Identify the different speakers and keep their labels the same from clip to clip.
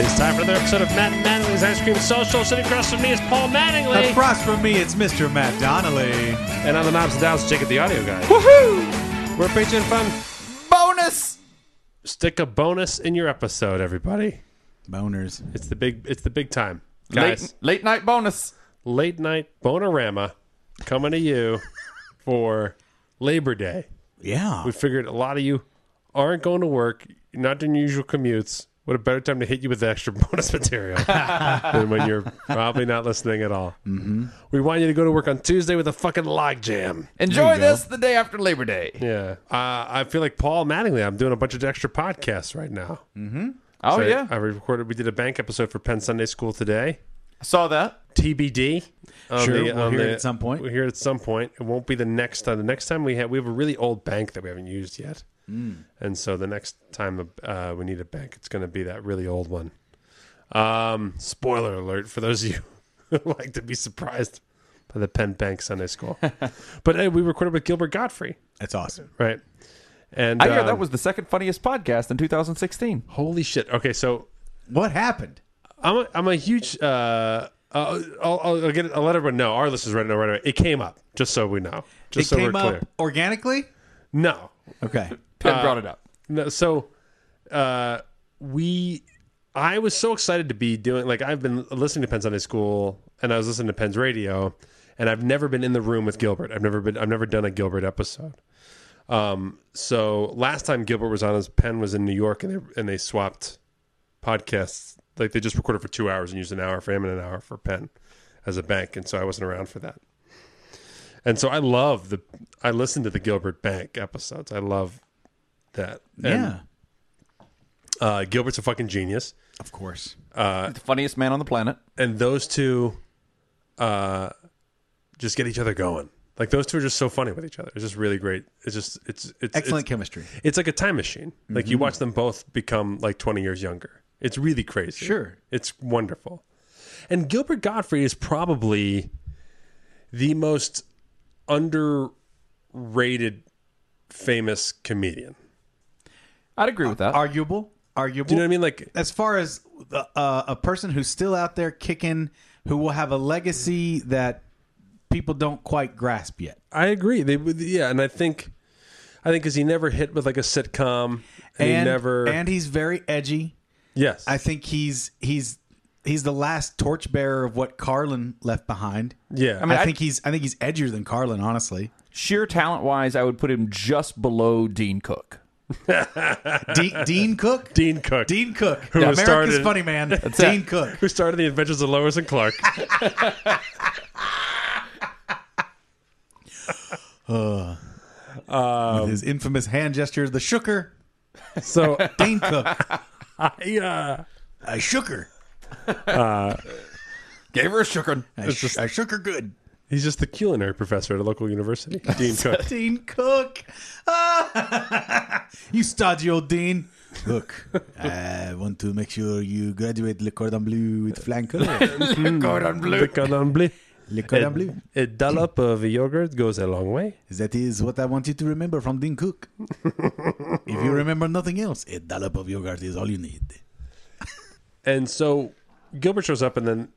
Speaker 1: It's time for another episode of Matt and Mattingly's Ice Cream Social. Sitting across from me is Paul Mattingly.
Speaker 2: Across from me, it's Mr. Matt Donnelly.
Speaker 1: And on the knobs and dials, Jacob the audio guy. Woohoo! We're pitching fun.
Speaker 3: Bonus.
Speaker 1: Stick a bonus in your episode, everybody.
Speaker 2: Boners.
Speaker 1: It's the big it's the big time. Guys,
Speaker 3: Late, late night bonus.
Speaker 1: late night bonorama coming to you for Labor Day.
Speaker 2: Yeah.
Speaker 1: We figured a lot of you aren't going to work, you're not doing your usual commutes. What a better time to hit you with extra bonus material than when you're probably not listening at all. Mm-hmm. We want you to go to work on Tuesday with a fucking log jam.
Speaker 3: Enjoy this the day after Labor Day.
Speaker 1: Yeah. Uh, I feel like Paul Mattingly. I'm doing a bunch of extra podcasts right now.
Speaker 3: Oh
Speaker 1: So I-
Speaker 3: yeah,
Speaker 1: I recorded, we did a bank episode for Penn Sunday School today.
Speaker 3: I saw that.
Speaker 1: TBD. on
Speaker 2: Sure, we'll hear it at some point.
Speaker 1: We'll hear it at some point. It won't be the next time. The next time we have, we have a really old bank that we haven't used yet.
Speaker 2: Hmm.
Speaker 1: And so the next time uh, we need a bank, it's going to be that really old one. Um, spoiler alert for those of you who like to be surprised by the Penn Bank Sunday School. but hey, we recorded with Gilbert Godfrey,
Speaker 2: That's awesome.
Speaker 1: right? And
Speaker 3: I hear that
Speaker 1: um,
Speaker 3: was the second funniest podcast in 2016.
Speaker 1: holy shit. Okay, so
Speaker 2: What happened?
Speaker 1: I'm a, I'm a huge. Uh, uh, I'll, I'll I'll get. It, I'll let everyone know. Our listeners right now, right away. It came up, just so we know, just
Speaker 2: it
Speaker 1: so
Speaker 2: came
Speaker 1: we're
Speaker 2: up
Speaker 1: clear.
Speaker 2: organically?
Speaker 1: No,
Speaker 2: Okay.
Speaker 3: Penn brought it up.
Speaker 1: no. So, uh, we. I was so excited to be doing. Like I've been listening to Penn Sunday School, and I was listening to Penn's radio, and I've never been in the room with Gilbert. I've never been. I've never done a Gilbert episode. Um. So last time Gilbert was on, his Penn was in New York, and they and they swapped podcasts like they just recorded for two hours and used an hour for him and an hour for Penn as a bank, and so I wasn't around for that. And so I love the I listened to the Gilbert Bank episodes. I love that.
Speaker 2: yeah.
Speaker 1: And, uh, Gilbert's a fucking genius,
Speaker 2: Of course.
Speaker 3: uh, the funniest man on the planet.
Speaker 1: and those two, uh, just get each other going. Like those two are just so funny with each other. It's just really great. It's just it's it's
Speaker 2: Excellent
Speaker 1: it's-
Speaker 2: chemistry. Mm-hmm.
Speaker 1: It's like a time machine. Like you watch them both become like 20 years younger. It's really crazy.
Speaker 2: Sure.
Speaker 1: It's wonderful. And Gilbert Gottfried is probably the most underrated famous comedian.
Speaker 3: I'd agree with that.
Speaker 2: Arguable. Arguable.
Speaker 1: Do you know what I mean? Like
Speaker 2: As far as uh, uh, a person who's still out there kicking, who will have a legacy that people don't quite grasp yet.
Speaker 1: I agree. They yeah, and I think I think cuz he never hit with like a sitcom and, he never
Speaker 2: and he's very edgy.
Speaker 1: yes.
Speaker 2: I think he's he's he's the last torchbearer of what Carlin left behind.
Speaker 1: yeah.
Speaker 2: I,
Speaker 3: I-
Speaker 2: think he's I think he's edgier than Carlin, honestly.
Speaker 3: Sheer talent wise, I would put him just below Dean Cook.
Speaker 2: De- Dean Cook.
Speaker 1: Dean Cook.
Speaker 2: Dean Cook.
Speaker 1: Who was
Speaker 2: America's
Speaker 1: started-
Speaker 2: funny man. Dean
Speaker 3: it.
Speaker 2: Cook.
Speaker 1: who started the adventures of Lois and Clark.
Speaker 3: Um,
Speaker 2: With his infamous hand gesture, the shooker.
Speaker 1: So uh,
Speaker 2: Dean Cook.
Speaker 1: yeah.
Speaker 2: I shook her.
Speaker 3: Uh, Gave her a shookin'.
Speaker 2: I, sh- I shook her good.
Speaker 1: He's just the culinary professor at a local university. Dean Cook.
Speaker 2: Dean Cook. Ah. you stodgy old Dean. Look, I want to make sure you graduate Le Cordon Bleu with flan color.
Speaker 3: Gordon Blue.
Speaker 1: The cordon bleu.
Speaker 2: Le Cordon Bleu.
Speaker 1: A dollop of yogurt goes a long way.
Speaker 2: That is what I want you to remember from Dean Cook. if you remember nothing else, a dollop of yogurt is all you need.
Speaker 1: And so Gilbert shows up, and then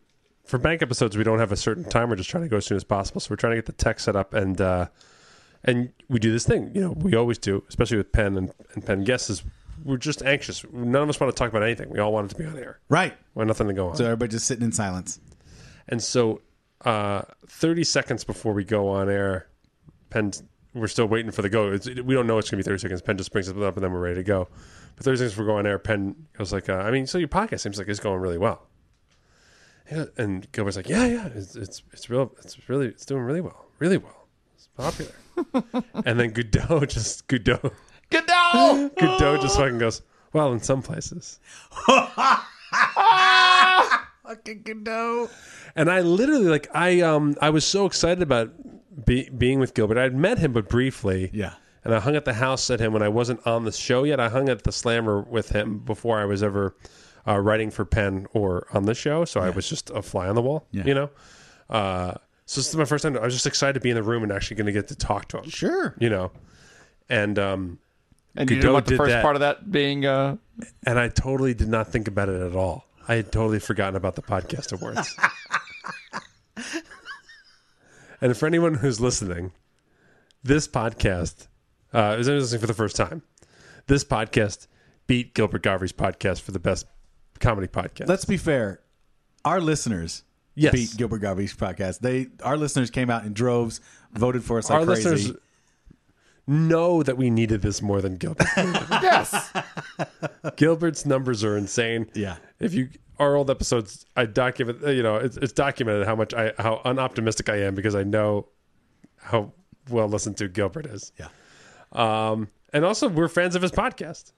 Speaker 1: for bank episodes, we don't have a certain time. We're just trying to go as soon as possible. So we're trying to get the tech set up, and uh, and we do this thing. You know, we always do, especially with Penn and, and Penn guests. Is we're just anxious. None of us want to talk about anything. We all wanted to be on air.
Speaker 2: Right.
Speaker 1: We had nothing to go on.
Speaker 2: So everybody just sitting in silence.
Speaker 1: And so, uh, 30 seconds before we go on air, Penn, we're still waiting for the go. It's, we don't know it's going to be 30 seconds. Penn just brings it up and then we're ready to go. But 30 seconds before we go on air, Penn goes like, uh, I mean, so your podcast seems like it's going really well. Yeah, And Gilbert's like, yeah, yeah, it's, it's, it's real. It's really, it's doing really well. Really well. It's popular. and then Godot just, Godot,
Speaker 3: Goodall!
Speaker 1: Godot just fucking goes, well, in some places.
Speaker 2: Oh. Fucking Godot.
Speaker 1: And I literally like I um I was so excited about be, being with Gilbert. I'd met him, but briefly.
Speaker 2: Yeah.
Speaker 1: And I hung at the house at him when I wasn't on the show yet. I hung at the Slammer with him before I was ever uh, writing for Penn or on the show. So I was just a fly on the wall,
Speaker 2: Yeah.
Speaker 1: you know? Uh, so this is my first time. I was just excited to be in the room and actually going to get to talk to him,
Speaker 2: Sure.
Speaker 1: you know? And, um,
Speaker 3: And you
Speaker 1: Godot
Speaker 3: know about the
Speaker 1: did
Speaker 3: first
Speaker 1: that.
Speaker 3: part of that being uh,
Speaker 1: and I totally did not think about it at all. I had totally forgotten about the podcast awards. and for anyone who's listening, this podcast, uh, is anyone listening for the first time, this podcast beat Gilbert Godfrey's podcast for the best comedy podcast.
Speaker 2: Let's be fair. Our listeners
Speaker 1: Yes.
Speaker 2: beat Gilbert Garvey's podcast. They our listeners came out in droves, voted for us like
Speaker 1: Our
Speaker 2: crazy.
Speaker 1: listeners know that we needed this more than Gilbert.
Speaker 3: yes,
Speaker 1: Gilbert's numbers are insane.
Speaker 2: Yeah.
Speaker 1: If you our old episodes, I document. You know, it's, it's documented how much I how unoptimistic I am because I know how well listened to Gilbert is,
Speaker 2: yeah.
Speaker 1: and also we're fans of his podcast.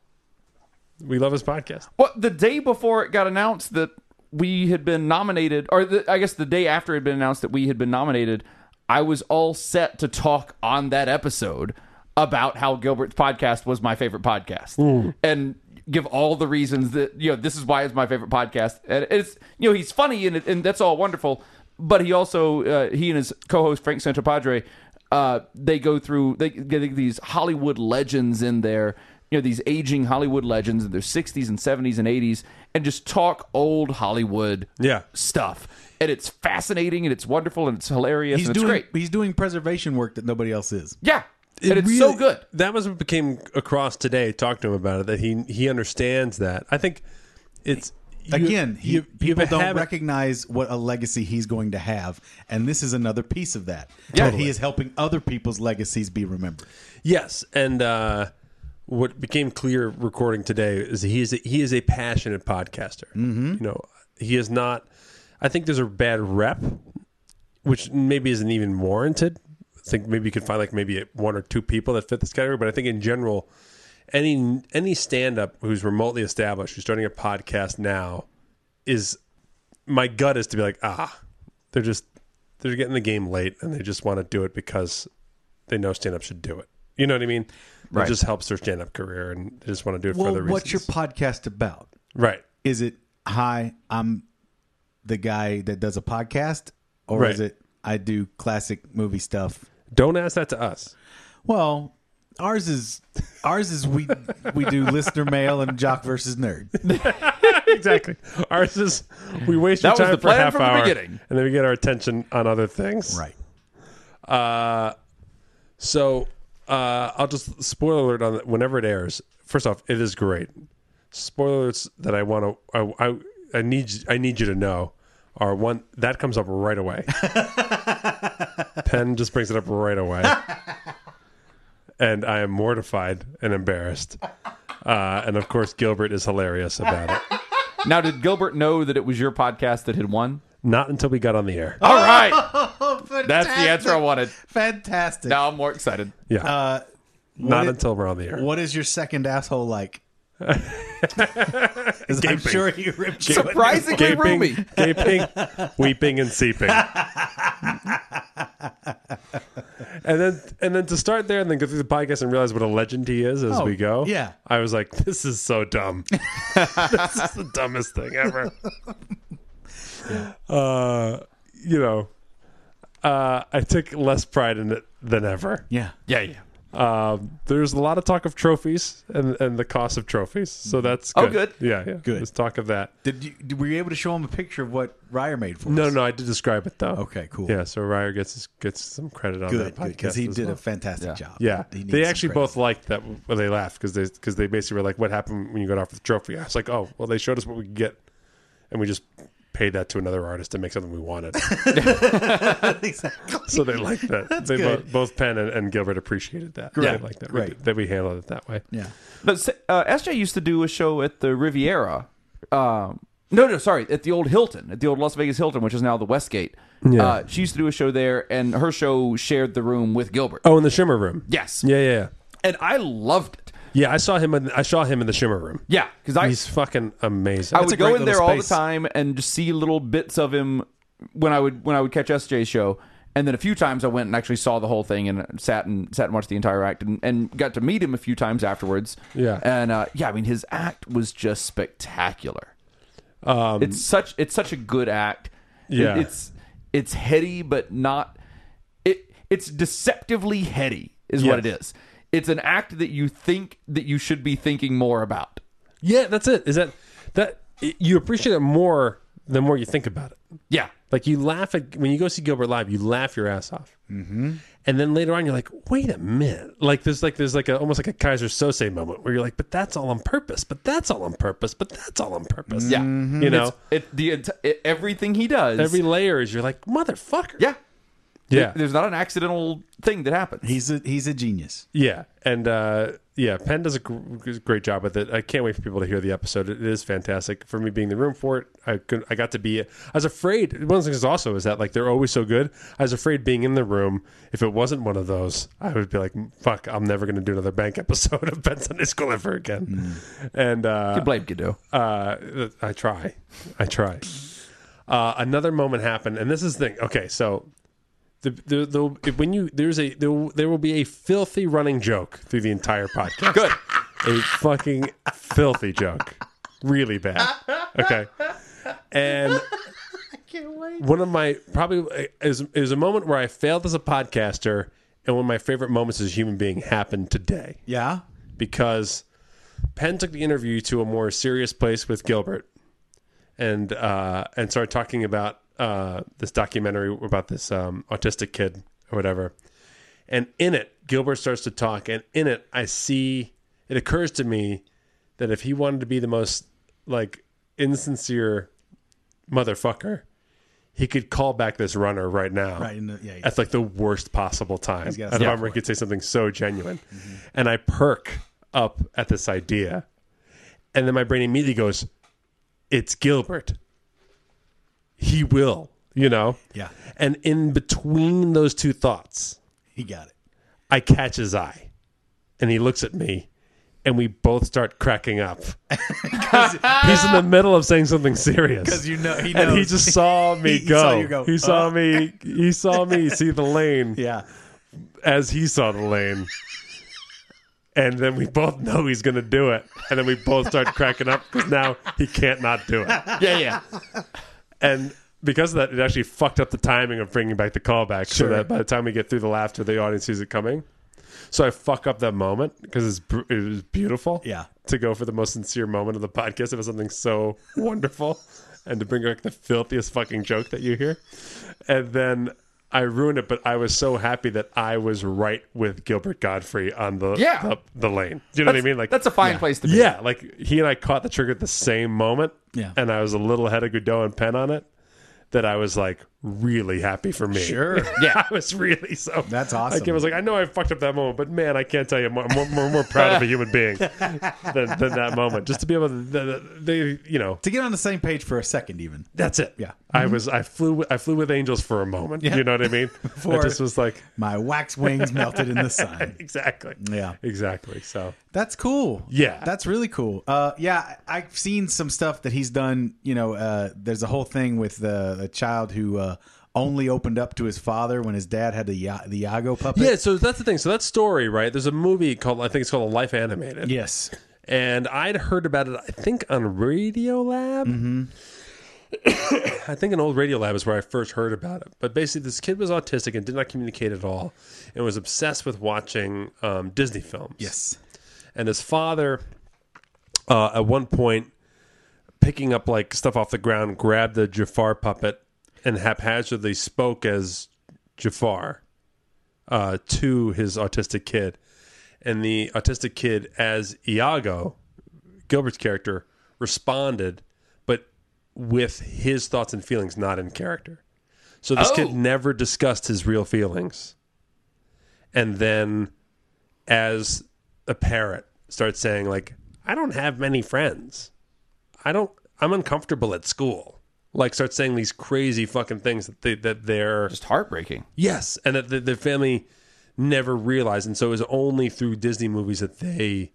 Speaker 1: We love his podcast.
Speaker 3: Well, the day before it got announced that we had been nominated, or the, I guess the day after it had been announced that we had been nominated, I was all set to talk on that episode about how Gilbert's podcast was my favorite podcast and give all the reasons that, you know, this is why it's my favorite podcast. And it's, you know, he's funny and, it- and that's all wonderful. But he also, uh, he and his co host, Frank Santapadre, uh, they go through they get these Hollywood legends in there, you know, these aging Hollywood legends in their 60s and 70s and 80s, and just talk old Hollywood
Speaker 1: Yeah.
Speaker 3: stuff. And it's fascinating and it's wonderful and it's hilarious
Speaker 2: He's
Speaker 3: and
Speaker 2: doing
Speaker 3: it's great.
Speaker 2: he's doing preservation work that nobody else is.
Speaker 3: Yeah. and it's so
Speaker 1: really-
Speaker 3: good.
Speaker 1: That was what became across today. Talk to him about it. That he he understands that. I think it's you-
Speaker 2: Again, he,
Speaker 1: you- you
Speaker 2: people
Speaker 1: have a
Speaker 2: don't
Speaker 1: habit-
Speaker 2: recognize what a legacy he's going to have, and this is another piece of that.
Speaker 3: Yeah.
Speaker 2: That he is helping other people's legacies be remembered.
Speaker 1: Yes, and uh, what became clear recording today is he is a, he is a passionate podcaster. Mm-hmm. You know, he is not. I think there's a bad rep, which maybe isn't even warranted. I think maybe you could find like maybe one or two people that fit this category, but I think in general, any any stand up who's remotely established, who's starting a podcast now, is my gut is to be like, ah, they're just they're getting the game late and they just want to do it because they know stand up should do it. You know what I mean?
Speaker 3: Right.
Speaker 1: It just helps their stand up career and they just want to do it for
Speaker 2: Well,
Speaker 1: other
Speaker 2: what's your
Speaker 1: reasons.
Speaker 2: podcast about?
Speaker 1: right.
Speaker 2: Is it hi, I'm the guy that does a podcast, or
Speaker 1: Right.
Speaker 2: is it I do classic movie stuff?
Speaker 1: Don't ask that to us.
Speaker 2: Well, ours is ours is we we do listener mail and jock versus nerd.
Speaker 1: exactly. Ours is we waste
Speaker 3: That was
Speaker 1: your time
Speaker 3: the
Speaker 1: for
Speaker 3: plan
Speaker 1: half
Speaker 3: from the
Speaker 1: hour
Speaker 3: beginning.
Speaker 1: and then we get our attention on other things.
Speaker 2: Right.
Speaker 1: So uh, I'll just spoiler alert on that whenever it airs. First off, it is great. Spoiler alerts that I want to I, I I need you- I need you to know are one that comes up right away. Penn just brings it up right away, and I am mortified and embarrassed. Uh, and of course, Gilbert is hilarious about it.
Speaker 3: Now, did Gilbert know that it was your podcast that had won?
Speaker 1: Not until we got on the air.
Speaker 3: All right. That's
Speaker 2: Fantastic.
Speaker 3: the answer I wanted.
Speaker 2: Fantastic.
Speaker 3: Now I'm more excited.
Speaker 1: Yeah, not
Speaker 2: Uh, what-
Speaker 1: until we're on the air.
Speaker 2: What is your second asshole like? 'Cause I'm
Speaker 1: Gaping.
Speaker 2: sure he ripped you. a new
Speaker 3: Surprisingly roomy.
Speaker 1: gaping, gaping, weeping, and seeping. and then, and then to start there, and then go through the podcast and realize what a legend he is as we go.
Speaker 2: Oh, yeah.
Speaker 1: I was like, this is so dumb. this is the dumbest thing ever. Uh, you know, uh, I took less pride in it than ever.
Speaker 2: Yeah.
Speaker 3: Yeah, yeah.
Speaker 1: Um, there's a lot of talk of trophies and, and the cost of trophies, so that's
Speaker 3: Oh,
Speaker 1: good.
Speaker 3: good.
Speaker 1: Yeah, yeah.
Speaker 2: Mm-hmm. Good.
Speaker 1: Let's talk of that.
Speaker 2: Did you did, were you able to show him a picture of what Ryer made for
Speaker 1: No,
Speaker 2: us?
Speaker 1: no, I did describe it though.
Speaker 2: Okay, cool.
Speaker 1: Yeah, so Ryer gets his, gets some credit on
Speaker 2: Good,
Speaker 1: that podcast
Speaker 2: because he
Speaker 1: as
Speaker 2: did
Speaker 1: well.
Speaker 2: a fantastic job.
Speaker 1: yeah,
Speaker 2: He needs
Speaker 1: they
Speaker 2: some
Speaker 1: actually
Speaker 2: credit.
Speaker 1: both liked that. Well, they laughed because they because they basically were like, "What happened when you got off the trophy?" I was like, "Oh, well, they showed us what we could get, and we just paid that to another artist to make something we wanted."
Speaker 2: exactly.
Speaker 1: so they liked that. they
Speaker 2: good.
Speaker 1: Both, both Penn and, and Gilbert appreciated that. They
Speaker 2: Great.
Speaker 1: liked that.
Speaker 2: Great.
Speaker 1: We, that we handled it that way.
Speaker 2: Yeah.
Speaker 3: But s- uh, SJ used to do a show at the Riviera. Um, no, no, sorry, at the old Hilton, at the old Las Vegas Hilton, which is now the Westgate. Uh, she used to do a show there, and her show shared the room with Gilbert.
Speaker 1: Oh, in the Shimmer Room.
Speaker 3: Yes.
Speaker 1: Yeah, yeah, yeah.
Speaker 3: And I loved it.
Speaker 1: Yeah, I saw him. In, I saw him in the Shimmer Room.
Speaker 3: Yeah, because I
Speaker 1: He's fucking amazing.
Speaker 3: I would
Speaker 2: a great
Speaker 3: go in there
Speaker 2: little
Speaker 3: all the
Speaker 2: space.
Speaker 3: time and just see little bits of him when I would when I would catch SJ's show, And then a few times I went and actually saw the whole thing and sat and sat and watched the entire act and, and got to meet him a few times afterwards.
Speaker 1: Yeah.
Speaker 3: And uh, yeah, I mean his act was just spectacular. it's such it's such a good act. It-
Speaker 1: Yeah.
Speaker 3: it's it's heady but not it it's deceptively heady is what it
Speaker 1: Yes.
Speaker 3: is. It's an act that you think that you should be thinking more about.
Speaker 1: Yeah, that's it. Is that that it- you appreciate it more the more you think about it.
Speaker 3: Yeah.
Speaker 1: Like you laugh at when you go see Gilbert live, you laugh your ass off, mm-hmm. and then later on you're like, wait a minute. Like there's like there's like a almost like a Kaiser Sose moment where you're like, but that's all on purpose. But that's all on purpose. But that's all on purpose.
Speaker 3: Yeah.
Speaker 2: Mm-hmm.
Speaker 1: you know
Speaker 3: It the ent- it, everything he does.
Speaker 1: every layer is you're like motherfucker.
Speaker 3: yeah.
Speaker 1: yeah,
Speaker 3: There's not an accidental thing that happens.
Speaker 2: He's a he's a genius.
Speaker 1: Yeah, and uh, yeah, Penn does a gr- great job with it. I can't wait for people to hear the episode. It is fantastic for me being in the room for it. I could, I got to be. I was afraid. One of the things also is that like they're always so good. I was afraid being in the room. If it wasn't one of those, I would be like, "Fuck, I'm never going to do another bank episode of Penn Sunday School ever again." And uh,
Speaker 3: You blame Godot.
Speaker 1: uh, I try. I try. Uh, another moment happened, and this is the thing. Okay, so the, the, the if- when you there's a there, there will be a filthy running joke through the entire podcast. Good, a fucking filthy joke, really bad. Okay, and one of my probably uh, is is a moment where I failed as a podcaster, and one of my favorite moments as a human being happened today
Speaker 2: Yeah.
Speaker 1: because Penn took the interview to a more serious place with Gilbert, and uh, and started talking about uh, this documentary about this um, autistic kid or whatever. And in it, Gilbert starts to talk, and in it, I see it occurs to me that if he wanted to be the most like insincere motherfucker, he could call back this runner right now
Speaker 2: Right. In the, yeah. yeah.
Speaker 1: at like the worst possible time.
Speaker 2: got a
Speaker 1: At a
Speaker 2: yeah.
Speaker 1: moment where he could say something so genuine.
Speaker 2: Mm-hmm.
Speaker 1: And I perk up at this idea. And then my brain immediately goes, It's Gilbert. He will, you know?
Speaker 2: Yeah.
Speaker 1: And in between those two thoughts,
Speaker 2: He got it.
Speaker 1: I catch his eye and he looks at me and we both start cracking up. He's in the middle of saying something serious.
Speaker 2: Because you know he knows.
Speaker 1: and he just saw me
Speaker 2: He
Speaker 1: go.
Speaker 2: saw you go, "Uh."
Speaker 1: He saw me. He saw me see the lane
Speaker 2: yeah.
Speaker 1: as he saw the lane. And then we both know he's going to do it. And then we both start cracking up because now he can't not do it.
Speaker 3: Yeah, yeah.
Speaker 1: And because of that, it actually fucked up the timing of bringing back the callback so
Speaker 2: Sure.
Speaker 1: that by the time we get through the laughter, the audience sees it coming. So I fuck up that moment because it's br- it was beautiful.
Speaker 2: Yeah.
Speaker 1: To go for the most sincere moment of the podcast, it was something so wonderful, and to bring back the filthiest fucking joke that you hear, and then I ruined it. But I was so happy that I was right with Gilbert Godfrey on the
Speaker 3: Yeah.
Speaker 1: the, the lane. Do you know
Speaker 3: That's-
Speaker 1: what I mean? Like
Speaker 3: that's a fine place to be.
Speaker 1: yeah, like he and I caught the trigger at the same moment.
Speaker 2: Yeah.
Speaker 1: And I was a little ahead of Godot and Penn on it that I was like really happy for me.
Speaker 2: Sure.
Speaker 1: Yeah. I was really so.
Speaker 2: That's awesome.
Speaker 1: Like, I was like, I know I fucked up that moment, but man, I can't tell you, I'm more, more, more, more proud of a human being than, than that moment. Just to be able to, the, the, they, you know,
Speaker 2: To get on the same page for a second, even.
Speaker 1: that's it.
Speaker 2: Yeah. Mm-hmm.
Speaker 1: I was, I flew, I flew with angels for a moment.
Speaker 2: Yeah.
Speaker 1: You know what I mean? I just was like,
Speaker 2: My wax wings melted in the sun.
Speaker 1: exactly.
Speaker 2: Yeah.
Speaker 1: Exactly. So,
Speaker 2: That's cool.
Speaker 1: Yeah.
Speaker 2: That's really cool. Uh, yeah, I- I've seen some stuff that he's done. You know, uh, there's a whole thing with uh, a child who uh, only opened up to his father when his dad had the, ya- the Yago puppet.
Speaker 1: yeah. So that's the thing. So that story, right? There's a movie called, I think it's called A Life Animated.
Speaker 2: Yes.
Speaker 1: and I'd heard about it. I think on Radio Lab.
Speaker 2: Mm-hmm.
Speaker 1: I think an old Radio Lab is where I first heard about it. But basically, this kid was autistic and did not communicate at all, and was obsessed with watching um, Disney films.
Speaker 2: Yes.
Speaker 1: and his father, uh, at one point, picking up like stuff off the ground, grabbed the Jafar puppet and haphazardly spoke as Jafar uh, to his autistic kid, and the autistic kid, as Iago, Gilbert's character, responded, but with his thoughts and feelings, not in character. So this
Speaker 3: Oh.
Speaker 1: kid never discussed his real feelings, and then, as a parrot, starts saying like, "I don't have many friends. I don't. I'm uncomfortable at school." Like starts saying these crazy fucking things that they that they're
Speaker 3: Just heartbreaking.
Speaker 1: Yes, and that the, the family never realized, and so it was only through Disney movies that they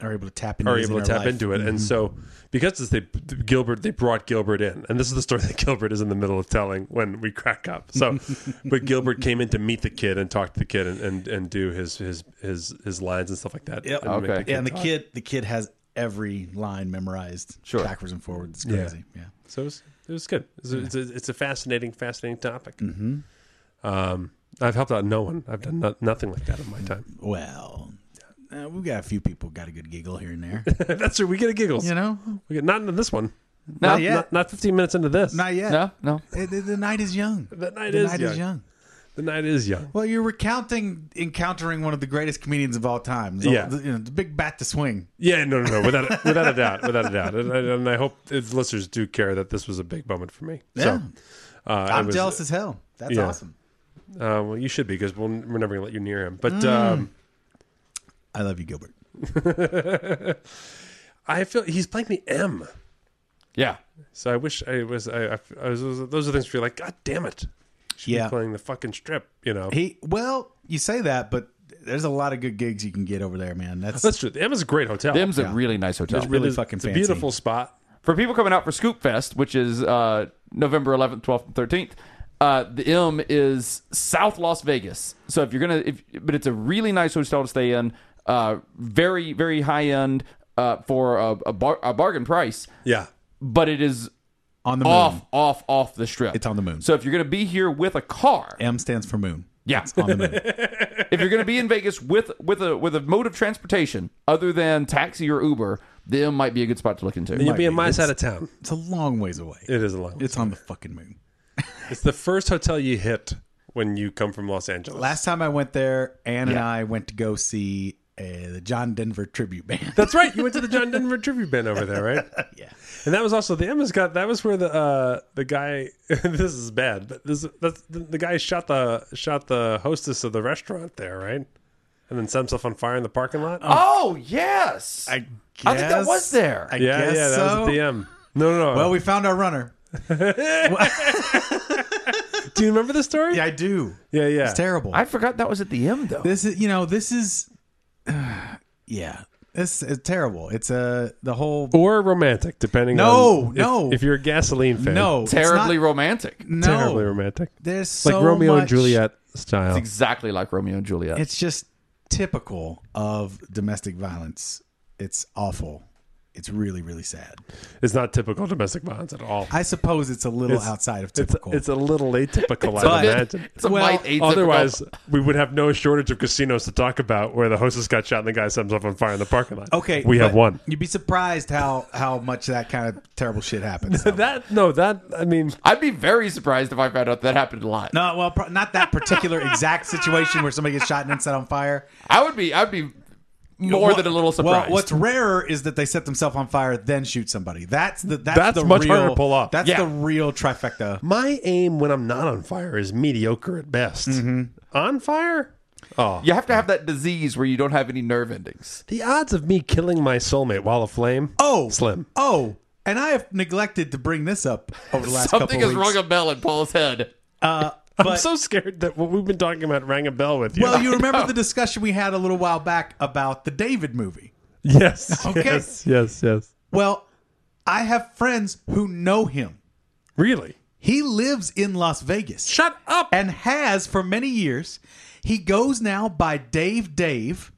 Speaker 2: are able to tap into
Speaker 1: are
Speaker 2: his
Speaker 1: able to
Speaker 2: inner
Speaker 1: tap
Speaker 2: life.
Speaker 1: into it. And so because this, they Gilbert they brought Gilbert in, and this is the story that Gilbert is in the middle of telling when we crack up. So, but Gilbert came in to meet the kid and talk to the kid and and, and do his his his his lines and stuff like that.
Speaker 2: Yep.
Speaker 1: And make
Speaker 3: Okay.
Speaker 1: the
Speaker 2: Yeah, and the
Speaker 1: talk.
Speaker 2: kid the kid has every line memorized
Speaker 3: Sure.
Speaker 2: backwards and forwards. It's crazy. Yeah.
Speaker 1: So it was it was good. It's, a, it's, a, it's a fascinating fascinating topic. Mm-hmm. Um, I've helped out no one. I've done no, nothing like that in my time.
Speaker 2: Well, uh, we've got a few people got a good giggle here and there.
Speaker 1: That's true. We get a giggles.
Speaker 2: you know,
Speaker 1: We get not into this one.
Speaker 3: No,
Speaker 2: Not yet.
Speaker 1: Not, not 15 minutes into this.
Speaker 2: not yet.
Speaker 3: no, no.
Speaker 2: It- the, the night is young.
Speaker 1: The night
Speaker 2: the
Speaker 1: is
Speaker 2: night is
Speaker 1: young.
Speaker 2: young.
Speaker 1: The night is young.
Speaker 2: Well, you're recounting encountering one of the greatest comedians of all time. The,
Speaker 1: Yeah.
Speaker 2: the, you know, the big bat to swing.
Speaker 1: Yeah, no, no, no, without a, without a doubt, without a doubt, and, and and I hope the listeners do care that this was a big moment for me.
Speaker 2: Yeah.
Speaker 1: So, uh, it
Speaker 2: I'm
Speaker 1: was-
Speaker 2: jealous as hell. That's
Speaker 1: yeah.
Speaker 2: awesome.
Speaker 1: Uh, well, you should be because we'll, we're never gonna let you near him. But
Speaker 2: Mm.
Speaker 1: um,
Speaker 2: I love you, Gilbert.
Speaker 1: I feel he's playing the M,
Speaker 3: Yeah.
Speaker 1: so I wish I was. I, I, I was those are things where you're like, God damn it, You should
Speaker 2: Yeah.
Speaker 1: be playing the fucking strip, you know.
Speaker 2: He well, you say that, but there's a lot of good gigs you can get over there, man. That's
Speaker 1: That's true. The M is a great hotel.
Speaker 3: The M's a
Speaker 2: Yeah.
Speaker 3: really nice hotel.
Speaker 2: It's really
Speaker 1: It is-
Speaker 2: fucking
Speaker 1: it's a
Speaker 2: fancy.
Speaker 1: beautiful spot.
Speaker 3: for people coming out for Scoop Fest, which is uh, November 11th, 12th, and 13th. Uh, the M is South Las Vegas. So if you're gonna, if, but it's a really nice hotel to stay in. Uh, very very high end uh, for a, a, bar, a bargain price,
Speaker 2: Oh
Speaker 1: Yeah,
Speaker 3: but it is
Speaker 2: on the moon.
Speaker 3: off off off the strip.
Speaker 2: It's on the moon.
Speaker 3: So if you're gonna be here with a car,
Speaker 2: M stands for moon.
Speaker 3: yeah,
Speaker 2: On the moon.
Speaker 3: if you're gonna be in Vegas with with a with a mode of transportation other than taxi or Uber, the M might be a good spot to look into.
Speaker 1: you'll be
Speaker 2: be.
Speaker 1: in my
Speaker 2: It's-
Speaker 1: side of town.
Speaker 2: it's a long ways away.
Speaker 1: It is a long.
Speaker 2: It's on the fucking moon.
Speaker 1: It's the first hotel you hit when you come from Los Angeles.
Speaker 2: Last time I went there, Ann and I went to go see uh, the John Denver tribute band.
Speaker 1: That's right. You went to the John Denver tribute band over there, right?
Speaker 2: yeah.
Speaker 1: And that was also the Emma's got. That was where the uh, the guy. this is bad, but this that's, the, the guy shot the shot the hostess of the restaurant there, right? And then set himself on fire in the parking lot.
Speaker 3: Oh yes,
Speaker 2: I
Speaker 3: I think that
Speaker 2: guess-
Speaker 3: was there.
Speaker 2: I
Speaker 1: yeah,
Speaker 2: guess
Speaker 1: yeah, that
Speaker 2: so.
Speaker 1: was at the M. No, no, no.
Speaker 2: well, we found our runner.
Speaker 1: do you remember the story?
Speaker 2: Yeah, I do.
Speaker 1: yeah, yeah.
Speaker 2: It's terrible.
Speaker 3: I forgot that was at the M though.
Speaker 2: this is you know this is yeah this is terrible it's a the whole
Speaker 1: Or romantic, depending.
Speaker 2: No,
Speaker 1: on if-
Speaker 2: no.
Speaker 1: If you're a gasoline fan,
Speaker 2: no it's
Speaker 3: terribly
Speaker 2: not-
Speaker 3: romantic.
Speaker 2: no
Speaker 1: terribly romantic,
Speaker 2: there's so
Speaker 1: like Romeo
Speaker 2: much-
Speaker 1: and Juliet style.
Speaker 3: Exactly like Romeo and Juliet.
Speaker 2: it's just typical of domestic violence it's awful it's really really sad
Speaker 1: It's not typical domestic violence at all.
Speaker 2: i suppose it's a little
Speaker 1: It's-
Speaker 2: outside of
Speaker 1: It's
Speaker 2: typical
Speaker 1: it's a little atypical,
Speaker 2: But-
Speaker 1: I imagine.
Speaker 3: it's a
Speaker 2: well,
Speaker 3: might atypical-
Speaker 1: Otherwise, we would have no shortage of casinos to talk about where the hostess got shot and the guy set himself on fire in the parking lot.
Speaker 2: okay
Speaker 1: we have
Speaker 2: but
Speaker 1: one.
Speaker 2: you'd be surprised how how much that kind of terrible shit happens
Speaker 1: That no, that I mean,
Speaker 3: I'd be very surprised if I found out that happened a lot.
Speaker 2: no well pro- not that particular exact situation where somebody gets shot and then set on fire
Speaker 3: I would be. I'd be more
Speaker 2: What-
Speaker 3: than a little surprised.
Speaker 2: Well, what's rarer is that they set themselves on fire then shoot somebody. That's the that's,
Speaker 1: That's
Speaker 2: the
Speaker 1: much
Speaker 2: real,
Speaker 1: harder to pull off.
Speaker 2: That's
Speaker 3: Yeah.
Speaker 2: the real trifecta.
Speaker 1: my aim when I'm not on fire is mediocre at best.
Speaker 2: Mm-hmm.
Speaker 1: On fire, oh,
Speaker 3: you have to have that disease where you don't have any nerve endings.
Speaker 1: the odds of me killing my soulmate while aflame,
Speaker 2: Oh,
Speaker 1: slim.
Speaker 2: Oh, and I have neglected to bring this up over the last
Speaker 3: Something
Speaker 2: couple
Speaker 3: has
Speaker 2: of
Speaker 3: rung
Speaker 2: weeks. Uh,
Speaker 3: a bell in Paul's head.
Speaker 1: I'm so scared that what we've been talking about rang a bell with you.
Speaker 2: well, you remember the discussion we had a little while back about the David movie.
Speaker 1: yes,
Speaker 2: Okay.
Speaker 1: yes, yes, yes.
Speaker 2: Well, I have friends who know him.
Speaker 1: Really?
Speaker 2: He lives in Las Vegas.
Speaker 1: Shut up.
Speaker 2: and has for many years. He goes now by Dave Dave.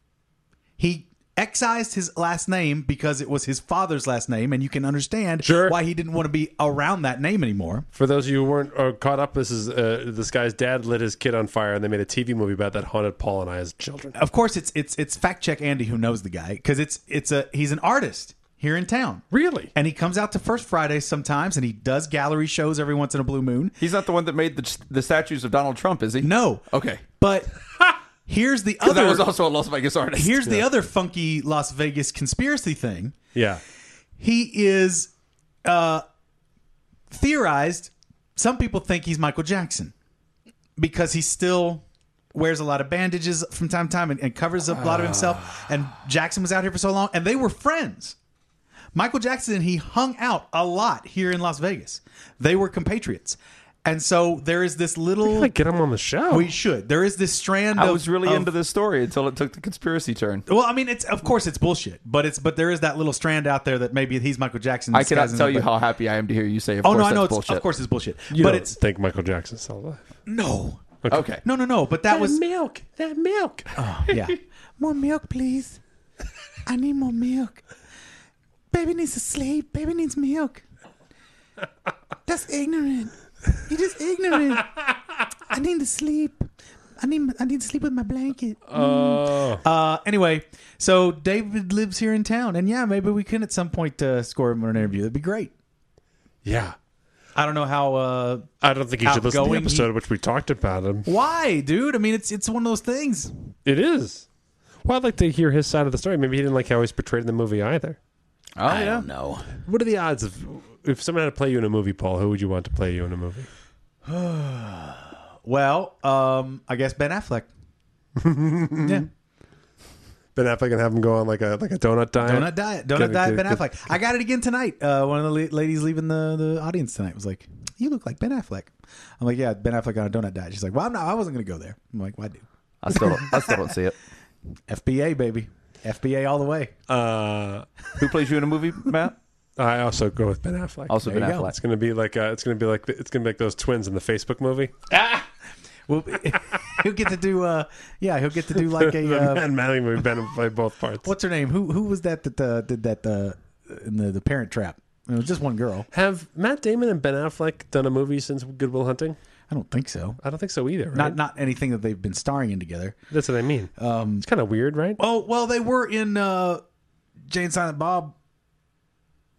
Speaker 2: He excised his last name because it was his father's last name, and you can understand
Speaker 1: Sure.
Speaker 2: why he didn't want to be around that name anymore.
Speaker 1: For those of you who weren't uh, caught up, this is uh, this guy's dad lit his kid on fire, and they made a TV movie about that haunted Paul and I as children.
Speaker 2: Of course, it's it's it's fact check Andy who knows the guy because it's it's a he's an artist here in town.
Speaker 1: Really?
Speaker 2: And he comes out to First Friday sometimes, and he does gallery shows every once in a blue moon.
Speaker 3: He's not the one that made the the statues of Donald Trump, is he?
Speaker 2: No,
Speaker 3: Okay.
Speaker 2: but here's the
Speaker 3: Because
Speaker 2: other.
Speaker 3: I was also a Las Vegas artist.
Speaker 2: here's the other funky Las Vegas conspiracy thing.
Speaker 1: Yeah.
Speaker 2: he is uh, theorized. Some people think he's Michael Jackson because he still wears a lot of bandages from time to time and, and covers up a lot of himself. And Jackson was out here for so long, and they were friends. Michael Jackson and he hung out a lot here in Las Vegas. They were compatriots. And so there is this little.
Speaker 1: Like, get him on the show.
Speaker 2: we should. There is this strand.
Speaker 3: I
Speaker 2: of-
Speaker 3: was really
Speaker 2: of-
Speaker 3: into this story until it took the conspiracy turn.
Speaker 2: Well, I mean, it's of course it's bullshit, but it's but there is that little strand out there that maybe he's Michael Jackson.
Speaker 3: I cannot
Speaker 2: disguising
Speaker 3: tell
Speaker 2: it,
Speaker 3: you
Speaker 2: but-
Speaker 3: how happy I am to hear you say. Of
Speaker 2: Oh
Speaker 3: course
Speaker 2: no, I know
Speaker 3: that's
Speaker 2: it's
Speaker 3: bullshit.
Speaker 2: of course it's bullshit,
Speaker 1: You
Speaker 2: but
Speaker 1: don't
Speaker 2: it's
Speaker 1: think Michael Jackson's still alive.
Speaker 2: no,
Speaker 3: Okay.
Speaker 2: no, no, no. But that was Oh,
Speaker 1: milk. That milk.
Speaker 2: yeah. More milk, please. I need more milk. Baby needs to sleep. Baby needs milk. That's ignorant. You're just ignorant. I need to sleep. I need I need to sleep with my blanket.
Speaker 1: Oh.
Speaker 2: Uh, anyway, so David lives here in town, and yeah, maybe we can at some point uh, score him an interview. That'd be great.
Speaker 1: Yeah.
Speaker 2: I don't know how. Uh,
Speaker 1: I don't think you should listen to the
Speaker 2: Outgoing.
Speaker 1: episode in which we talked about him.
Speaker 2: why, dude? I mean, it's it's one of those things.
Speaker 1: It is. Well, I'd like to hear his side of the story. Maybe he didn't like how he was portrayed in the movie either.
Speaker 3: Oh yeah.
Speaker 2: know.
Speaker 1: What are the odds of if someone had to play you in a movie, Paul? Who would you want to play you in a movie?
Speaker 2: Well, um, I guess Ben Affleck. yeah,
Speaker 1: Ben Affleck and have him go on like a like a donut diet.
Speaker 2: donut diet, donut
Speaker 1: Good,
Speaker 2: diet.
Speaker 1: good,
Speaker 2: ben
Speaker 1: good.
Speaker 2: Affleck. I got it again tonight. Uh, one of the la- ladies leaving the, the audience tonight was like, "You look like Ben Affleck." I'm like, "Yeah, Ben Affleck on a donut diet." She's like, "Well, I'm not. I wasn't going to go there." I'm like, "Why do?"
Speaker 3: I still don't, I still don't see it.
Speaker 2: FBA baby, FBA all the way.
Speaker 1: Uh,
Speaker 3: Who plays you in a movie, Matt?
Speaker 1: I also go with Ben Affleck.
Speaker 3: Also
Speaker 2: There
Speaker 3: Ben
Speaker 2: you go.
Speaker 3: Affleck.
Speaker 1: it's gonna be like uh, it's gonna be like the, it's gonna be like those twins in the Facebook movie.
Speaker 2: Well, he'll get to do. Uh, yeah, he'll get to do like
Speaker 1: the
Speaker 2: a. Uh,
Speaker 1: Man Manning movie. Ben will play both parts.
Speaker 2: what's her name? Who who was that that uh, did that uh, in the the Parent Trap? It was just one girl.
Speaker 1: Have Matt Damon and Ben Affleck done a movie since Good Will Hunting?
Speaker 2: I don't think so.
Speaker 1: I don't think so either. Right?
Speaker 2: Not not anything that they've been starring in together.
Speaker 1: That's what I mean.
Speaker 2: Um,
Speaker 1: it's kind of weird, right?
Speaker 2: Oh well, they were in uh, Jane Silent Bob.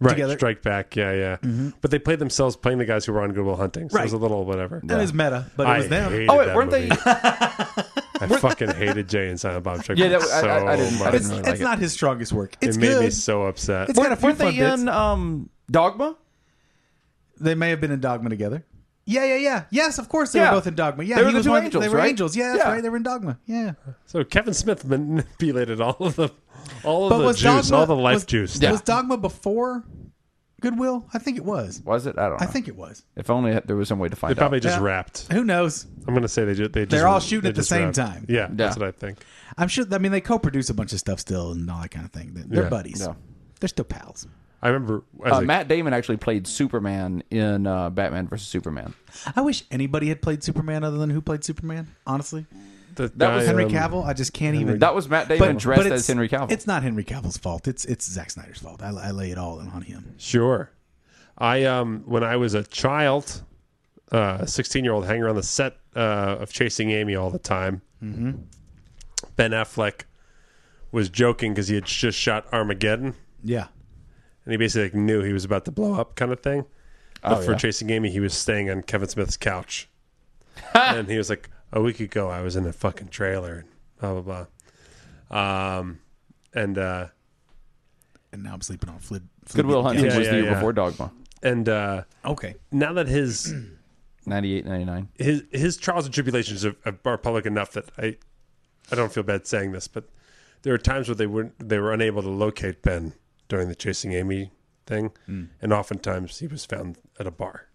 Speaker 1: Right.
Speaker 2: together. Mm-hmm.
Speaker 1: Strike back. Yeah, yeah. But they played themselves playing the guys who were on Good Will Hunting. So it was a
Speaker 2: Right.
Speaker 1: little whatever.
Speaker 2: That is meta, but it was
Speaker 1: I
Speaker 2: them.
Speaker 1: hated
Speaker 3: Oh wait,
Speaker 1: that
Speaker 3: weren't
Speaker 1: movie.
Speaker 3: they?
Speaker 1: I fucking hated Jay and Silent Bob Strike
Speaker 3: Yeah,
Speaker 1: Back
Speaker 3: that- I-
Speaker 1: so
Speaker 3: I- I didn't- I
Speaker 1: much.
Speaker 3: didn't
Speaker 2: It's,
Speaker 3: really
Speaker 2: it's
Speaker 3: like it.
Speaker 2: not his strongest work. It's
Speaker 1: it made
Speaker 2: good.
Speaker 1: me so upset.
Speaker 2: It's got a few
Speaker 3: Weren't
Speaker 2: fun
Speaker 3: they
Speaker 2: bits.
Speaker 3: in um, Dogma?
Speaker 2: They may have been in Dogma together. Yeah, yeah, yeah. Yes, of course they
Speaker 3: Yeah.
Speaker 2: were both in Dogma. Yeah,
Speaker 3: They were
Speaker 2: he
Speaker 3: the
Speaker 2: was
Speaker 3: two
Speaker 2: one-
Speaker 3: angels,
Speaker 2: They were
Speaker 3: right?
Speaker 2: angels. Yeah, that's
Speaker 3: Yeah.
Speaker 2: right. They were in Dogma. Yeah.
Speaker 1: So Kevin Smith manipulated all of the all of
Speaker 2: But
Speaker 1: the
Speaker 2: was
Speaker 1: juice,
Speaker 2: Dogma
Speaker 1: all the life
Speaker 2: was,
Speaker 1: juice.
Speaker 3: Yeah.
Speaker 2: Was Dogma before Goodwill? I think it was.
Speaker 3: Was it? I don't know.
Speaker 2: I think it was.
Speaker 3: if only there was some way to
Speaker 1: They
Speaker 3: find out.
Speaker 1: probably just
Speaker 2: Yeah.
Speaker 1: wrapped.
Speaker 2: Who knows?
Speaker 1: I'm gonna say they just they just
Speaker 2: They're all shooting
Speaker 1: they
Speaker 2: at the
Speaker 1: just
Speaker 2: same
Speaker 1: wrapped.
Speaker 2: time.
Speaker 1: Yeah, that's
Speaker 3: Yeah.
Speaker 1: what I think.
Speaker 2: I'm sure. I mean, they co-produce a bunch of stuff still and all that kind of thing. They're, they're
Speaker 1: Yeah.
Speaker 2: buddies.
Speaker 3: Yeah.
Speaker 2: They're still pals.
Speaker 1: I remember as
Speaker 3: Uh,
Speaker 1: a-
Speaker 3: Matt Damon actually played Superman in uh, Batman versus Superman.
Speaker 2: I wish anybody had played Superman other than who played Superman. Honestly,
Speaker 1: the
Speaker 3: that was
Speaker 1: guy,
Speaker 2: Henry
Speaker 1: um,
Speaker 2: Cavill. I just can't even.
Speaker 3: That was Matt Damon dressed
Speaker 2: it's-
Speaker 3: as Henry Cavill.
Speaker 2: It's not Henry Cavill's fault. It's it's Zack Snyder's fault. I, I lay it all on him.
Speaker 1: Sure. I um when I was a child, uh, sixteen year old, hanging around the set uh, of Chasing Amy all the time. Mm-hmm. Ben Affleck was joking because he had just shot Armageddon,
Speaker 2: Yeah.
Speaker 1: and he basically like, knew he was about to blow up, kind of thing. But
Speaker 3: Oh,
Speaker 1: for
Speaker 3: yeah.
Speaker 1: Chasing Amy, he was staying on Kevin Smith's couch, and he was like, a week ago, I was in a fucking trailer, and blah blah blah, um, and. uh
Speaker 2: And now I'm sleeping on Flid. Flid
Speaker 3: Goodwill Hunting
Speaker 1: Yeah,
Speaker 3: was
Speaker 1: yeah,
Speaker 3: the year
Speaker 1: yeah.
Speaker 3: before Dogma.
Speaker 1: and uh,
Speaker 2: Okay.
Speaker 1: now that his
Speaker 3: 98, 99.
Speaker 1: his his trials and tribulations are, are public enough that I I don't feel bad saying this, but there are times where they were they were unable to locate Ben during the chasing Amy thing, and oftentimes he was found at a bar.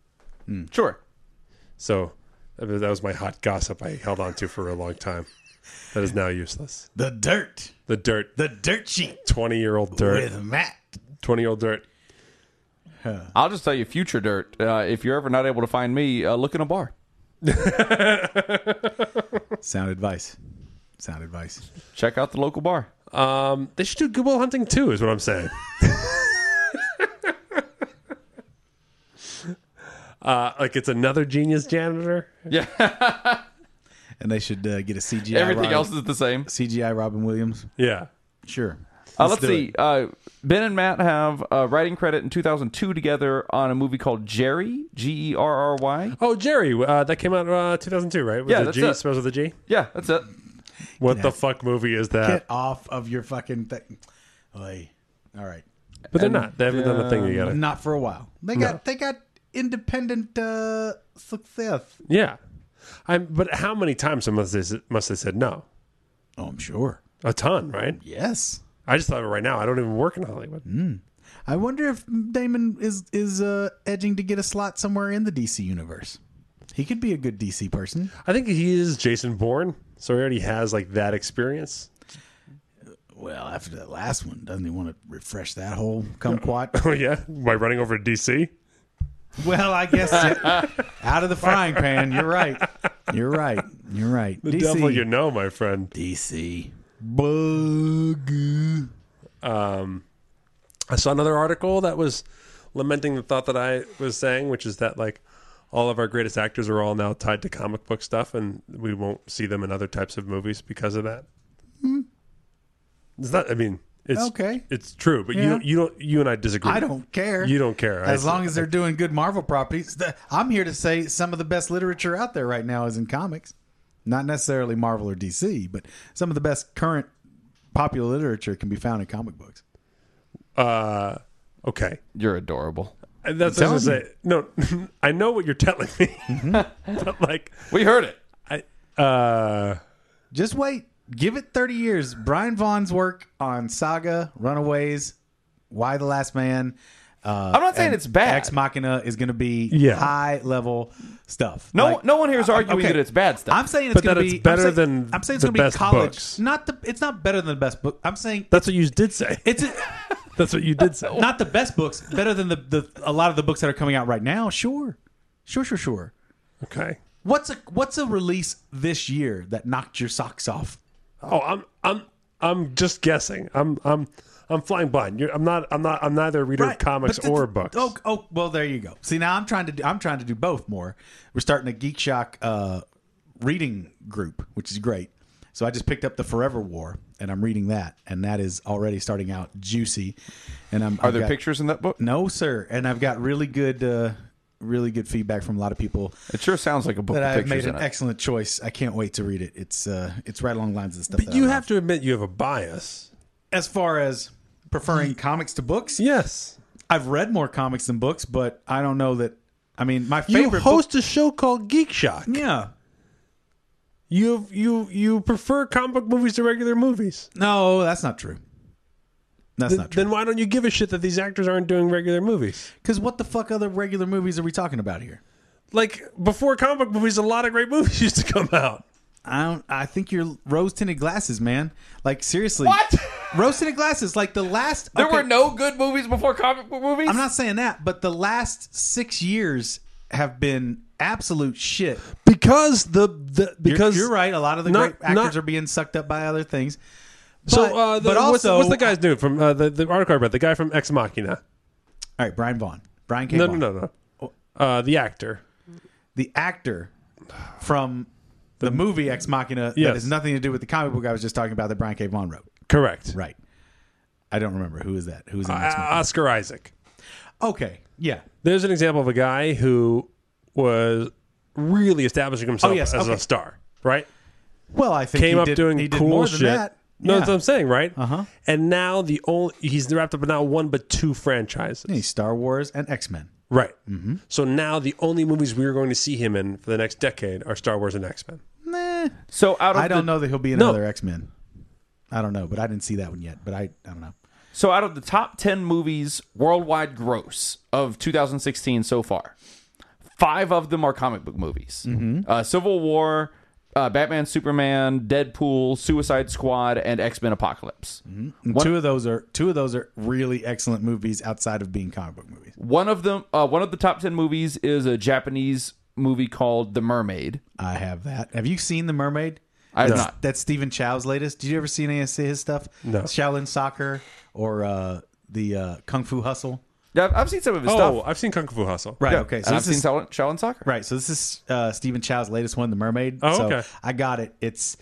Speaker 3: Sure.
Speaker 1: So that was- that was my hot gossip I held on to for a long time. That is now useless.
Speaker 2: The dirt.
Speaker 1: The dirt,
Speaker 2: The dirt sheet
Speaker 1: twenty year old dirt,
Speaker 2: with Matt.
Speaker 1: twenty year old dirt.
Speaker 3: I'll just tell you, future dirt. Uh, if you're ever not able to find me, uh, look in a bar.
Speaker 2: Sound advice. Sound advice.
Speaker 3: Check out the local bar.
Speaker 1: Um, they should do Goodwill Hunting too, is what I'm saying. uh, like it's another genius janitor.
Speaker 2: And they should uh, get a CGI.
Speaker 3: Everything
Speaker 2: Robin-
Speaker 3: else is the same.
Speaker 2: CGI Robin Williams.
Speaker 1: Yeah.
Speaker 2: Sure.
Speaker 3: Uh, let's
Speaker 2: do
Speaker 3: see. Uh, ben and Matt have uh, writing credit in 2002 together on a movie called Jerry, G E R R Y.
Speaker 1: Oh, Jerry, uh, that came out uh, 2002, right? With
Speaker 3: Yeah,
Speaker 1: the
Speaker 3: that's
Speaker 1: G,
Speaker 3: it.
Speaker 1: Smells with the G.
Speaker 3: Yeah, that's it.
Speaker 1: What the fuck movie is that?
Speaker 2: Get off of your fucking thing. Oy. All right.
Speaker 1: But they're not. They haven't done a thing
Speaker 3: um,
Speaker 1: together.
Speaker 2: Not for a while. They got they got independent uh, success.
Speaker 1: Yeah. I'm. But how many times must they must they said no?
Speaker 2: Oh, I'm sure.
Speaker 1: A ton, right?
Speaker 2: Yes.
Speaker 1: I just thought of it right now. I don't even work in Hollywood.
Speaker 3: Hmm?
Speaker 2: I wonder if Damon is is uh, edging to get a slot somewhere in the DC universe. He could be a good DC person.
Speaker 1: I think he is Jason Bourne, so he already has like that experience.
Speaker 2: Well, after that last one, doesn't he want to refresh that whole kumquat?
Speaker 1: Oh yeah, by running over to DC.
Speaker 2: well, I guess yeah. out of the frying pan. You're right. You're right. You're right.
Speaker 1: The
Speaker 2: DC.
Speaker 1: devil you know, my friend.
Speaker 2: DC. Bug.
Speaker 1: I saw another article that was lamenting the thought that I was saying, which is that like all of our greatest actors are all now tied to comic book stuff, and we won't see them in other types of movies because of that. It's not. I mean, it's
Speaker 2: Hmm. Okay.
Speaker 1: It's true, but
Speaker 2: Yeah.
Speaker 1: you you don't you and I disagree.
Speaker 2: I don't care.
Speaker 1: You don't care.
Speaker 2: As
Speaker 1: I-
Speaker 2: long as they're doing good Marvel properties. The- I'm here to say some of the best literature out there right now is in comics. Not necessarily Marvel or DC, but some of the best current popular literature can be found in comic books.
Speaker 1: Uh, okay.
Speaker 3: You're adorable.
Speaker 1: And That's what I was gonna
Speaker 2: telling Mm-hmm.
Speaker 1: say. No, I know what you're telling me. but like,
Speaker 3: We heard it.
Speaker 1: I uh,
Speaker 2: Just wait. Give it 30 years. Brian Vaughn's work on Saga, Runaways, Why the Last Man. Uh,
Speaker 3: I'm not saying
Speaker 2: and
Speaker 3: it's bad.
Speaker 2: Ex Machina is going to be
Speaker 1: Yeah.
Speaker 2: high level stuff.
Speaker 3: No,
Speaker 2: Like-
Speaker 3: no one here is arguing
Speaker 2: okay.
Speaker 3: that it's bad stuff.
Speaker 2: I'm saying it's
Speaker 1: But
Speaker 2: going
Speaker 1: that
Speaker 2: to
Speaker 1: it's
Speaker 2: be I'm
Speaker 1: better
Speaker 2: saying-
Speaker 1: than
Speaker 2: I'm saying it's
Speaker 1: the
Speaker 2: going to
Speaker 1: best
Speaker 2: be college.
Speaker 1: books.
Speaker 2: Not the. It's not better than the best book. I'm saying
Speaker 1: that's what you did say.
Speaker 2: it's a,
Speaker 1: That's what you did say.
Speaker 2: not the best books. Better than the, the a lot of the books that are coming out right now. Sure, sure, sure, sure.
Speaker 1: Okay.
Speaker 2: What's a what's a release this year that knocked your socks off?
Speaker 1: Oh, I'm I'm I'm just guessing. I'm I'm I'm flying blind. You're, I'm not I'm not I'm neither a reader of
Speaker 2: Right,
Speaker 1: comics
Speaker 2: but the-
Speaker 1: or books.
Speaker 2: Oh, oh, well, there you go. See, now I'm trying to do, I'm trying to do both more. We're starting a Geek Shock uh, reading group, which is great. So I just picked up the Forever War, and I'm reading that, and that is already starting out juicy. And I'm
Speaker 3: Are there pictures in that book?
Speaker 2: No, sir. And I've got really good, uh, really good feedback from a lot of people
Speaker 3: It sure sounds like a book
Speaker 2: that
Speaker 3: with
Speaker 2: I've
Speaker 3: pictures
Speaker 2: made
Speaker 3: in
Speaker 2: an
Speaker 3: it.
Speaker 2: excellent choice. I can't wait to read it. It's uh, it's right along the lines of the stuff.
Speaker 1: but
Speaker 2: that
Speaker 1: you
Speaker 2: I
Speaker 1: have to admit you have a bias.
Speaker 2: love. as far as preferring comics to books.
Speaker 1: Yes.
Speaker 2: I've read more comics than books, but I don't know that. I mean, my
Speaker 1: You
Speaker 2: favorite
Speaker 1: host a show called Geek Shock.
Speaker 2: book. Yeah.
Speaker 1: You you you prefer comic book movies to regular movies.
Speaker 2: No, that's not true. That's
Speaker 1: Th-
Speaker 2: not true.
Speaker 1: then why don't you give a shit that these actors aren't doing regular movies?
Speaker 2: Because what the fuck other regular movies are we talking about here?
Speaker 1: Like before comic book movies, a lot of great movies used to come out.
Speaker 2: I don't. I think you're rose tinted glasses, man. Like seriously, rose tinted glasses? Like the last.
Speaker 3: There
Speaker 2: okay,
Speaker 3: were no good movies before comic book movies.
Speaker 2: I'm not saying that, but the last six years have been absolute shit.
Speaker 1: Because the, the because
Speaker 2: you're, you're right. A lot of the
Speaker 1: not-
Speaker 2: great actors
Speaker 1: not-
Speaker 2: are being sucked up by other things. But,
Speaker 1: So uh, the,
Speaker 2: but also,
Speaker 1: what's, what's the guy's dude from uh, the the article I read? The guy from Ex Machina.
Speaker 2: All right, Brian Vaughn. Brian K.
Speaker 1: No, no,
Speaker 2: Vaughan.
Speaker 1: no, no. Uh, the actor.
Speaker 2: the actor from the, movie Ex Machina
Speaker 1: Yes.
Speaker 2: that has nothing to do with the comic book I was just talking about that Brian K. Vaughan wrote.
Speaker 1: Correct.
Speaker 2: Right. I don't remember who is that. Who is in
Speaker 1: Uh,
Speaker 2: Ex Machina?
Speaker 1: Oscar Isaac.
Speaker 2: okay. Yeah.
Speaker 1: There's an example of a guy who was really establishing himself
Speaker 2: Oh, yes,
Speaker 1: as
Speaker 2: okay.
Speaker 1: a star, right?
Speaker 2: Well, I think
Speaker 1: Came
Speaker 2: he
Speaker 1: up
Speaker 2: did,
Speaker 1: doing
Speaker 2: he did
Speaker 1: cool
Speaker 2: more
Speaker 1: shit.
Speaker 2: Than that.
Speaker 1: No,
Speaker 2: yeah.
Speaker 1: that's what I'm saying, right? Uh-huh. And now the only he's wrapped up in not one but two franchises.
Speaker 2: He's Star Wars and X Men.
Speaker 1: Right. Mm-hmm. So now the only movies we are going to see him in for the next decade are Star Wars and X Men.
Speaker 2: Nah,
Speaker 3: so out of
Speaker 2: I
Speaker 3: the,
Speaker 2: don't know that he'll be in
Speaker 1: No.
Speaker 2: another X Men. I don't know, but I didn't see that one yet. But I, I don't know.
Speaker 3: So out of the top 10 movies worldwide gross of 2016 so far, five of them are comic book movies.
Speaker 2: Mm-hmm.
Speaker 3: Uh, Civil War, uh, Batman, Superman, Deadpool, Suicide Squad, and X Men Apocalypse.
Speaker 2: And two of those are two of those are really excellent movies outside of being comic book movies.
Speaker 3: One of them, uh, one of the top 10 movies is a Japanese movie called The Mermaid.
Speaker 2: I have that. Have you seen The Mermaid?
Speaker 3: I have
Speaker 2: that's,
Speaker 3: not.
Speaker 2: That's Stephen Chow's latest. Did you ever see any of his stuff?
Speaker 1: No.
Speaker 2: Shaolin Soccer or uh, the uh, Kung Fu Hustle.
Speaker 3: Yeah, I've- I've seen some of his
Speaker 1: Oh,
Speaker 3: stuff.
Speaker 1: I've seen Kung Fu Hustle.
Speaker 2: Right.
Speaker 3: Yeah,
Speaker 2: okay.
Speaker 3: and
Speaker 2: So
Speaker 3: I've
Speaker 2: this
Speaker 3: seen
Speaker 2: is
Speaker 3: Shaolin Shaolin Soccer.
Speaker 2: right. So this is uh, Stephen Chow's latest one, The Mermaid.
Speaker 1: Oh,
Speaker 2: so
Speaker 1: okay.
Speaker 2: I got it. It's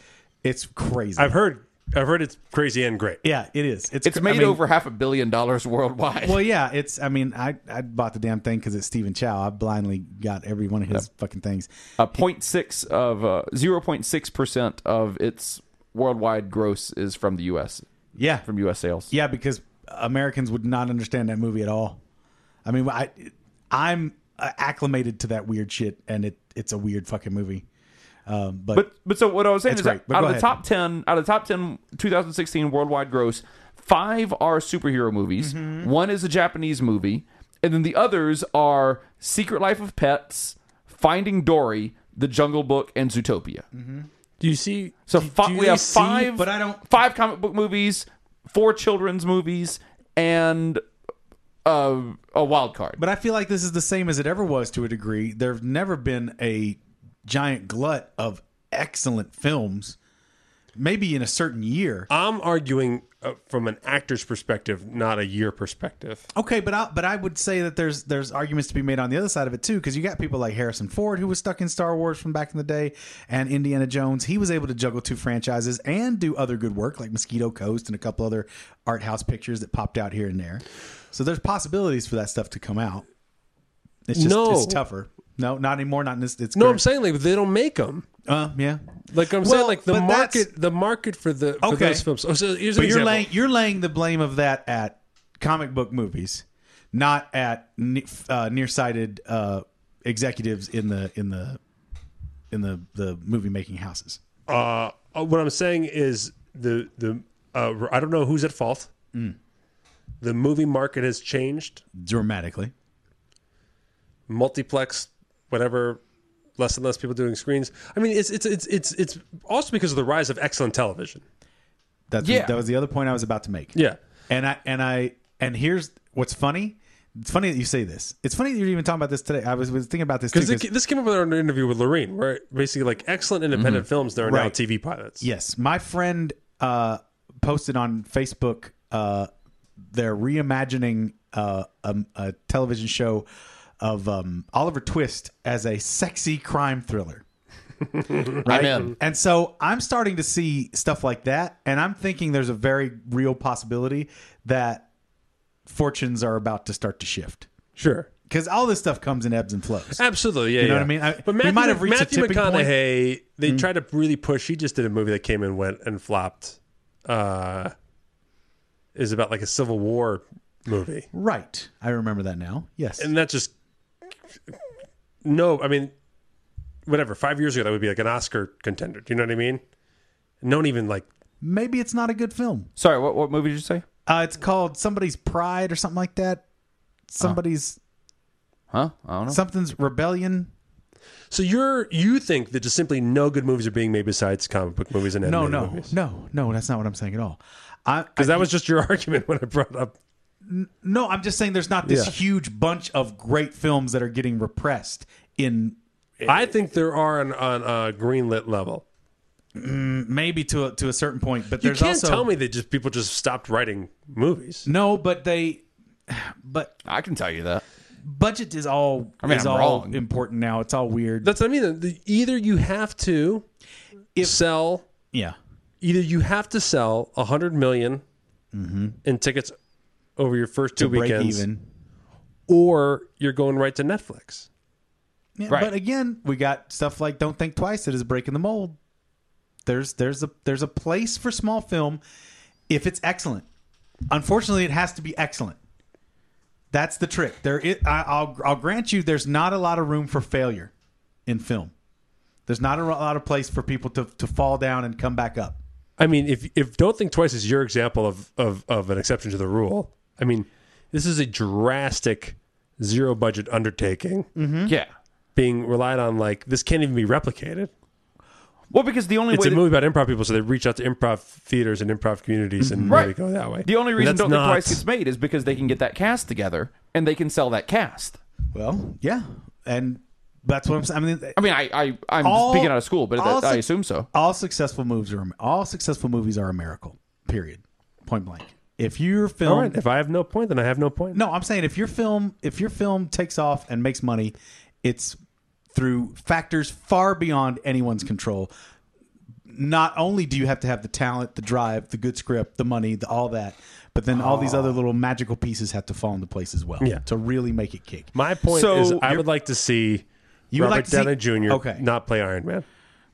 Speaker 2: it's crazy.
Speaker 1: I've heard I've heard it's crazy and great.
Speaker 2: yeah, it is. It's
Speaker 3: It's
Speaker 2: cra-
Speaker 3: made
Speaker 2: I mean,
Speaker 3: over half a billion dollars worldwide.
Speaker 2: Well, yeah. It's. I mean, I I bought the damn thing because it's Stephen Chow. I blindly got every one of his fucking things.
Speaker 3: a 0.6 Uh, of uh, 0.6% of its worldwide gross is from the US
Speaker 2: Yeah.
Speaker 3: from US sales.
Speaker 2: Yeah, because Americans would not understand that movie at all. I mean, I I'm uh, acclimated to that weird shit, and it it's a weird fucking movie. Um, but,
Speaker 3: But but so what I was saying
Speaker 2: That's
Speaker 3: is
Speaker 2: great,
Speaker 3: that
Speaker 2: but
Speaker 3: out
Speaker 2: go
Speaker 3: of the
Speaker 2: ahead.
Speaker 3: top 10 out of the top 10 2016 worldwide gross, 5 are superhero movies. One is a Japanese movie, and then the others are Secret Life of Pets, Finding Dory, The Jungle Book, and Zootopia.
Speaker 1: Do you see?
Speaker 3: So
Speaker 1: do-
Speaker 3: fi-
Speaker 1: do
Speaker 3: we
Speaker 1: they
Speaker 3: have
Speaker 1: see-
Speaker 3: five,
Speaker 2: but I don't-
Speaker 3: five comic book movies, four children's movies, and uh, a wild card.
Speaker 2: But I feel like this is the same as it ever was to a degree. There's never been a giant glut of excellent films, maybe in a certain year.
Speaker 1: I'm arguing uh, from an actor's perspective, not a year perspective.
Speaker 2: Okay, but I, but I would say that there's there's arguments to be made on the other side of it too, because you got people like Harrison Ford who was stuck in Star Wars from back in the day, and Indiana Jones. He was able to juggle two franchises and do other good work like Mosquito Coast and a couple other art house pictures that popped out here and there. So there's possibilities for that stuff to come out. It's just
Speaker 1: No.
Speaker 2: it's tougher. No, not anymore. Not in this. It's
Speaker 1: No, I'm
Speaker 2: current-
Speaker 1: saying like they don't make them.
Speaker 2: Uh, yeah.
Speaker 1: Like I'm
Speaker 2: Well,
Speaker 1: saying, like the
Speaker 2: but that's-
Speaker 1: market, the market for the for
Speaker 2: Okay.
Speaker 1: those films. Oh, so here's
Speaker 2: But
Speaker 1: an
Speaker 2: you're
Speaker 1: example.
Speaker 2: laying you're laying the blame of that at comic book movies, not at ne- uh, nearsighted uh, executives in the in the in the the movie making houses.
Speaker 1: uh, uh, what I'm saying is the the uh, I don't know who's at fault.
Speaker 2: Mm.
Speaker 1: The movie market has changed.
Speaker 2: Dramatically,
Speaker 1: Multiplex, whatever, less and less people doing screens. I mean, it's it's it's it's it's also because of the rise of excellent television.
Speaker 2: that's
Speaker 3: Yeah.
Speaker 2: that was the other point I was about to make.
Speaker 1: Yeah,
Speaker 2: And I and I and here's what's funny. It's funny that you say this. It's funny that you're even talking about this today. I was, was thinking about this too.
Speaker 1: because
Speaker 2: 'cause-
Speaker 1: this came up in our interview with Lorene, where basically like excellent independent films that are now
Speaker 2: Mm-hmm. Right.
Speaker 1: TV pilots.
Speaker 2: Yes, my friend uh, posted on Facebook. Uh, they're reimagining uh, a, a television show of um, Oliver Twist as a sexy crime thriller.
Speaker 3: I'm in.
Speaker 2: And so I'm starting to see stuff like that, and I'm thinking there's a very real possibility that fortunes are about to start to shift
Speaker 1: sure.
Speaker 2: because all this stuff comes in ebbs and flows.
Speaker 1: Absolutely, yeah.
Speaker 2: You know
Speaker 1: yeah.
Speaker 2: what I mean? I-
Speaker 1: but
Speaker 2: we
Speaker 1: Matthew,
Speaker 2: might have reached a
Speaker 1: Matthew
Speaker 2: tipping point. Mm.
Speaker 1: McConaughey. They tried to really push. He just did a movie that came and went and flopped. Uh, is about like a Civil War movie,
Speaker 2: Right. I remember that now. Yes.
Speaker 1: and that just no. I mean, whatever. Five years ago, that would be like an Oscar contender. Do you know what I mean? No one even like.
Speaker 2: Maybe it's not a good film.
Speaker 3: Sorry, what, what movie did you say?
Speaker 2: Uh, it's called somebody's pride or something like that. Somebody's
Speaker 1: Uh-huh.
Speaker 3: Huh? I don't know.
Speaker 2: something's rebellion.
Speaker 1: So you're you think that just simply no good movies are being made besides comic book movies and
Speaker 2: No,
Speaker 1: animated
Speaker 2: no,
Speaker 1: movies.
Speaker 2: no, no. That's not what I'm saying at all. I, I
Speaker 1: Because that was just your argument when I brought up.
Speaker 2: no. I'm just saying there's not this
Speaker 1: Yeah.
Speaker 2: huge bunch of great films that are getting repressed in
Speaker 1: I think there are on on a greenlit level.
Speaker 2: maybe to a, to a certain point, but
Speaker 1: You
Speaker 2: there's
Speaker 1: can't
Speaker 2: also
Speaker 1: tell me that just people just stopped writing movies.
Speaker 2: no. But they, but
Speaker 3: I can tell you that.
Speaker 2: budget is all
Speaker 3: mean,
Speaker 2: is
Speaker 3: I'm
Speaker 2: all
Speaker 3: wrong.
Speaker 2: important now. It's all weird.
Speaker 1: That's what I mean. The- Either you have to sell,
Speaker 2: yeah,
Speaker 1: either you have to sell a hundred million in tickets over your first two
Speaker 2: Mm-hmm. break
Speaker 1: weekends,
Speaker 2: even.
Speaker 1: or you're going right to Netflix.
Speaker 2: Yeah,
Speaker 3: Right.
Speaker 2: But again, we got stuff like "Don't Think Twice" that is breaking the mold. There's there's a there's a place for small film if it's excellent. Unfortunately, it has to be excellent. That's the trick. There, it, I, I'll I'll grant you, there's not a lot of room for failure in film. There's not a lot of place for people to to fall down and come back up.
Speaker 1: I mean, if if Don't Think Twice is your example of of, of an exception to the rule, I mean, this is a drastic zero budget undertaking
Speaker 2: Mm.
Speaker 3: Yeah.
Speaker 1: being relied on. Like this can't even be replicated.
Speaker 3: Well, because the only
Speaker 1: it's
Speaker 3: way
Speaker 1: a
Speaker 3: to-
Speaker 1: movie about improv people, so they reach out to improv theaters and improv communities and
Speaker 3: Right.
Speaker 1: really go that way.
Speaker 3: the only
Speaker 1: And
Speaker 3: reason
Speaker 1: that's
Speaker 3: Don't
Speaker 1: not-
Speaker 3: Think Twice gets made is because they can get that cast together and they can sell that cast.
Speaker 2: Well, yeah, and that's what I'm saying. I mean,
Speaker 3: I mean, I, I I'm
Speaker 2: All-
Speaker 3: speaking out of school, but
Speaker 2: all
Speaker 3: that, I
Speaker 2: su-
Speaker 3: assume so.
Speaker 2: all successful moves are all successful movies are a miracle. Period. Point blank. If your film
Speaker 1: All right, if I have no point, then I have no point.
Speaker 2: No, I'm saying if your film if your film takes off and makes money, it's through factors far beyond anyone's control. Not only do you have to have the talent, the drive, the good script, the money, the, all that, but then all these other little magical pieces have to fall into place as well
Speaker 1: Yeah.
Speaker 2: to really make it kick.
Speaker 1: My point
Speaker 3: So
Speaker 1: is, I
Speaker 3: you're-
Speaker 1: would like to see
Speaker 2: You would
Speaker 1: Robert
Speaker 2: like to see-
Speaker 1: Downey Jr.
Speaker 2: Okay.
Speaker 1: not play Iron Man.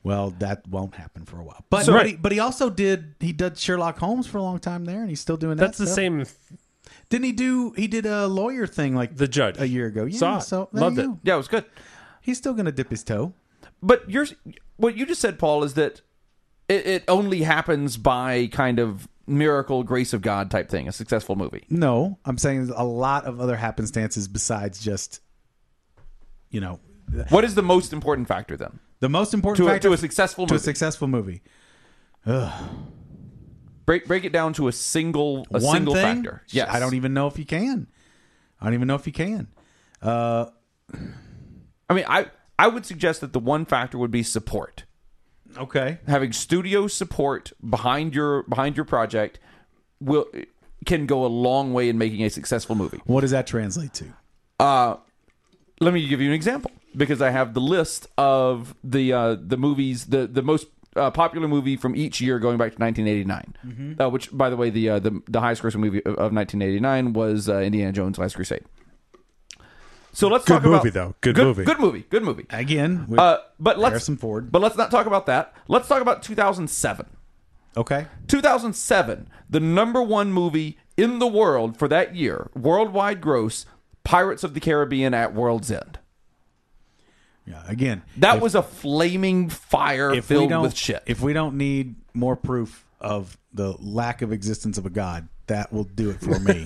Speaker 2: Well, that won't happen for a while. But
Speaker 1: So-
Speaker 2: but, he, but he also did he did Sherlock Holmes for a long time there, and he's still doing that.
Speaker 1: That's the
Speaker 2: stuff.
Speaker 1: same.
Speaker 2: Didn't he do? He did a lawyer thing like
Speaker 1: The Judge.
Speaker 2: a year ago. Yeah,
Speaker 1: Saw it.
Speaker 2: so there
Speaker 1: Loved
Speaker 2: you
Speaker 1: it.
Speaker 2: go.
Speaker 3: Yeah, it was good.
Speaker 2: He's still going to dip his toe.
Speaker 3: But you what you just said, Paul, is that it, it only happens by kind of miracle, grace of God type thing. A successful movie.
Speaker 2: No, I'm saying there's a lot of other happenstances besides just, you know,
Speaker 3: What is the most important factor then
Speaker 2: The most important
Speaker 3: to a,
Speaker 2: factor
Speaker 3: to a successful
Speaker 2: to a
Speaker 3: movie?
Speaker 2: successful movie.
Speaker 3: break break it down to a single a
Speaker 2: One
Speaker 3: single
Speaker 2: thing,
Speaker 3: factor. Yes,
Speaker 2: I don't even know if you can. I don't even know if you can.
Speaker 3: I mean, I I would suggest that the one factor would be support.
Speaker 2: Okay.
Speaker 3: Having studio support behind your behind your project will can go a long way in making a successful movie.
Speaker 2: What does that translate to?
Speaker 3: Let me give you an example because I have the list of the uh, the movies the the most uh, popular movie from each year going back to 1989.
Speaker 1: Mm-hmm.
Speaker 3: Uh, which, by the way, the uh, the, the highest grossing movie of, of 1989 was uh, Indiana Jones: Last Crusade. So let's
Speaker 1: Good
Speaker 3: talk about
Speaker 1: movie, though. Good movie.
Speaker 3: Good movie. Good movie.
Speaker 2: Again, we-
Speaker 3: Uh, but let's
Speaker 2: Harrison Ford.
Speaker 3: But let's not talk about that. Let's talk about 2007.
Speaker 2: okay.
Speaker 3: 2007, the number one movie in the world for that year, worldwide gross, Pirates of the Caribbean at World's End.
Speaker 2: Yeah, again.
Speaker 3: That was a flaming fire
Speaker 2: if we
Speaker 3: filled
Speaker 2: don't
Speaker 3: with shit.
Speaker 2: if we don't need more proof of the lack of existence of a god, that will do it for me.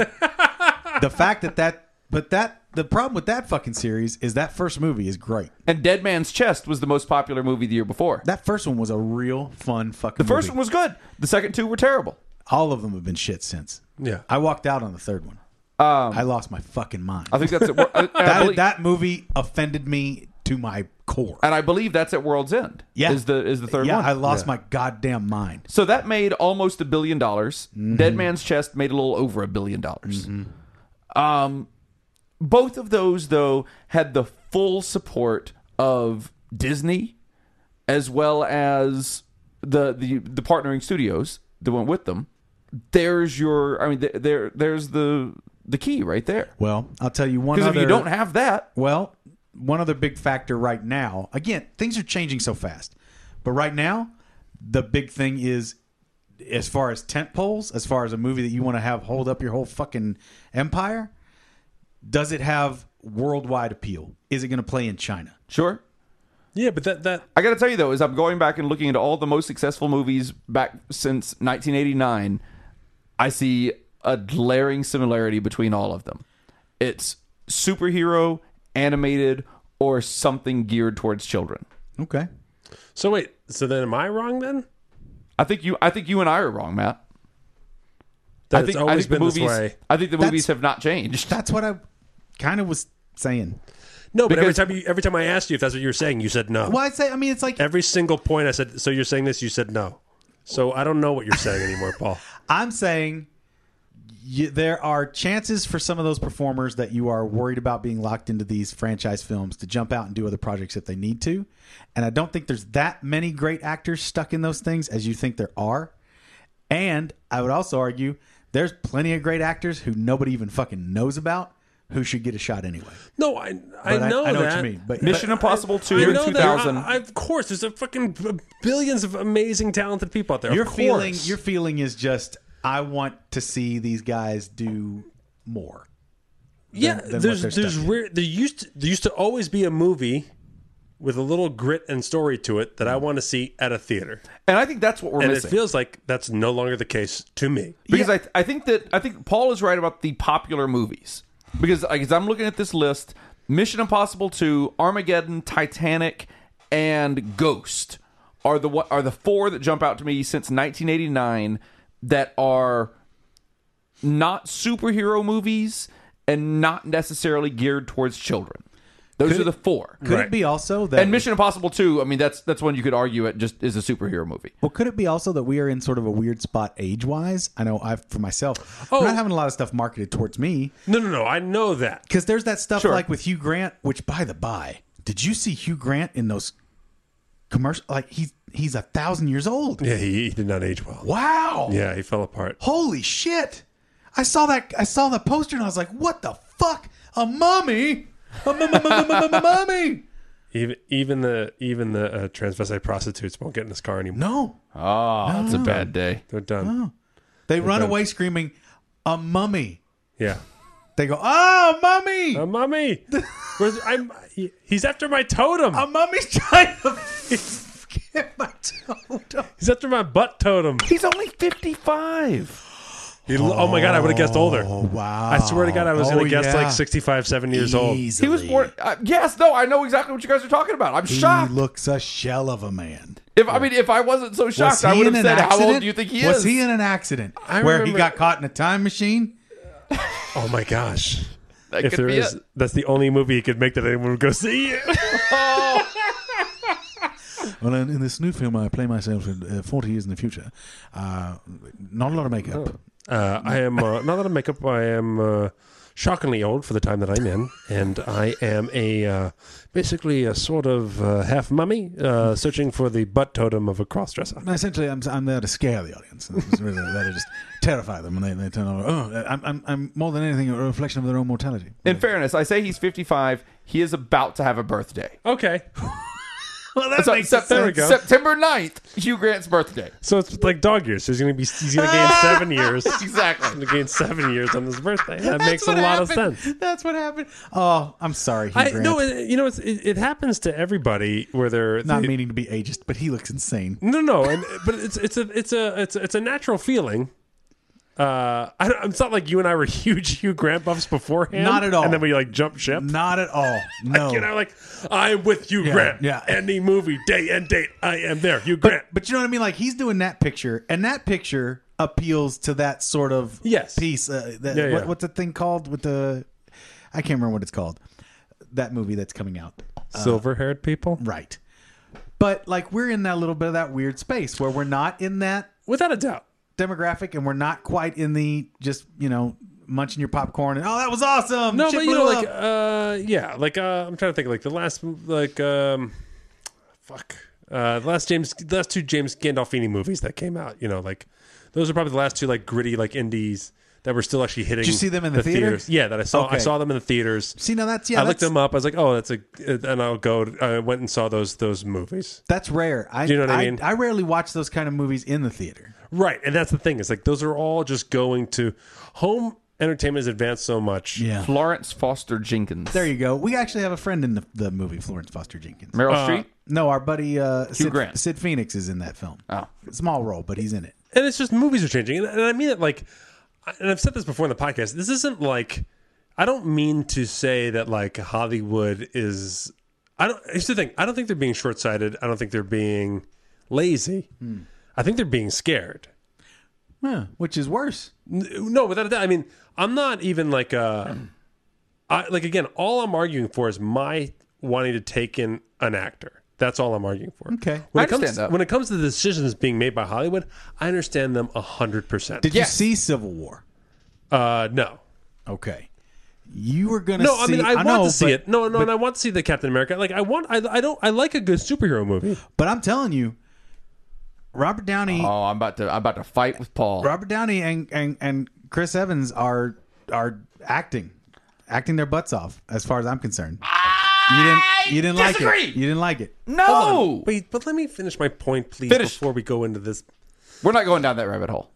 Speaker 2: the fact that that but that the problem with that fucking series is that first movie is great.
Speaker 3: and Dead Man's Chest was the most popular movie the year before.
Speaker 2: That first one was a real fun fucking.
Speaker 3: the first
Speaker 2: movie.
Speaker 3: one was good. The second two were terrible.
Speaker 2: all of them have been shit since.
Speaker 1: Yeah.
Speaker 2: I walked out on the third one. I lost my fucking mind.
Speaker 3: Um, I think that's at, Wor- and, I
Speaker 2: that,
Speaker 3: believe,
Speaker 2: that movie offended me to my core.
Speaker 3: and I believe that's at World's End.
Speaker 2: Yeah.
Speaker 3: is the is the third
Speaker 2: yeah,
Speaker 3: one.
Speaker 2: I lost my goddamn mind.
Speaker 3: So that made almost a billion dollars. Dead Man's Chest made a little over a billion dollars. Um, both of those, though, had the full support of Disney, as well as the the, the partnering studios that went with them. There's your, I mean, th- there there's the the key right there.
Speaker 2: Well, I'll tell you one.
Speaker 3: Because if
Speaker 2: other,
Speaker 3: you don't have that,
Speaker 2: Well, one other big factor right now, again, things are changing so fast. But right now, the big thing is as far as tent poles, as far as a movie that you want to have hold up your whole fucking empire, does it have worldwide appeal? Is it going to play in China?
Speaker 3: sure.
Speaker 1: Yeah, but that that
Speaker 3: I got to tell you though, as I'm going back and looking at all the most successful movies back since 1989, I see a glaring similarity between all of them. It's superhero, animated, or something geared towards children.
Speaker 2: Okay.
Speaker 1: So wait, so then am I wrong then?
Speaker 3: I think you, I think you and I are wrong, Matt.
Speaker 1: That
Speaker 3: I
Speaker 1: it's
Speaker 3: think I
Speaker 1: always
Speaker 3: think the
Speaker 1: been
Speaker 3: movies,
Speaker 1: this way.
Speaker 3: I think the
Speaker 2: That's-
Speaker 3: movies have not changed.
Speaker 2: That's what I kind of was saying.
Speaker 1: No, but every
Speaker 3: Because-
Speaker 1: time you every time I asked you if that's what you were saying, you said no.
Speaker 2: Well, I say, I mean, it's like
Speaker 1: Every single point I said, so you're saying this, you said no. So I don't know what you're saying anymore, Paul.
Speaker 2: I'm saying you, there are chances for some of those performers that you are worried about being locked into these franchise films to jump out and do other projects if they need to. And I don't think there's that many great actors stuck in those things as you think there are. And I would also argue there's plenty of great actors who nobody even fucking knows about who should get a shot anyway.
Speaker 1: No, I I
Speaker 2: But I-
Speaker 1: know
Speaker 2: I know what
Speaker 1: that.
Speaker 2: you mean, but-
Speaker 3: Mission Impossible 2
Speaker 1: I
Speaker 3: in
Speaker 1: know that.
Speaker 3: 2000.
Speaker 1: I- I- of course, there's a fucking b- billions of amazing, talented people out there.
Speaker 2: Your
Speaker 1: of course.
Speaker 2: feeling your feeling is just I want to see these guys do more.
Speaker 1: yeah.
Speaker 2: than what
Speaker 1: there's
Speaker 2: they're
Speaker 1: there's
Speaker 2: stuck in.
Speaker 1: rare, there used to, there used to always be a movie with a little grit and story to it
Speaker 2: Mm.
Speaker 1: that I want to see at a theater,
Speaker 3: and I think that's what we're
Speaker 1: and
Speaker 3: missing.
Speaker 1: it feels like that's no longer the case to me.
Speaker 3: because I, I think that I think Paul is right about the popular movies because like, as I'm looking at this list, Mission Impossible Two, Armageddon, Titanic, and Ghost are the what are the four that jump out to me since 1989 that are not superhero movies and not necessarily geared towards children. Those
Speaker 2: Could-
Speaker 3: are the four.
Speaker 2: Could
Speaker 1: Right.
Speaker 2: it be also that
Speaker 3: And Mission Impossible Two, I mean that's that's one you could argue it just is a superhero movie.
Speaker 2: Well, could it be also that we are in sort of a weird spot age wise? I know I for myself, I'm not having a lot of stuff marketed towards me
Speaker 1: No, no, no. I know that.
Speaker 2: because there's that stuff
Speaker 3: Sure.
Speaker 2: like with Hugh Grant. Which, by the by, did you see Hugh Grant in those commercial? Like he's he's a thousand years old.
Speaker 1: Yeah, he, he did not age well.
Speaker 2: Wow.
Speaker 1: Yeah, he fell apart.
Speaker 2: Holy shit! I saw that. I saw the poster and I was like, "What the fuck? A mummy? A mu- mu- mu- mu- mu- mummy?
Speaker 1: Even even the even the uh, transvestite prostitutes won't get in this car anymore.
Speaker 2: No,
Speaker 3: Oh, that's a
Speaker 2: Ah.
Speaker 3: bad day.
Speaker 1: They're done.
Speaker 2: Oh. they run
Speaker 1: done.
Speaker 2: away screaming, "A mummy!"
Speaker 1: Yeah.
Speaker 2: They go, "Oh, mummy!
Speaker 1: Uh, mommy, Where's, I'm, he- he's after my totem.
Speaker 2: A mummy's trying to get my totem.
Speaker 1: he's after my butt totem.
Speaker 3: He's only 55.
Speaker 1: He lo- oh my god, I would have guessed older.
Speaker 2: Oh, wow.
Speaker 1: I swear to God, I was
Speaker 2: Oh,
Speaker 1: going to guess
Speaker 2: yeah.
Speaker 1: like 65, 70 years old.
Speaker 3: He was
Speaker 2: Easily.
Speaker 3: born. Uh, yes, no, I know exactly what you guys are talking about. I'm shocked.
Speaker 2: He looks a shell of a man.
Speaker 3: if I mean, if I wasn't so shocked, I would have said, "How old do you think he
Speaker 2: was
Speaker 3: is?"
Speaker 2: he in an accident
Speaker 1: I
Speaker 2: where he
Speaker 1: remember-
Speaker 2: got caught in a time machine?
Speaker 1: Oh my gosh.
Speaker 3: that
Speaker 1: If
Speaker 3: could
Speaker 1: there
Speaker 3: be
Speaker 1: is,
Speaker 3: it.
Speaker 1: that's the only movie he could make that anyone would go see.
Speaker 2: Well, in, in this new film, I play myself in, uh, 40 years in the future. Uh, not a lot of makeup.
Speaker 3: Oh.
Speaker 1: Uh, I am uh, not that I'm makeup. I am uh, shockingly old for the time that I'm in, and I am a uh, basically a sort of uh, half mummy uh, searching for the butt totem of a crossdresser.
Speaker 2: Essentially, I'm, I'm there to scare the audience. I'm just really there to just terrify them when they, they turn over. Oh, I'm, I'm, I'm more than anything a reflection of their own mortality.
Speaker 3: In fairness, I say he's 55. He is about to have a birthday.
Speaker 1: Okay,
Speaker 2: Well, that
Speaker 3: So, Sep-
Speaker 1: There we go.
Speaker 3: September 9th, Hugh Grant's birthday.
Speaker 1: so it's like dog years. So he's gonna be he's gonna gain seven years. He's
Speaker 3: Exactly.
Speaker 1: gonna gain seven years on his birthday. That makes a lot of sense.
Speaker 2: That's what happened. Oh, I'm sorry. Hugh
Speaker 1: I,
Speaker 2: Grant.
Speaker 1: no, it, you know it's, it, it happens to everybody where they're
Speaker 2: not
Speaker 1: they-
Speaker 2: meaning to be ageist, but he looks insane.
Speaker 1: No, no, and but it's it's a it's a it's a, it's a natural feeling. Uh, I don't, it's not like you and I were huge Hugh Grant buffs beforehand.
Speaker 2: Not at all.
Speaker 1: And then we like jump ship.
Speaker 2: Not at all. No.
Speaker 1: You know, like I'm with Hugh Grant.
Speaker 2: yeah.
Speaker 1: Any movie, day and date, I am there. Hugh Grant.
Speaker 2: but, but you know what I mean? Like he's doing that picture, and that picture appeals to that sort of
Speaker 1: Yes.
Speaker 2: piece. Uh, that,
Speaker 1: Yeah, yeah.
Speaker 2: What, what's the thing called with the? I can't remember what it's called. That movie that's coming out,
Speaker 1: Silver-haired people,
Speaker 2: right? But like we're in that little bit of that weird space where we're not in that
Speaker 1: without a doubt.
Speaker 2: demographic, and we're not quite in the just you know munching your popcorn and oh that was awesome.
Speaker 1: No,
Speaker 2: Shit
Speaker 1: but you know,
Speaker 2: blew
Speaker 1: like,
Speaker 2: up."
Speaker 1: uh, yeah, like uh, I'm trying to think, like the last, like, um, fuck, uh, the last James, the last two James Gandolfini movies that came out. You know, like those are probably the last two like gritty like indies that were still actually hitting.
Speaker 2: Did you see them in the theater?
Speaker 1: theaters? Yeah, that I saw. I
Speaker 2: Okay.
Speaker 1: saw them in the theaters.
Speaker 2: see now that's yeah.
Speaker 1: I looked
Speaker 2: that's-
Speaker 1: them up. I was like, oh, that's a, and I'll go. I went and saw those those movies.
Speaker 2: That's rare. I,
Speaker 1: you know what I mean?
Speaker 2: I rarely watch those kind of movies in the theater.
Speaker 1: Right, and that's the thing. It's like those are all just going to home entertainment has advanced so much.
Speaker 3: Florence Foster Jenkins.
Speaker 2: There you go. We actually have a friend in the, the movie, Florence Foster Jenkins.
Speaker 3: Meryl
Speaker 1: Uh,
Speaker 3: Streep.
Speaker 2: No, our buddy uh, Sid,
Speaker 3: Grant.
Speaker 2: Sid Phoenix is in that film.
Speaker 3: Oh.
Speaker 2: Small role, but he's in it.
Speaker 1: and it's just movies are changing and, and i mean it like and i've said this before in the podcast this isn't like i don't mean to say that like hollywood is i don't here's the thing i don't think they're being short-sighted i don't think they're being lazy
Speaker 3: Hmm.
Speaker 1: i think they're being scared
Speaker 2: Huh, Which is worse.
Speaker 1: no, without a doubt. I mean, I'm not even like uh
Speaker 3: Hmm.
Speaker 1: I like again, all I'm arguing for is my wanting to take in an actor. That's all I'm arguing for.
Speaker 2: Okay.
Speaker 1: When
Speaker 3: I
Speaker 1: it comes
Speaker 3: understand that.
Speaker 1: when it comes to the decisions being made by Hollywood, I understand them hundred percent.
Speaker 2: Did
Speaker 3: Yes.
Speaker 2: you see Civil War?
Speaker 1: Uh no.
Speaker 2: Okay. You were going to
Speaker 1: No,
Speaker 2: see
Speaker 1: I mean I, want
Speaker 2: know,
Speaker 1: to see
Speaker 2: but,
Speaker 1: it. No, no, and I want to see the Captain America. Like I want I, I don't I like a good superhero movie.
Speaker 2: But I'm telling you, Robert Downey
Speaker 3: Oh, I'm about to. I'm about to fight with Paul.
Speaker 2: Robert Downey and, and, and Chris Evans are are acting. Acting their butts off, as far as I'm concerned. You didn't you didn't like
Speaker 3: disagree.
Speaker 2: it. You didn't like it.
Speaker 3: no,
Speaker 1: Wait, but let me finish my point please
Speaker 3: Finish.
Speaker 1: before we go into this
Speaker 3: we're not going down that rabbit hole.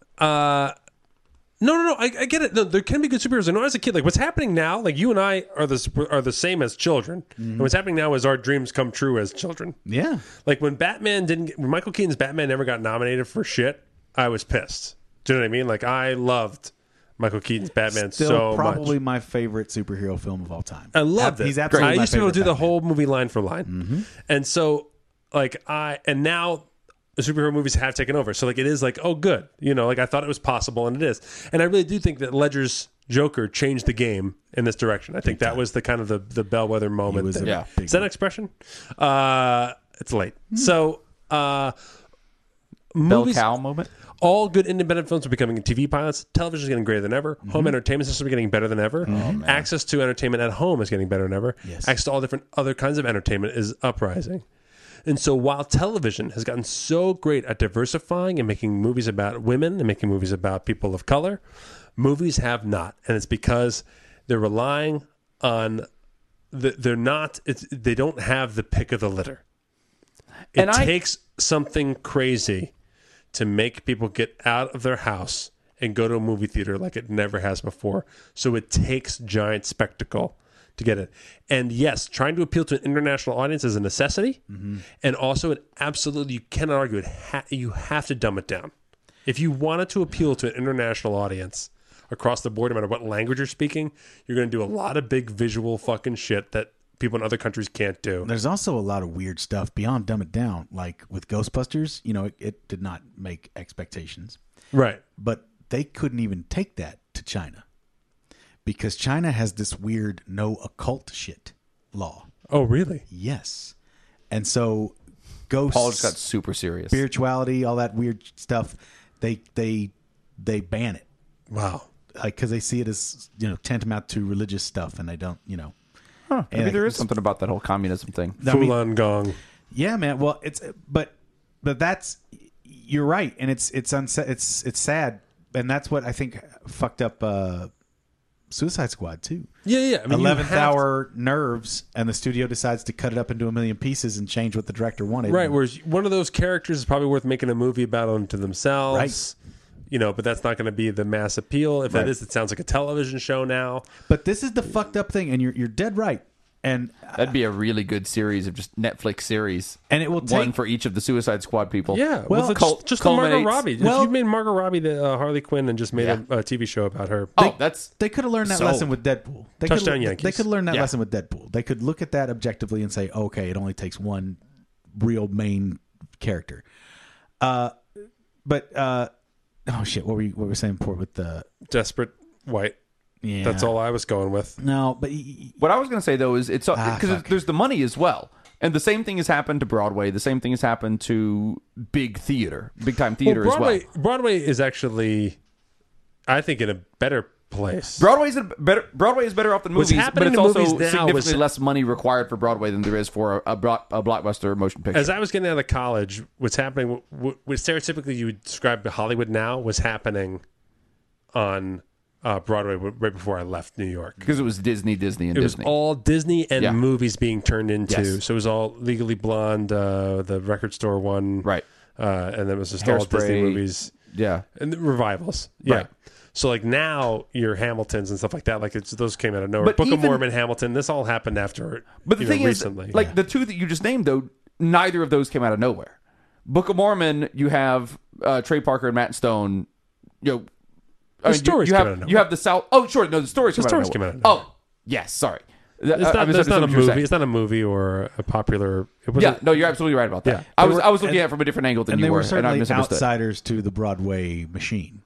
Speaker 1: No, no, no. I, I get it. No, there can be good superheroes. I know as a kid, like what's happening now, like you and I are the super- are the same as children,
Speaker 2: Mm-hmm.
Speaker 1: and what's happening now is our dreams come true as children.
Speaker 2: Yeah.
Speaker 1: Like when Batman didn't, get- when Michael Keaton's Batman never got nominated for shit, I was pissed. Do you know what I mean? Like I loved Michael Keaton's Batman
Speaker 2: Still
Speaker 1: so
Speaker 2: probably
Speaker 1: much.
Speaker 2: my favorite superhero film of all time.
Speaker 1: I loved
Speaker 2: Ab-
Speaker 1: it.
Speaker 2: He's absolutely.
Speaker 1: I
Speaker 2: my
Speaker 1: used to be able to do
Speaker 2: favorite Mm-hmm.
Speaker 1: the whole movie line for line, and so like I and now. the Superhero movies have taken over, so like it is like oh good, you know, like I thought it was possible, and it is, and I really do think that Ledger's Joker changed the game in this direction. I think that was the kind of the the bellwether moment.
Speaker 2: was
Speaker 1: that-
Speaker 2: a
Speaker 3: Yeah.
Speaker 2: big Hmm.
Speaker 1: is that an expression? Uh, it's late. So uh,
Speaker 3: Bell
Speaker 1: movies,
Speaker 3: cow moment.
Speaker 1: all good independent films are becoming TV pilots. Television is getting greater than ever. Home entertainment systems are getting better than ever. Access to entertainment at home is getting better than ever. Access to all different other kinds of entertainment is uprising. And so while television has gotten so great at diversifying and making movies about women and making movies about people of color, movies have not. And it's because they're relying on the, they're not it's, they don't have the pick of the litter. It
Speaker 3: And I-
Speaker 1: takes something crazy to make people get out of their house and go to a movie theater like it never has before. So it takes giant spectacle to get it. And yes, trying to appeal to an international audience is a
Speaker 2: Mm-hmm.
Speaker 1: necessity, and also it absolutely you cannot argue it. Ha- you have to dumb it down. If you wanted to appeal to an international audience across the board, no matter what language you're speaking, you're going to do a lot of big visual fucking shit that people in other countries can't do.
Speaker 2: There's also a lot of weird stuff beyond Dumb It Down. Like with Ghostbusters, you know, it, it did not make expectations,
Speaker 1: Right.
Speaker 2: but they couldn't even take that to China because China has this weird no occult shit law.
Speaker 1: Oh, really?
Speaker 2: Yes. And so ghosts,
Speaker 3: Paul just got super serious.
Speaker 2: spirituality, all that weird stuff, they they they ban it.
Speaker 1: Wow.
Speaker 2: Like cuz they see it as, you know, tantamount to religious stuff and they don't, you know.
Speaker 3: Maybe
Speaker 2: And
Speaker 3: there
Speaker 2: I-
Speaker 3: is something about that whole communism thing.
Speaker 2: I
Speaker 1: Full
Speaker 2: mean-
Speaker 1: on gong.
Speaker 2: Yeah, man. Well, it's but but that's you're right, and it's it's unsa- it's it's sad, and that's what I think fucked up uh Suicide Squad too.
Speaker 1: Yeah, yeah. I mean, you
Speaker 2: Eleventh
Speaker 1: have to-
Speaker 2: hour nerves, and the studio decides to cut it up into a million pieces and change what the director wanted.
Speaker 1: Right. Whereas one of those characters is probably worth making a movie about unto themselves. You know, but that's not going to be the mass appeal. If that is, it sounds like a television show now.
Speaker 2: But this is the fucked up thing, and you're you're dead right. And
Speaker 3: That'd be a really good series of just Netflix series.
Speaker 2: And it will
Speaker 3: one
Speaker 2: take-
Speaker 3: for each of the Suicide Squad people.
Speaker 1: Yeah.
Speaker 2: Well,
Speaker 1: Well,
Speaker 3: cult-
Speaker 1: just, just the Margot
Speaker 3: culminates-
Speaker 1: Robbie.
Speaker 2: Well-
Speaker 1: if you made Margot Robbie the uh, Harley Quinn and just made a, a TV show about her.
Speaker 3: Oh, that's
Speaker 2: they could have learned that
Speaker 3: Sold.
Speaker 2: lesson with Deadpool. They
Speaker 1: Touchdown
Speaker 2: could,
Speaker 1: Yankees.
Speaker 2: They could learn that
Speaker 3: Yeah.
Speaker 2: lesson with Deadpool. They could look at that objectively and say, okay, it only takes one real main character. Uh, but uh, oh shit, what were you, what were you saying? Port with the
Speaker 1: Desperate White.
Speaker 2: yeah,
Speaker 1: That's all I was going with.
Speaker 2: No, but y- y-
Speaker 3: what I was going to say though is it's
Speaker 2: Ah,
Speaker 3: because
Speaker 2: fuck.
Speaker 3: there's the money as well. And the same thing has happened to Broadway. The same thing has happened to big theater, big time theater as
Speaker 1: Broadway,
Speaker 3: well.
Speaker 1: Broadway is actually, I think, in a better place.
Speaker 3: Broadway's a better. Broadway is better off than
Speaker 1: What's
Speaker 3: movies, but
Speaker 1: happening
Speaker 3: it's
Speaker 1: to
Speaker 3: also
Speaker 1: movies now is
Speaker 3: significantly
Speaker 1: that-
Speaker 3: less money required for Broadway than there is for a, a, bro- a blockbuster motion picture.
Speaker 1: As I was getting out of college, what's happening, what, what stereotypically you would describe to Hollywood now, was happening on uh, Broadway w- right before I left New York.
Speaker 3: Because it was Disney, Disney, and
Speaker 1: It was
Speaker 3: Disney.
Speaker 1: all Disney and
Speaker 3: Yeah.
Speaker 1: movies being turned into.
Speaker 3: Yes.
Speaker 1: So it was all Legally Blonde, uh, the record store one,
Speaker 3: Right.
Speaker 1: Uh, and then it was just all Disney
Speaker 3: Hairspray.
Speaker 1: movies
Speaker 3: yeah.
Speaker 1: and the revivals, yeah.
Speaker 3: Right.
Speaker 1: So like now your Hamiltons and stuff like that, like it's those came out of nowhere.
Speaker 3: But
Speaker 1: Book
Speaker 3: even-
Speaker 1: of Mormon, Hamilton, this all happened after.
Speaker 3: But the
Speaker 1: you know,
Speaker 3: thing is,
Speaker 1: recently.
Speaker 3: like the two that you just named, though, neither of those came out of nowhere. Book of Mormon, you have uh, Trey Parker and Matt Stone. You know, I
Speaker 1: The
Speaker 3: you-
Speaker 1: stories
Speaker 3: you,
Speaker 1: came
Speaker 3: have,
Speaker 1: out of nowhere.
Speaker 3: you have the South. Oh, sure, no, the stories.
Speaker 1: The
Speaker 3: came
Speaker 1: stories
Speaker 3: out of
Speaker 1: came
Speaker 3: nowhere.
Speaker 1: out of nowhere.
Speaker 3: Oh, yes, sorry.
Speaker 1: It's not, it's not a movie. It's
Speaker 3: It's
Speaker 1: not a movie or a popular. It
Speaker 3: yeah,
Speaker 1: wasn't.
Speaker 3: no, you're absolutely right about that.
Speaker 1: Yeah.
Speaker 3: I
Speaker 2: They
Speaker 3: was
Speaker 2: were-
Speaker 3: I was looking
Speaker 2: and-
Speaker 3: at it from a different angle than
Speaker 2: and
Speaker 3: you
Speaker 2: they
Speaker 3: were,
Speaker 2: were
Speaker 3: and I
Speaker 2: certainly
Speaker 3: misunderstood.
Speaker 2: outsiders to the Broadway machine.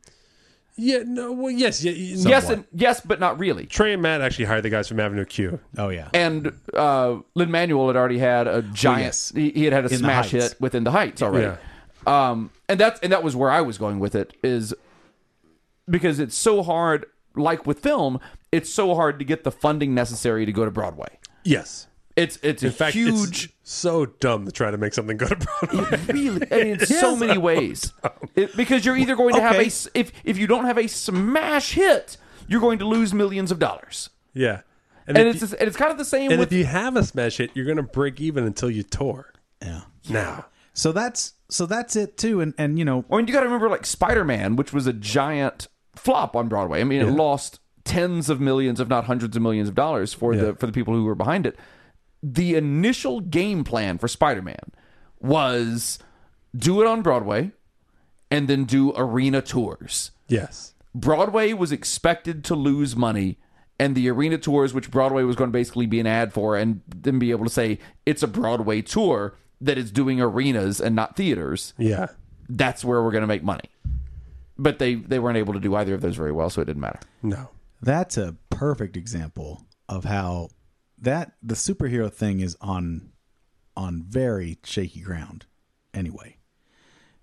Speaker 1: Yeah, no. Well, yes, yeah, yeah,
Speaker 3: Yes,
Speaker 2: somewhat.
Speaker 3: and yes, but not really.
Speaker 1: Trey and Matt actually hired the guys from Avenue Q.
Speaker 2: Oh yeah,
Speaker 3: And uh, Lin Manuel had already had a giant.
Speaker 2: yes.
Speaker 3: he, he had had a
Speaker 2: the
Speaker 3: smash
Speaker 2: Heights.
Speaker 3: hit within the Heights already. Um, and that's and that was where I was going with it is because it's so hard. Like with film, it's so hard to get the funding necessary to go to Broadway.
Speaker 1: Yes.
Speaker 3: It's it's
Speaker 1: In
Speaker 3: a
Speaker 1: fact,
Speaker 3: huge.
Speaker 1: it's so dumb to try to make something go to Broadway.
Speaker 3: really I mean, in so many ways It- because you're either going to have a
Speaker 2: Okay.
Speaker 3: s- if if you don't have a smash hit you're going to lose millions of dollars
Speaker 1: yeah,
Speaker 3: and
Speaker 1: if
Speaker 3: it's and it's kind of the same
Speaker 1: And
Speaker 3: with
Speaker 1: if you have a smash hit, you're going to break even until you tour.
Speaker 2: yeah.
Speaker 1: Now,
Speaker 2: So that's so that's it too, and and you know
Speaker 3: I mean you got to remember like Spider-Man which was a giant flop on Broadway I mean it lost tens of millions if not hundreds of millions of dollars for the for the people who were behind it the initial game plan for Spider-Man was do it on Broadway and then do arena tours
Speaker 1: yes,
Speaker 3: Broadway was expected to lose money, and the arena tours, which Broadway was going to basically be an ad for, and then be able to say it's a Broadway tour that is doing arenas and not theaters.
Speaker 1: yeah,
Speaker 3: That's where we're going to make money. But they they weren't able to do either of those very well, so it didn't matter.
Speaker 1: no,
Speaker 2: That's a perfect example of how that the superhero thing is on on very shaky ground anyway.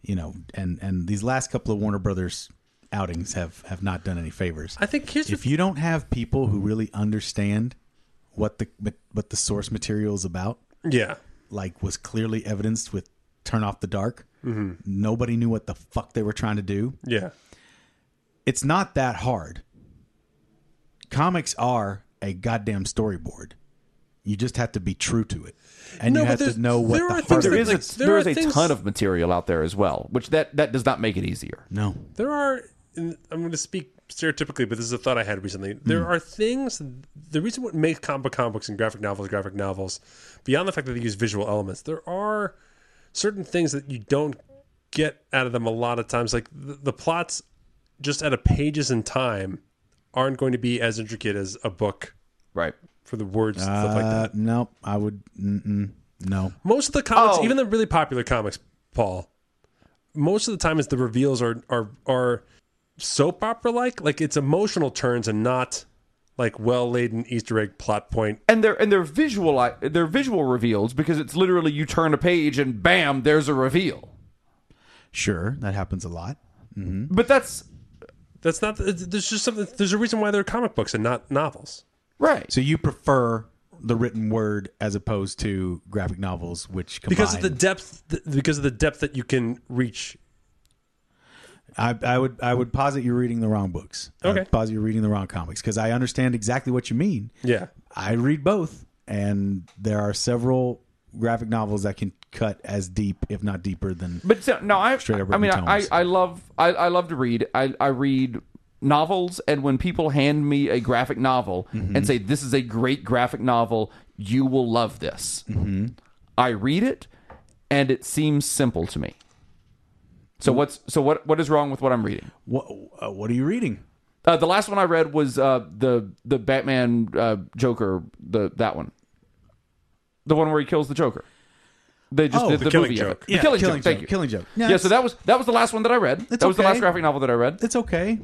Speaker 2: You know, and and these last couple of Warner Brothers outings have have not done any favors.
Speaker 1: I think here's
Speaker 2: If you don't have people who really understand what the what the source material is about,
Speaker 1: yeah,
Speaker 2: like was clearly evidenced with Turn Off the Dark. Nobody knew what the fuck they were trying to do
Speaker 1: yeah,
Speaker 2: it's not that hard. Comics are a goddamn storyboard. You just have to be true to it, and
Speaker 1: No,
Speaker 2: you
Speaker 1: but
Speaker 2: have
Speaker 1: there's-
Speaker 2: to know what
Speaker 1: there are
Speaker 2: the
Speaker 1: things
Speaker 2: heart
Speaker 3: There
Speaker 2: of
Speaker 1: that-
Speaker 2: it
Speaker 3: is
Speaker 2: is.
Speaker 1: like,
Speaker 3: a,
Speaker 1: there
Speaker 3: there
Speaker 1: are
Speaker 3: is a
Speaker 1: things-
Speaker 3: ton of material out there as well, which that that does not make it easier.
Speaker 2: No,
Speaker 1: there are. And I'm going to speak stereotypically, but this is a thought I had recently. There are things. The reason what makes comic book comic books and graphic novels graphic novels, beyond the fact that they use visual elements, there are certain things that you don't get out of them a lot of times. Like the, the plots, just out of pages and time, aren't going to be as intricate as a book
Speaker 3: Right.
Speaker 1: for the words and stuff like that.
Speaker 2: Uh, no, I would. Mm-mm, no.
Speaker 1: Most of the comics,
Speaker 3: Oh.
Speaker 1: even the really popular comics, Paul, most of the time is the reveals are are are soap opera like. Like it's emotional turns and not like well laden Easter egg plot point.
Speaker 3: And they're and they're visual they're visual reveals because it's literally you turn a page and bam, there's a reveal.
Speaker 2: Sure, that happens a lot.
Speaker 3: But that's
Speaker 1: That's not. There's just something. There's a reason why they're comic books and not novels.
Speaker 3: right.
Speaker 2: So you prefer the written word as opposed to graphic novels, which combine.
Speaker 1: because of the depth th- because of the depth that you can reach
Speaker 2: I, I would I would posit you're reading the wrong books. I would
Speaker 1: Okay.
Speaker 2: posit you're reading the wrong comics because I understand exactly what you mean.
Speaker 1: yeah
Speaker 2: I read both, and there are several graphic novels that can cut as deep, if not deeper, than
Speaker 3: But so, no, I
Speaker 2: Straight up
Speaker 3: I mean
Speaker 2: written
Speaker 3: I,
Speaker 2: tomes.
Speaker 3: I love I, I love to read. I, I read novels and when people hand me a graphic novel
Speaker 2: Mm-hmm.
Speaker 3: and say this is a great graphic novel, you will love this.
Speaker 2: Mm-hmm.
Speaker 3: I read it and it seems simple to me.
Speaker 2: Mm-hmm.
Speaker 3: So what's so what what is wrong with what I'm reading?
Speaker 2: what uh, what are you reading?
Speaker 3: Uh, the last one I read was uh, the the Batman uh, Joker the that one, the one where he kills the Joker. They just
Speaker 2: Oh,
Speaker 3: did
Speaker 2: The
Speaker 3: the,
Speaker 1: Killing
Speaker 3: movie of
Speaker 1: Joke.
Speaker 3: it. the killing, joke. Thank you.
Speaker 2: Killing joke.
Speaker 3: yeah, so that was that was the last one that I read. That was the
Speaker 2: okay.
Speaker 3: last graphic novel that I read.
Speaker 2: it's okay.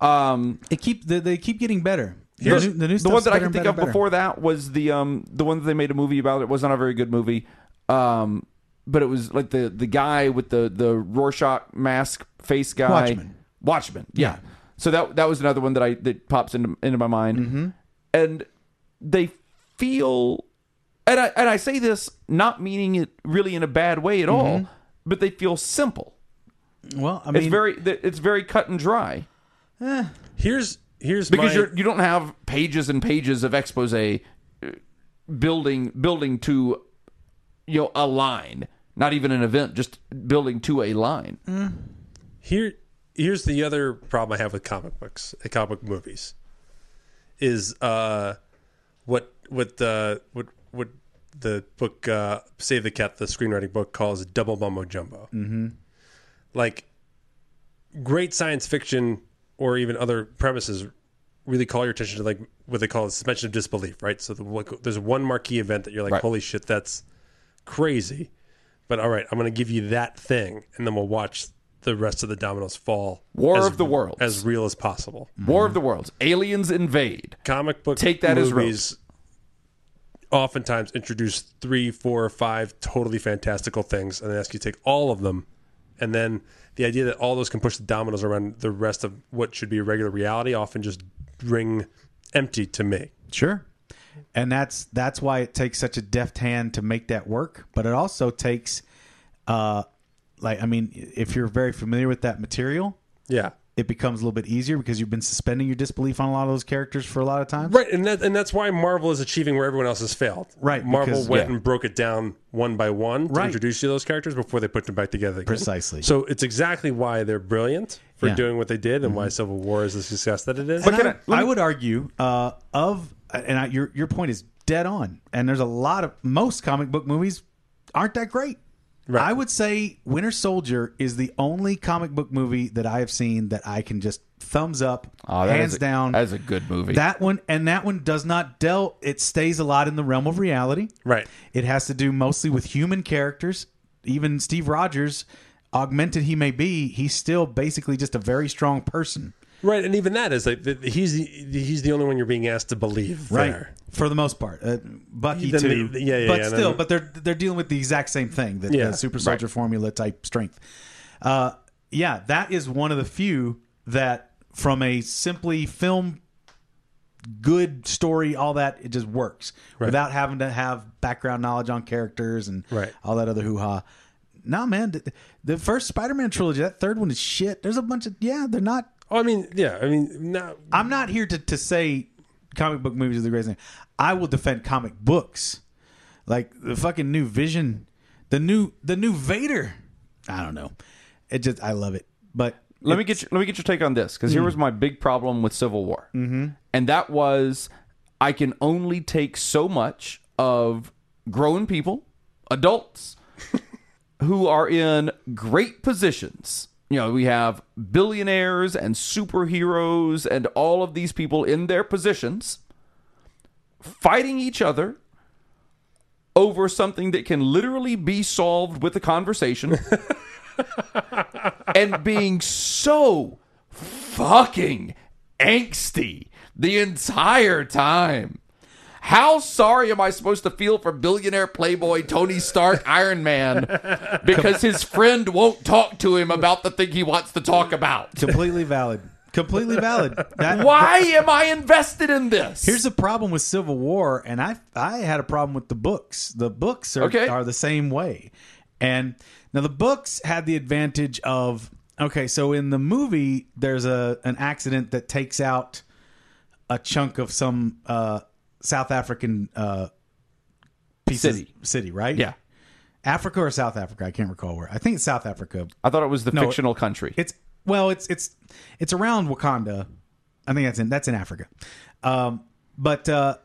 Speaker 3: Um,
Speaker 2: It keep they, they keep getting better. The,
Speaker 3: the,
Speaker 2: new, the new
Speaker 3: the
Speaker 2: stuff's
Speaker 3: one that I can
Speaker 2: better and
Speaker 3: think
Speaker 2: better
Speaker 3: of
Speaker 2: and better.
Speaker 3: before that was the um the one that they made a movie about. It was not a very good movie. Um, but it was like the the guy with the the Rorschach mask face guy.
Speaker 2: Watchmen.
Speaker 3: Watchmen. Yeah.
Speaker 2: Yeah.
Speaker 3: So that that was another one that I that pops into into my mind,
Speaker 2: Mm-hmm.
Speaker 3: and they feel, and I and I say this not meaning it really in a bad way at all, but they feel simple.
Speaker 2: Well, Mm-hmm. I mean,
Speaker 3: It's very it's very cut and dry
Speaker 1: here's here's
Speaker 3: because
Speaker 1: my,
Speaker 3: you're- you don't have pages and pages of expose uh, building building to you know a line not even an event just building to a line
Speaker 1: here here's the other problem i have with comic books uh, comic book movies is uh what what the what what the book uh save the cat the screenwriting book calls double mumbo jumbo mm-hmm. like great science fiction or even other premises really call your attention to like what they call the suspension of disbelief right so the, like, there's one marquee event that you're like
Speaker 3: Right.
Speaker 1: holy shit that's crazy but all right i'm going to give you that thing and then we'll watch the rest of the dominoes fall
Speaker 3: War
Speaker 1: as-
Speaker 3: of the Worlds.
Speaker 1: as real as possible
Speaker 3: war of the worlds aliens invade
Speaker 1: comic book
Speaker 3: Take that as
Speaker 1: movies oftentimes introduce three, four, or five totally fantastical things and they ask you to take all of them. And then the idea that all those can push the dominoes around the rest of what should be a regular reality often just ring empty to me.
Speaker 2: Sure. And that's that's why it takes such a deft hand to make that work, but it also takes uh like I mean, if you're very familiar with that material,
Speaker 1: Yeah.
Speaker 2: it becomes a little bit easier because you've been suspending your disbelief on a lot of those characters for a lot of time.
Speaker 1: Right, and that and that's why Marvel is achieving where everyone else has failed.
Speaker 2: Right,
Speaker 1: Marvel
Speaker 2: because-
Speaker 1: went
Speaker 3: yeah.
Speaker 1: and broke it down one by one to
Speaker 2: Right.
Speaker 1: introduce you to those characters before they put them back together. again.
Speaker 2: Precisely.
Speaker 1: So it's exactly why they're brilliant for
Speaker 2: Yeah. Mm-hmm.
Speaker 1: doing what they did and why Civil War is the success that it is.
Speaker 2: And
Speaker 3: can
Speaker 2: I,
Speaker 3: I- let
Speaker 2: I
Speaker 3: me-
Speaker 2: would argue uh of and I, your your point is dead on. And there's a lot of most comic book movies aren't that great.
Speaker 1: Right.
Speaker 2: I would say Winter Soldier is the only comic book movie that I have seen that I can just thumbs up, hands down.
Speaker 3: that's Ah, a good movie
Speaker 2: That one and that one does not delve. It stays a lot in the realm of reality.
Speaker 1: Right.
Speaker 2: It has to do mostly with human characters. Even Steve Rogers, augmented he may be, he's still basically just a very strong person.
Speaker 1: Right, and even that is like the, the- he's the, he's the only one you're being asked to believe there.
Speaker 2: For the most part, uh, Bucky
Speaker 1: Then
Speaker 2: too.
Speaker 1: the- yeah, yeah,
Speaker 2: but
Speaker 1: yeah,
Speaker 2: still,
Speaker 1: then-
Speaker 2: but they're they're dealing with the exact same thing that
Speaker 1: Yeah,
Speaker 2: the super soldier formula type strength. Uh, yeah, that is one of the few that, from a simply film good story, all that it just works without having to have background knowledge on characters and
Speaker 1: Right.
Speaker 2: all that other hoo ha. Nah, man, the, the first Spider-Man trilogy, that third one is shit. There's a bunch of yeah, they're not
Speaker 1: Oh, I mean, yeah, I mean, not,
Speaker 2: I'm not here to, to say comic book movies are the greatest thing. I will defend comic books. Like the fucking new Vision, the new the new Vader. I don't know. It just I love it. But
Speaker 3: let me get your, let me get your take on this because here was my big problem with Civil War, mm-hmm. and that was I can only take so much of grown people, adults, who are in great positions. You know, we have billionaires and superheroes and all of these people in their positions fighting each other over something that can literally be solved with a conversation and being so fucking angsty the entire time. How sorry am I supposed to feel for billionaire playboy Tony Stark Iron Man because his friend won't talk to him about the thing he wants to talk about?
Speaker 2: Completely valid. Completely valid. That,
Speaker 3: Why am I invested in this?
Speaker 2: Here's the problem with Civil War, and I I had a problem with the books. The books are,
Speaker 3: Okay.
Speaker 2: are the same way. And now the books had the advantage of okay, so in the movie there's a an accident that takes out a chunk of some uh, South African uh, piece of-
Speaker 3: City.
Speaker 2: city, right?
Speaker 3: yeah.
Speaker 2: Africa or South Africa? I can't recall where. I think it's South Africa.
Speaker 3: I thought it was the
Speaker 2: No,
Speaker 3: fictional country.
Speaker 2: It's well, it's it's it's around Wakanda. I think that's in that's in Africa. Um, but uh,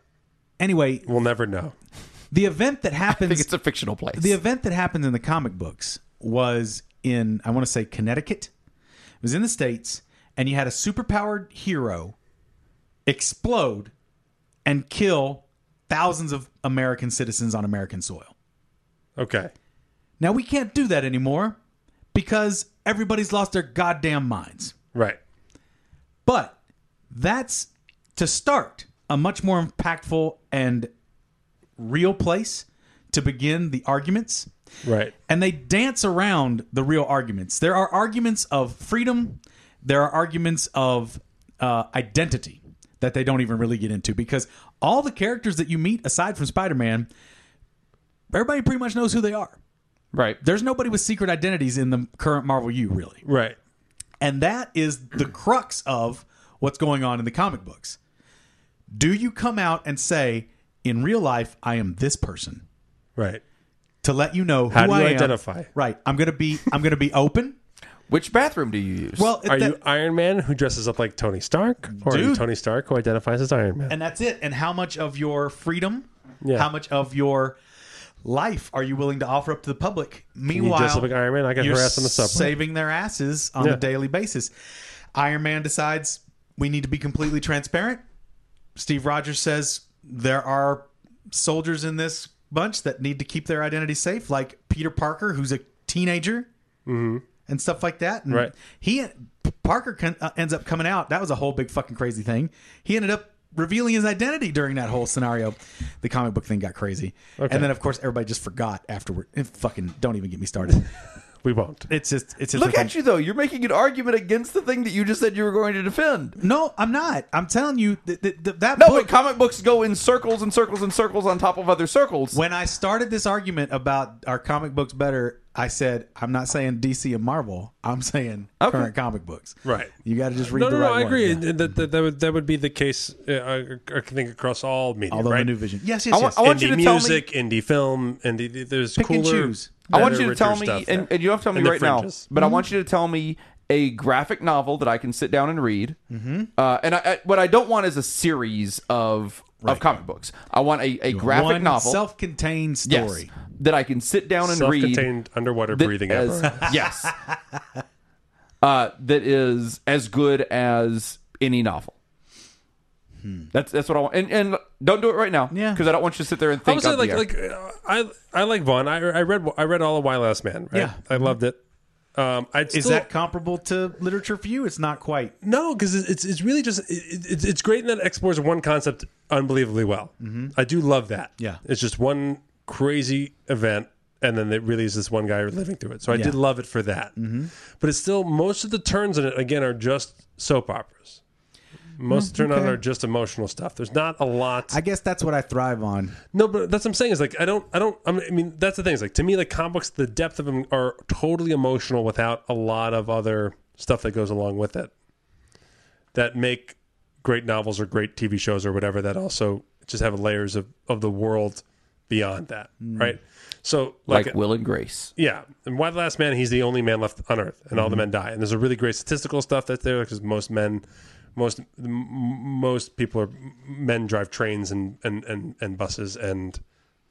Speaker 2: anyway,
Speaker 1: We'll never know.
Speaker 2: the event that
Speaker 3: I think
Speaker 2: happens
Speaker 3: it's a fictional place.
Speaker 2: the event that happens in the comic books was in I want to say Connecticut. It was in the states, and you had a superpowered hero explode and kill thousands of American citizens on American soil.
Speaker 1: Okay.
Speaker 2: Now we can't do that anymore because everybody's lost their goddamn minds.
Speaker 1: Right.
Speaker 2: But that's to start a much more impactful and real place to begin the arguments.
Speaker 1: Right.
Speaker 2: And they dance around the real arguments. There are arguments of freedom, there are arguments of uh, identity that they don't even really get into because all the characters that you meet, aside from Spider Man, everybody pretty much knows who they are.
Speaker 3: right.
Speaker 2: There's nobody with secret identities in the current Marvel U, really.
Speaker 1: Right.
Speaker 2: And that is the crux of what's going on in the comic books. Do you come out and say, in real life, I am this person
Speaker 1: Right.
Speaker 2: to let you know who
Speaker 1: How do
Speaker 2: I
Speaker 1: you
Speaker 2: am.
Speaker 1: identify?
Speaker 2: Right. I'm gonna be I'm gonna be open.
Speaker 3: Which bathroom do you use?
Speaker 2: Well,
Speaker 1: Are
Speaker 2: that-
Speaker 1: you Iron Man who dresses up like Tony Stark, or are you
Speaker 2: Dude.
Speaker 1: Tony Stark who identifies as Iron Man?
Speaker 2: and that's it. And how much of your freedom,
Speaker 1: Yeah.
Speaker 2: how much of your life are you willing to offer up to the public? Meanwhile,
Speaker 1: dress up like Iron Man, I get
Speaker 2: you're
Speaker 1: harassed on the subway.
Speaker 2: saving their asses on
Speaker 1: Yeah.
Speaker 2: a daily basis. Iron Man decides we need to be completely transparent. Steve Rogers says there are soldiers in this bunch that need to keep their identity safe, like Peter Parker, who's a teenager,
Speaker 3: Mm-hmm.
Speaker 2: and stuff like that. And
Speaker 1: Right.
Speaker 2: He Parker con, uh, ends up coming out. That was a whole big fucking crazy thing. He ended up revealing his identity during that whole scenario. The comic book thing got crazy, and then of course everybody just forgot afterward. It fucking don't even get me started.
Speaker 1: we won't.
Speaker 2: It's just it's just
Speaker 3: Look
Speaker 2: like
Speaker 3: at you though. You're making an argument against the thing that you just said you were going to defend.
Speaker 2: No, I'm not. I'm telling you th- th- th- that
Speaker 3: No,
Speaker 2: book.
Speaker 3: but comic books go in circles and circles and circles on top of other circles.
Speaker 2: when I started this argument about are comic books better, I said I'm not saying DC and Marvel. I'm saying
Speaker 3: Okay.
Speaker 2: current comic books.
Speaker 1: Right.
Speaker 2: You got to just read.
Speaker 1: No,
Speaker 2: the
Speaker 1: no, no.
Speaker 2: right
Speaker 1: I
Speaker 2: one.
Speaker 1: agree.
Speaker 2: Yeah.
Speaker 1: And That, that, that would that would be the case. Uh, I, I think across all media,
Speaker 2: Although
Speaker 1: right?
Speaker 2: the new vision. Yes,
Speaker 3: I
Speaker 2: yes,
Speaker 3: wa-
Speaker 2: yes.
Speaker 3: I want
Speaker 1: indie
Speaker 3: you to tell me-
Speaker 1: music, indie film, indie. There's
Speaker 2: Pick and
Speaker 1: cooler.
Speaker 2: choose.
Speaker 3: I want
Speaker 1: better,
Speaker 3: you to
Speaker 1: richer
Speaker 3: tell me,
Speaker 1: stuff
Speaker 3: and,
Speaker 1: there.
Speaker 3: and you don't have to tell me
Speaker 1: And the
Speaker 3: right now,
Speaker 1: fringes.
Speaker 3: but I want you to tell me a graphic novel that I can sit down and read. Mm-hmm. Uh, and I, I, what I don't want is a series of of comic books. I want a, a graphic
Speaker 2: One
Speaker 3: novel
Speaker 2: self-contained
Speaker 3: yes,
Speaker 2: story.
Speaker 3: that I can sit down and read.
Speaker 1: Self-contained underwater
Speaker 3: that
Speaker 1: breathing
Speaker 3: as-
Speaker 1: apparatus.
Speaker 3: Yes. uh, that is as good as any novel. That's that's what I want, and and don't do it right now,
Speaker 2: Hmm. Yeah.
Speaker 3: because I don't want you to sit there and think.
Speaker 1: I
Speaker 3: on the
Speaker 1: would say
Speaker 3: air.
Speaker 1: like like uh, I I like Vaughn. I I read I read all of Why Last Man. Right?
Speaker 2: Yeah.
Speaker 1: I loved it. Um, I
Speaker 2: Is that comparable to literature for you? It's not quite.
Speaker 1: no? Because it's it's really just it, it, it's great in that it explores one concept unbelievably well. I do love that.
Speaker 2: Mm-hmm. Yeah.
Speaker 1: it's just one crazy event, and then it really is this one guy living through it. So I did love it for that.
Speaker 2: Mm-hmm.
Speaker 1: But it's still most of the turns in it again are just soap operas. Most of the turn on are just emotional stuff. There's not a lot.
Speaker 2: Mm, I guess that's what I thrive on.
Speaker 1: No, but that's what I'm saying is like I don't, I don't. I mean- I mean, that's the thing is like to me, the comic books, the depth of them are totally emotional without a lot of other stuff that goes along with it. That make great novels or great TV shows or whatever. That also just have layers of of the world beyond that, right? So
Speaker 3: like,
Speaker 1: like,
Speaker 3: Will and Grace.
Speaker 1: yeah, and Why the Last Man, he's the only man left on Earth, and all the men die. And there's a really great statistical stuff that's there because most men, most m- most people are men drive trains and and and, and buses and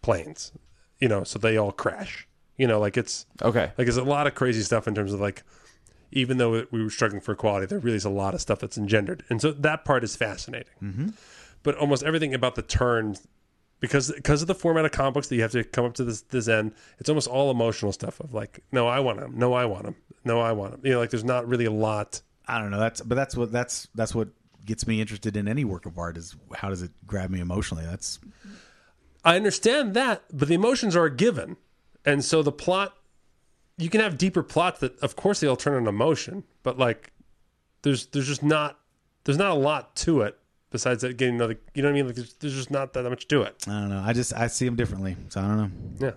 Speaker 1: planes, you know, so they all crash. You You know, like it's
Speaker 3: Okay.
Speaker 1: like there's a lot of crazy stuff in terms of like even though we were struggling for equality, there really is a lot of stuff that's engendered, and so that part is fascinating. Mm-hmm. But almost everything about the turn, because because of the format of comic books that you have to come up to this this end, it's almost all emotional stuff of like, no, I want him, no, I want him, no, I want him. You know, like there's not really a lot.
Speaker 2: I don't know. That's but that's what that's that's what gets me interested in any work of art is how does it grab me emotionally? That's
Speaker 1: I understand that, but the emotions are a given, and so the plot. You can have deeper plots that, of course, they all turn on emotion, but like, there's there's just not there's not a lot to it besides that getting another. You know what I mean? Like, there's, there's just not that much to it.
Speaker 2: I don't know. I just I see them differently, so I don't know.
Speaker 1: Yeah.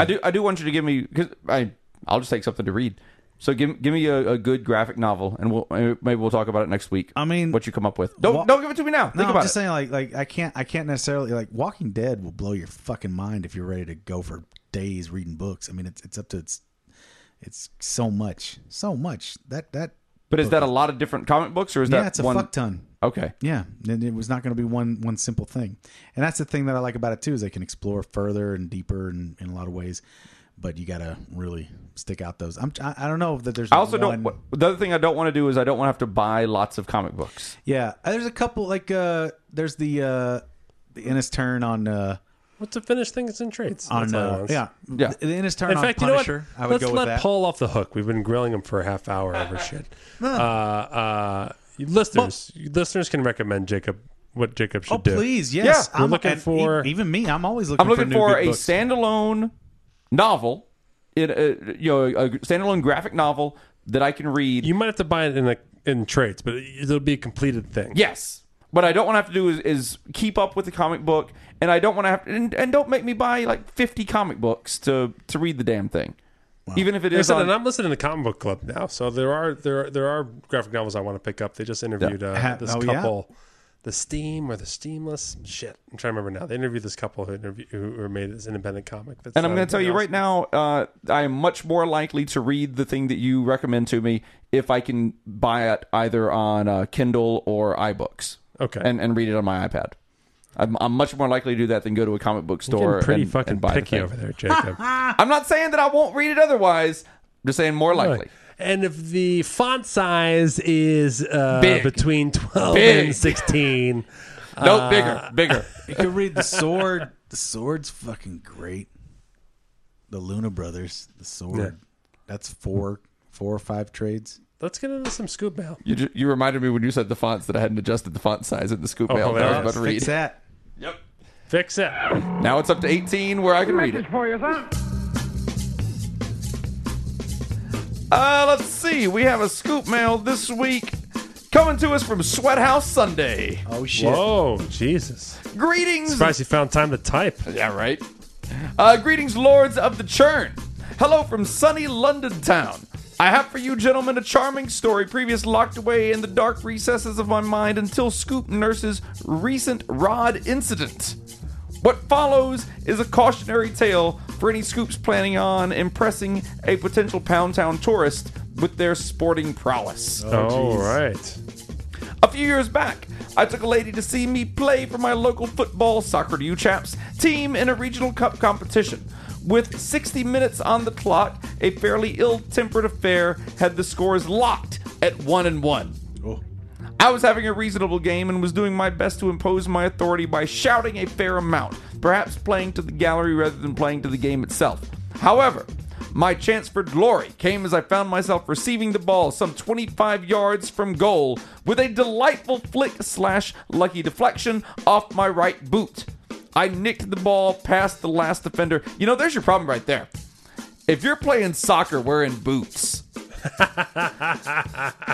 Speaker 3: I do. I do want you to give me because I. I'll just take something to read. So give give me a, a good graphic novel, and we'll eh, maybe we'll talk about it next week.
Speaker 2: I mean-
Speaker 3: what you come up with. Don't
Speaker 2: Wha-
Speaker 3: don't give it to me now.
Speaker 2: No,
Speaker 3: Think
Speaker 2: I'm
Speaker 3: about
Speaker 2: just
Speaker 3: it.
Speaker 2: saying like like I can't I can't necessarily like Walking Dead will blow your fucking mind if you're ready to go for days reading books. I mean it's it's up to it's it's so much so much that that
Speaker 3: But is that a lot of different comic books, or is
Speaker 2: yeah
Speaker 3: that
Speaker 2: it's a
Speaker 3: one?
Speaker 2: fuck ton.
Speaker 3: Okay.
Speaker 2: Yeah, and it was not going to be one one simple thing, and that's the thing that I like about it too is they can explore further and deeper and in a lot of ways, but you got to really stick out those. I'm I, I don't know that there's
Speaker 3: I also
Speaker 2: one,
Speaker 3: don't. The other thing I don't want to do is I don't want to have to buy lots of comic books.
Speaker 2: yeah, there's a couple like uh there's the uh the Innis turn on uh
Speaker 1: What's a finished thing? It's in trades.
Speaker 2: on
Speaker 1: That's all I
Speaker 2: uh,
Speaker 1: want.
Speaker 2: yeah
Speaker 3: Yeah.
Speaker 2: the Innis turn
Speaker 1: In
Speaker 2: on
Speaker 1: fact, you know what?
Speaker 2: Punisher. I would
Speaker 1: Let's
Speaker 2: go with
Speaker 1: let
Speaker 2: that.
Speaker 1: Paul off the hook. We've been grilling him for a half hour over shit. Uh, uh, you- listeners, you listeners can recommend Jacob what Jacob should
Speaker 2: oh
Speaker 1: do.
Speaker 2: please yes,
Speaker 3: Yeah,
Speaker 1: we're
Speaker 2: I'm
Speaker 1: looking
Speaker 2: and e-
Speaker 1: for-
Speaker 2: even me. I'm always looking.
Speaker 3: I'm looking
Speaker 2: new
Speaker 3: for,
Speaker 2: good
Speaker 3: a
Speaker 2: books.
Speaker 3: standalone novel, in a, you know, a standalone graphic novel that I can read.
Speaker 1: You might have to buy it in a, in trades, but it- it'll be a completed thing.
Speaker 3: yes, what I don't want to have to do is, is keep up with the comic book, and I don't want to have and, and don't make me buy like 50 comic books to to read the damn thing, even if it is
Speaker 1: Listen,
Speaker 3: on.
Speaker 1: and I'm listening to Comic Book Club now, so there are there are, there are graphic novels I want to pick up. They just interviewed
Speaker 2: Ha-
Speaker 1: uh, this
Speaker 2: oh, yeah.
Speaker 1: couple, the Steam or the Steamless. Shit, I'm trying to remember now. They interviewed this couple who interview who made this independent comic. That's
Speaker 3: And I'm
Speaker 1: not
Speaker 3: going to tell you right
Speaker 1: anything
Speaker 3: now, uh, I am much more likely to read the thing that you recommend to me if I can buy it either on uh, Kindle or iBooks.
Speaker 1: Okay.
Speaker 3: And, and read it on my iPad. I'm, I'm much more likely to do that than go to a comic book
Speaker 1: else. You're
Speaker 3: store.
Speaker 1: getting pretty
Speaker 3: and,
Speaker 1: fucking
Speaker 3: and buy the
Speaker 1: picky
Speaker 3: thing.
Speaker 1: over there, Jacob.
Speaker 3: I'm not saying that I won't read it otherwise. I'm just saying more likely.
Speaker 1: And if the font size is uh,
Speaker 3: Big.
Speaker 1: between 12
Speaker 3: Big.
Speaker 1: and 16,
Speaker 3: No,
Speaker 1: Uh,
Speaker 3: bigger, bigger.
Speaker 2: You could read the sword. the sword's fucking great. The Luna Brothers, the sword.
Speaker 1: Yeah.
Speaker 2: That's four, four or five trades.
Speaker 1: let's get into some scoop mail.
Speaker 3: You, ju- you reminded me when you said the fonts that I hadn't adjusted the font size in the scoop mail. that I was
Speaker 1: Oh, hilarious.
Speaker 3: about to
Speaker 2: Fix
Speaker 3: read.
Speaker 2: that.
Speaker 3: Yep.
Speaker 1: Fix it.
Speaker 3: Now it's up to 18 where I can read it.
Speaker 4: for you, son.
Speaker 3: Uh, let's see. We have a scoop mail this week coming to us from Sweathouse Sunday.
Speaker 2: Oh shit!
Speaker 1: Whoa, Jesus.
Speaker 3: Greetings.
Speaker 1: Surprised you found time to type.
Speaker 3: Yeah, right. Uh, greetings, lords of the churn. Hello from sunny London town. I have for you, gentlemen, a charming story previous locked away in the dark recesses of my mind until Scoop Nurse's recent rod incident. What follows is a cautionary tale for any scoops planning on impressing a potential Pound Town tourist with their sporting prowess.
Speaker 1: All right.
Speaker 3: A few years back, I took a lady to see me play for my local football soccer to you chaps team in a regional cup competition. With 60 minutes on the clock, a fairly ill-tempered affair had the scores locked at one and one. I was having a reasonable game and was doing my best to impose my authority by shouting a fair amount, perhaps playing to the gallery rather than playing to the game itself. However, my chance for glory came as I found myself receiving the ball some 25 yards from goal with a delightful flick slash lucky deflection off my right boot. I nicked the ball past the last defender. You know, there's your problem right there. If you're playing soccer wearing boots,
Speaker 1: I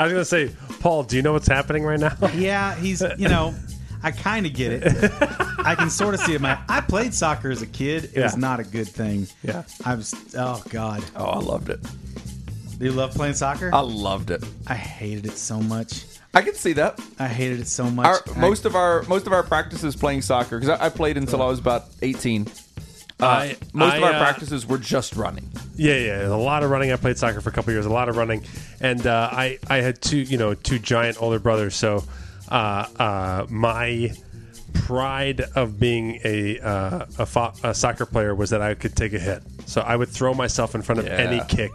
Speaker 1: was going to say, Paul, do you know what's happening right now?
Speaker 2: Yeah, he's you know, I kind of get it. I can sort of see it. My, I played soccer as a kid. It was
Speaker 1: Yeah.
Speaker 2: not a good thing.
Speaker 1: Yeah.
Speaker 2: I was. Oh god,
Speaker 3: oh, I loved it.
Speaker 2: do you love playing soccer?
Speaker 3: I loved it.
Speaker 2: I hated it so much.
Speaker 3: I can see that.
Speaker 2: I hated it so much.
Speaker 3: our
Speaker 2: I-
Speaker 3: most of our most of our practices playing soccer because I, I played until I was about eighteen. Uh,
Speaker 1: I-
Speaker 3: most of
Speaker 1: I,
Speaker 3: our
Speaker 1: uh,
Speaker 3: practices were just running.
Speaker 1: Yeah, yeah, a lot of running. I played soccer for a couple years, a lot of running, and uh, I I had two you know two giant older brothers, so uh, uh, my pride of being a uh, a, fo- a soccer player was that I could take a hit. So I would throw myself in front of
Speaker 3: Yeah.
Speaker 1: any kick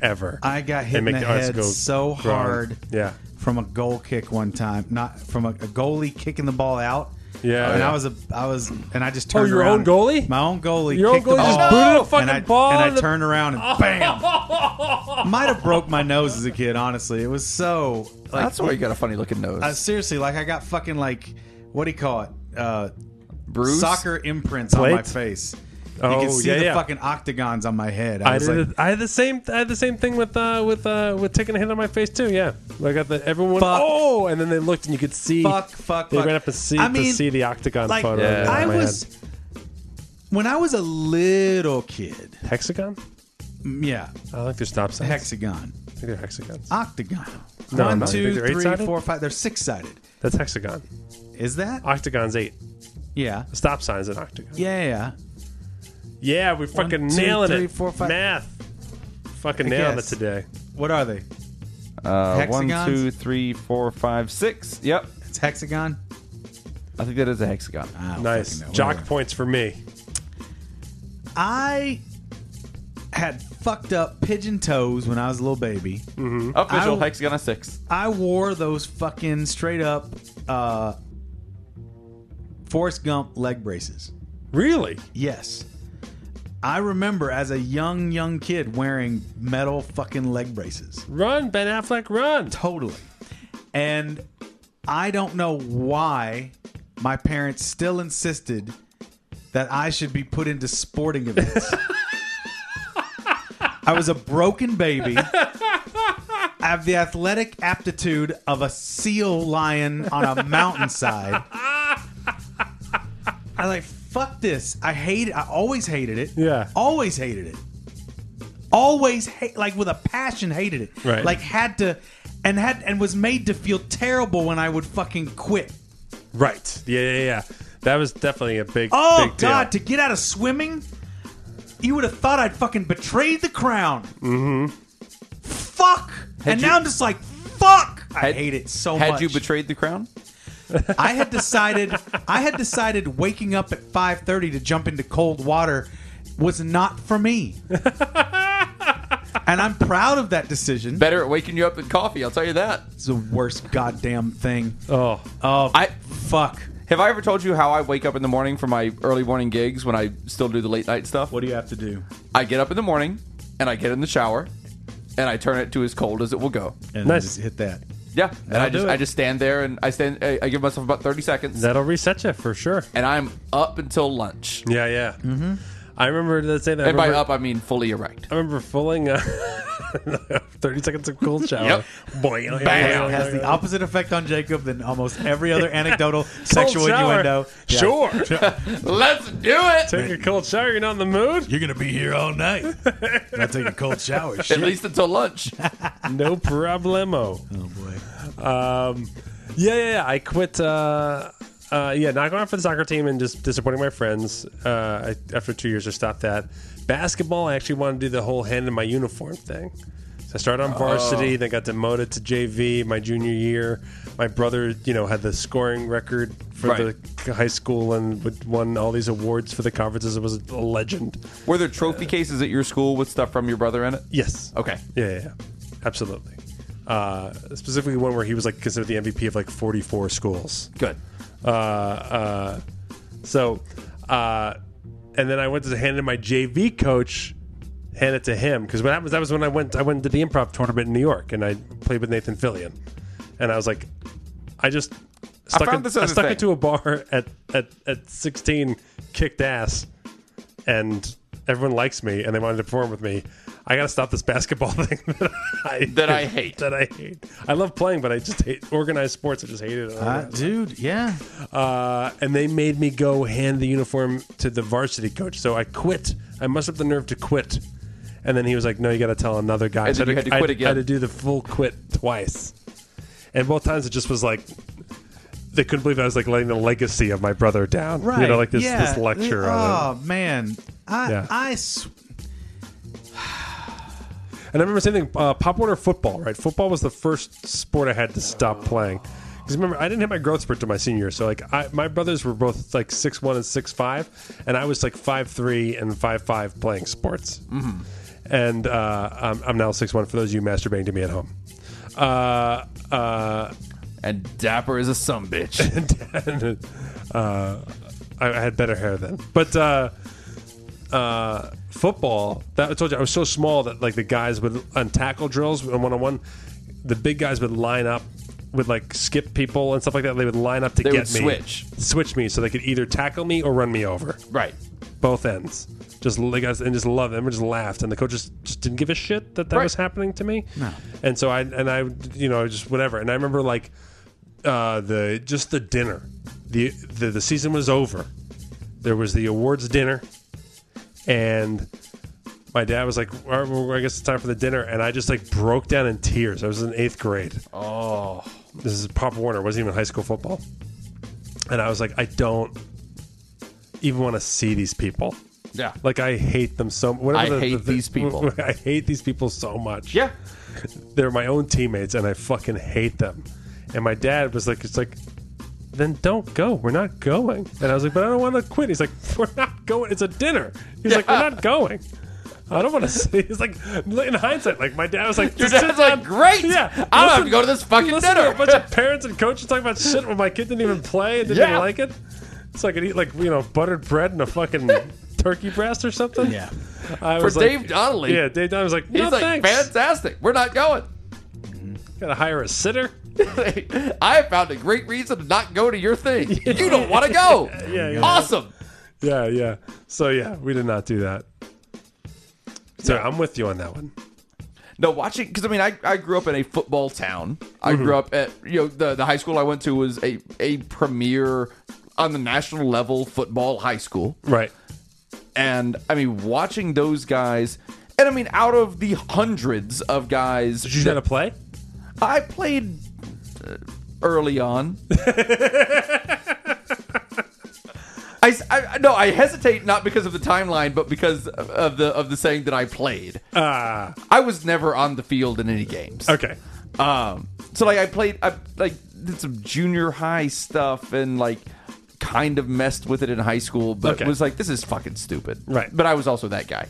Speaker 1: ever.
Speaker 2: I got hit in
Speaker 1: And
Speaker 2: the,
Speaker 1: make the arse
Speaker 2: head
Speaker 1: go
Speaker 2: so
Speaker 1: wrong.
Speaker 2: hard
Speaker 1: Yeah.
Speaker 2: from a goal kick one time, not from a, a goalie kicking the ball out.
Speaker 1: Yeah.
Speaker 2: and
Speaker 1: Yeah.
Speaker 2: I was a, I was, and I just turned.
Speaker 1: Oh, your
Speaker 2: around
Speaker 1: own
Speaker 2: and-
Speaker 1: goalie?
Speaker 2: My own goalie.
Speaker 1: Your own
Speaker 2: kicked the
Speaker 1: goalie just
Speaker 2: ball,
Speaker 1: booted a
Speaker 2: and I,
Speaker 1: fucking ball
Speaker 2: and I
Speaker 1: in the-
Speaker 2: turned around and bam. Might have broke my nose as a kid. Honestly, it was so. Like,
Speaker 3: That's why you got a funny looking nose.
Speaker 2: I, seriously, like I got fucking like, what do you call it? Uh,
Speaker 3: Bruce.
Speaker 2: soccer imprints on my
Speaker 1: Plate?
Speaker 2: face.
Speaker 1: Oh,
Speaker 2: you can see
Speaker 1: yeah,
Speaker 2: the
Speaker 1: yeah.
Speaker 2: fucking octagons on my head. I,
Speaker 1: I
Speaker 2: was
Speaker 1: did.
Speaker 2: like,
Speaker 1: it- I had the same. I had the same thing with uh, with uh, with taking a hit on my face too. Yeah, I got the everyone.
Speaker 2: Fuck.
Speaker 1: Oh, and then they looked and you could see.
Speaker 2: Fuck, fuck,
Speaker 1: They
Speaker 2: fuck.
Speaker 1: ran up to see
Speaker 2: I
Speaker 1: to
Speaker 2: mean,
Speaker 1: see the octagon
Speaker 2: like
Speaker 1: photo.
Speaker 3: Yeah.
Speaker 1: of
Speaker 2: I
Speaker 1: my
Speaker 2: was
Speaker 1: head.
Speaker 2: when I was a little kid.
Speaker 1: hexagon.
Speaker 2: mm, Yeah,
Speaker 1: I think they're stop signs.
Speaker 2: hexagon,
Speaker 1: I think they're hexagons.
Speaker 2: octagon.
Speaker 1: No,
Speaker 2: One,
Speaker 1: no, I
Speaker 2: two,
Speaker 1: think they're
Speaker 2: three,
Speaker 1: eight-sided.
Speaker 2: four, five. They're six sided.
Speaker 1: That's hexagon.
Speaker 2: Is that?
Speaker 1: Octagon's eight.
Speaker 2: Yeah.
Speaker 1: The stop sign's an octagon.
Speaker 2: Yeah, yeah.
Speaker 1: Yeah, we're fucking
Speaker 2: two,
Speaker 1: nailing
Speaker 2: three,
Speaker 1: it.
Speaker 2: four, five.
Speaker 1: Math. Fucking
Speaker 2: I
Speaker 1: nailing
Speaker 2: guess.
Speaker 1: it today.
Speaker 2: What are they?
Speaker 3: Uh, one,
Speaker 2: Hexagons?
Speaker 3: two, three, four, five, six. Yep.
Speaker 2: It's hexagon.
Speaker 3: I think that is a hexagon.
Speaker 2: I don't
Speaker 1: Nice.
Speaker 2: fucking know.
Speaker 1: Jock
Speaker 2: Whatever.
Speaker 1: points for me.
Speaker 2: I had fucked up pigeon toes when I was a little baby.
Speaker 3: Official
Speaker 2: I-
Speaker 3: hexagon of six.
Speaker 2: I wore those fucking straight up uh Forrest Gump leg braces.
Speaker 1: Really?
Speaker 2: Yes. I remember as a young, young kid wearing metal fucking leg braces.
Speaker 1: Run, Ben Affleck, run.
Speaker 2: Totally. And I don't know why my parents still insisted that I should be put into sporting events. I was a broken baby. I have the athletic aptitude of a seal lion on a mountainside. I like fuck this. I hate it. I always hated it.
Speaker 1: Yeah.
Speaker 2: Always hated it. Always hate like with a passion hated it.
Speaker 1: Right.
Speaker 2: Like had to and had and was made to feel terrible when I would fucking quit.
Speaker 1: Right. Yeah, yeah, yeah. That was definitely a big.
Speaker 2: Oh
Speaker 1: big deal.
Speaker 2: God, to get out of swimming, you would have thought I'd fucking betrayed the crown. Mm-hmm. Fuck. and
Speaker 3: you-
Speaker 2: now I'm just like, fuck. I
Speaker 3: Had-
Speaker 2: hate it so
Speaker 3: Had
Speaker 2: much.
Speaker 3: you betrayed the crown?
Speaker 2: I had decided. I had decided waking up at five thirty to jump into cold water was not for me. And I'm proud of that decision.
Speaker 3: Better at waking you up than coffee, I'll tell you that.
Speaker 2: It's the worst goddamn thing.
Speaker 1: Oh.
Speaker 2: Oh,
Speaker 3: I
Speaker 2: fuck.
Speaker 3: have I ever told you how I wake up in the morning for my early morning gigs when I still do the late night stuff?
Speaker 2: do you have to do?
Speaker 3: I get up in the morning and I get in the shower and I turn it to as cold as it will go.
Speaker 2: And
Speaker 1: Nice.
Speaker 2: just hit that.
Speaker 3: Yeah, and I
Speaker 1: That'll
Speaker 3: just
Speaker 1: do it.
Speaker 3: I just stand there and I stand I, I give myself about 30 seconds
Speaker 1: That'll reset you for sure.
Speaker 3: and I'm up until lunch.
Speaker 1: Yeah, yeah. Mm-hmm. I remember that saying that. I
Speaker 3: And by
Speaker 1: remember,
Speaker 3: up I mean fully erect.
Speaker 1: I remember fooling uh, 30 seconds of cold shower.
Speaker 3: Yep.
Speaker 1: Boy, Bam.
Speaker 2: It has the opposite effect on Jacob than almost every other anecdotal sexual innuendo. Yeah.
Speaker 1: Sure.
Speaker 3: Let's do it.
Speaker 1: Take a cold shower. You're not in the mood.
Speaker 2: You're gonna be here all night. I take a cold shower.
Speaker 3: At least until lunch.
Speaker 1: No problemo.
Speaker 2: Oh boy.
Speaker 1: Um, yeah, yeah, yeah. I quit. Uh, uh, yeah, not going out for the soccer team and just disappointing my friends. Uh, I, after two years, I stopped that. Basketball, I actually wanted to do the whole hand in my uniform thing. So I started
Speaker 3: Oh.
Speaker 1: on varsity, then got demoted to JV my junior year. My brother, you know, had the scoring record for
Speaker 3: Right.
Speaker 1: the high school and would- won all these awards for the conferences. It was a legend.
Speaker 3: Were there trophy cases at your school with stuff from your brother in it?
Speaker 1: Yes.
Speaker 3: Okay.
Speaker 1: Yeah, yeah, yeah. absolutely. Uh, specifically, one where he was like considered the MVP of like 44 schools.
Speaker 3: Good.
Speaker 1: Uh, uh, so, uh, and then I went to hand it to my JV coach, hand it to him because when that was that was when I went I went to the improv tournament in New York and I played with Nathan Fillion, and I was like, I just stuck,
Speaker 3: found
Speaker 1: in-
Speaker 3: this
Speaker 1: I
Speaker 3: other
Speaker 1: stuck
Speaker 3: thing.
Speaker 1: into a bar at at at 16, kicked ass, and everyone likes me and they wanted to perform with me. I gotta stop this basketball thing that I
Speaker 3: That I hate.
Speaker 1: That I hate. I love playing, but I just hate organized sports. I just hate it.
Speaker 2: Uh, dude, yeah.
Speaker 1: Uh, and they made me go hand the uniform to the varsity coach. So I quit. I must have the nerve to quit. And then he was like, "No, you got to tell another guy."
Speaker 3: And
Speaker 1: So
Speaker 3: then you
Speaker 1: I
Speaker 3: had to quit
Speaker 1: I I
Speaker 3: again.
Speaker 1: had to do the full quit twice. And both times it just was like they couldn't believe I was like letting the legacy of my brother down.
Speaker 2: Right.
Speaker 1: You know, like this
Speaker 2: yeah.
Speaker 1: this lecture. on
Speaker 2: Oh man. I
Speaker 1: Yeah.
Speaker 2: I s-
Speaker 1: it. And I remember the same thing. Uh, pop Warner football. Right, football was the first sport I had to stop playing Because remember, I didn't hit my growth spurt till my senior year. So like, I, my brothers were both like six one and six five, and I was like five three and five five playing sports. Mm-hmm. And uh, I'm, I'm now six one. For those of you masturbating to me at home, uh, uh,
Speaker 3: And Dapper is a some bitch.
Speaker 1: and, uh, I, I had better hair then. But uh, uh, football, that I told you, I was so small that like the guys would on tackle drills on one on one, the big guys would line up. Would like skip people and stuff like that. They would line up to
Speaker 3: They
Speaker 1: get
Speaker 3: would
Speaker 1: me,
Speaker 3: switch.
Speaker 1: switch me, so they could either tackle me or run me over,
Speaker 3: right.
Speaker 1: both ends. Just like us and just love them, and just laughed, and the coaches just didn't give a shit that that
Speaker 3: Right.
Speaker 1: was happening to me. No, and so I and I, you know, just whatever. And I remember like uh, the just the dinner. The, the the season was over. There was the awards dinner, and my dad was like, "All right, well, "I guess it's time for the dinner," and I just like broke down in tears. I was in eighth grade. Oh, this is Pop Warner. It wasn't even high school football, and I was like, "I don't even want to see these people."
Speaker 3: Yeah.
Speaker 1: Like I hate them so. Whatever
Speaker 3: I hate these people.
Speaker 1: I hate these people so much
Speaker 3: yeah.
Speaker 1: they're my own teammates and I fucking hate them. And my dad was like, it's like, then don't go. We're not going. And I was like, but I don't want to quit. He's like, we're not going. It's a dinner. He's like, we're not going. I don't want to see. It's like in hindsight, like my dad was like,
Speaker 3: Your
Speaker 1: "Just sit
Speaker 3: dad's like,
Speaker 1: down."
Speaker 3: great.
Speaker 1: Yeah,
Speaker 3: I don't have
Speaker 1: Listen-
Speaker 3: to go to this fucking
Speaker 1: listen to
Speaker 3: dinner.
Speaker 1: a bunch of parents and coaches talking about shit when my kid didn't even play and didn't
Speaker 3: Yeah.
Speaker 1: even like it. So I could eat like you know buttered bread and a fucking turkey breast or something.
Speaker 2: Yeah.
Speaker 1: I
Speaker 3: For
Speaker 1: was like-
Speaker 3: Dave Donnelly.
Speaker 1: Yeah, Dave Donnelly was like,
Speaker 3: He's
Speaker 1: no
Speaker 3: like,
Speaker 1: thanks.
Speaker 3: fantastic. We're not going.
Speaker 1: Gotta hire a sitter.
Speaker 3: I found a great reason to not go to your thing. You don't want to go.
Speaker 1: Yeah, yeah.
Speaker 3: Awesome.
Speaker 1: Yeah, yeah. So yeah, we did not do that. So I'm with you on that one.
Speaker 3: No, watching because I mean I, I grew up in a football town. I grew up at you know the the high school I went to was a a premier on the national level football high school,
Speaker 1: Right.
Speaker 3: and I mean watching those guys, and I mean out of the hundreds of guys,
Speaker 1: Did you try to play?
Speaker 3: I played uh, early on. I, s- I- no, I hesitate not because of the timeline, but because of the of the saying that I played.
Speaker 1: Ah,
Speaker 3: I was never on the field in any games.
Speaker 1: okay.
Speaker 3: Um, so like I played, I like did some junior high stuff and like kind of messed with it in high school, but
Speaker 1: Okay.
Speaker 3: was like, this is fucking stupid.
Speaker 1: Right.
Speaker 3: But I was also that guy.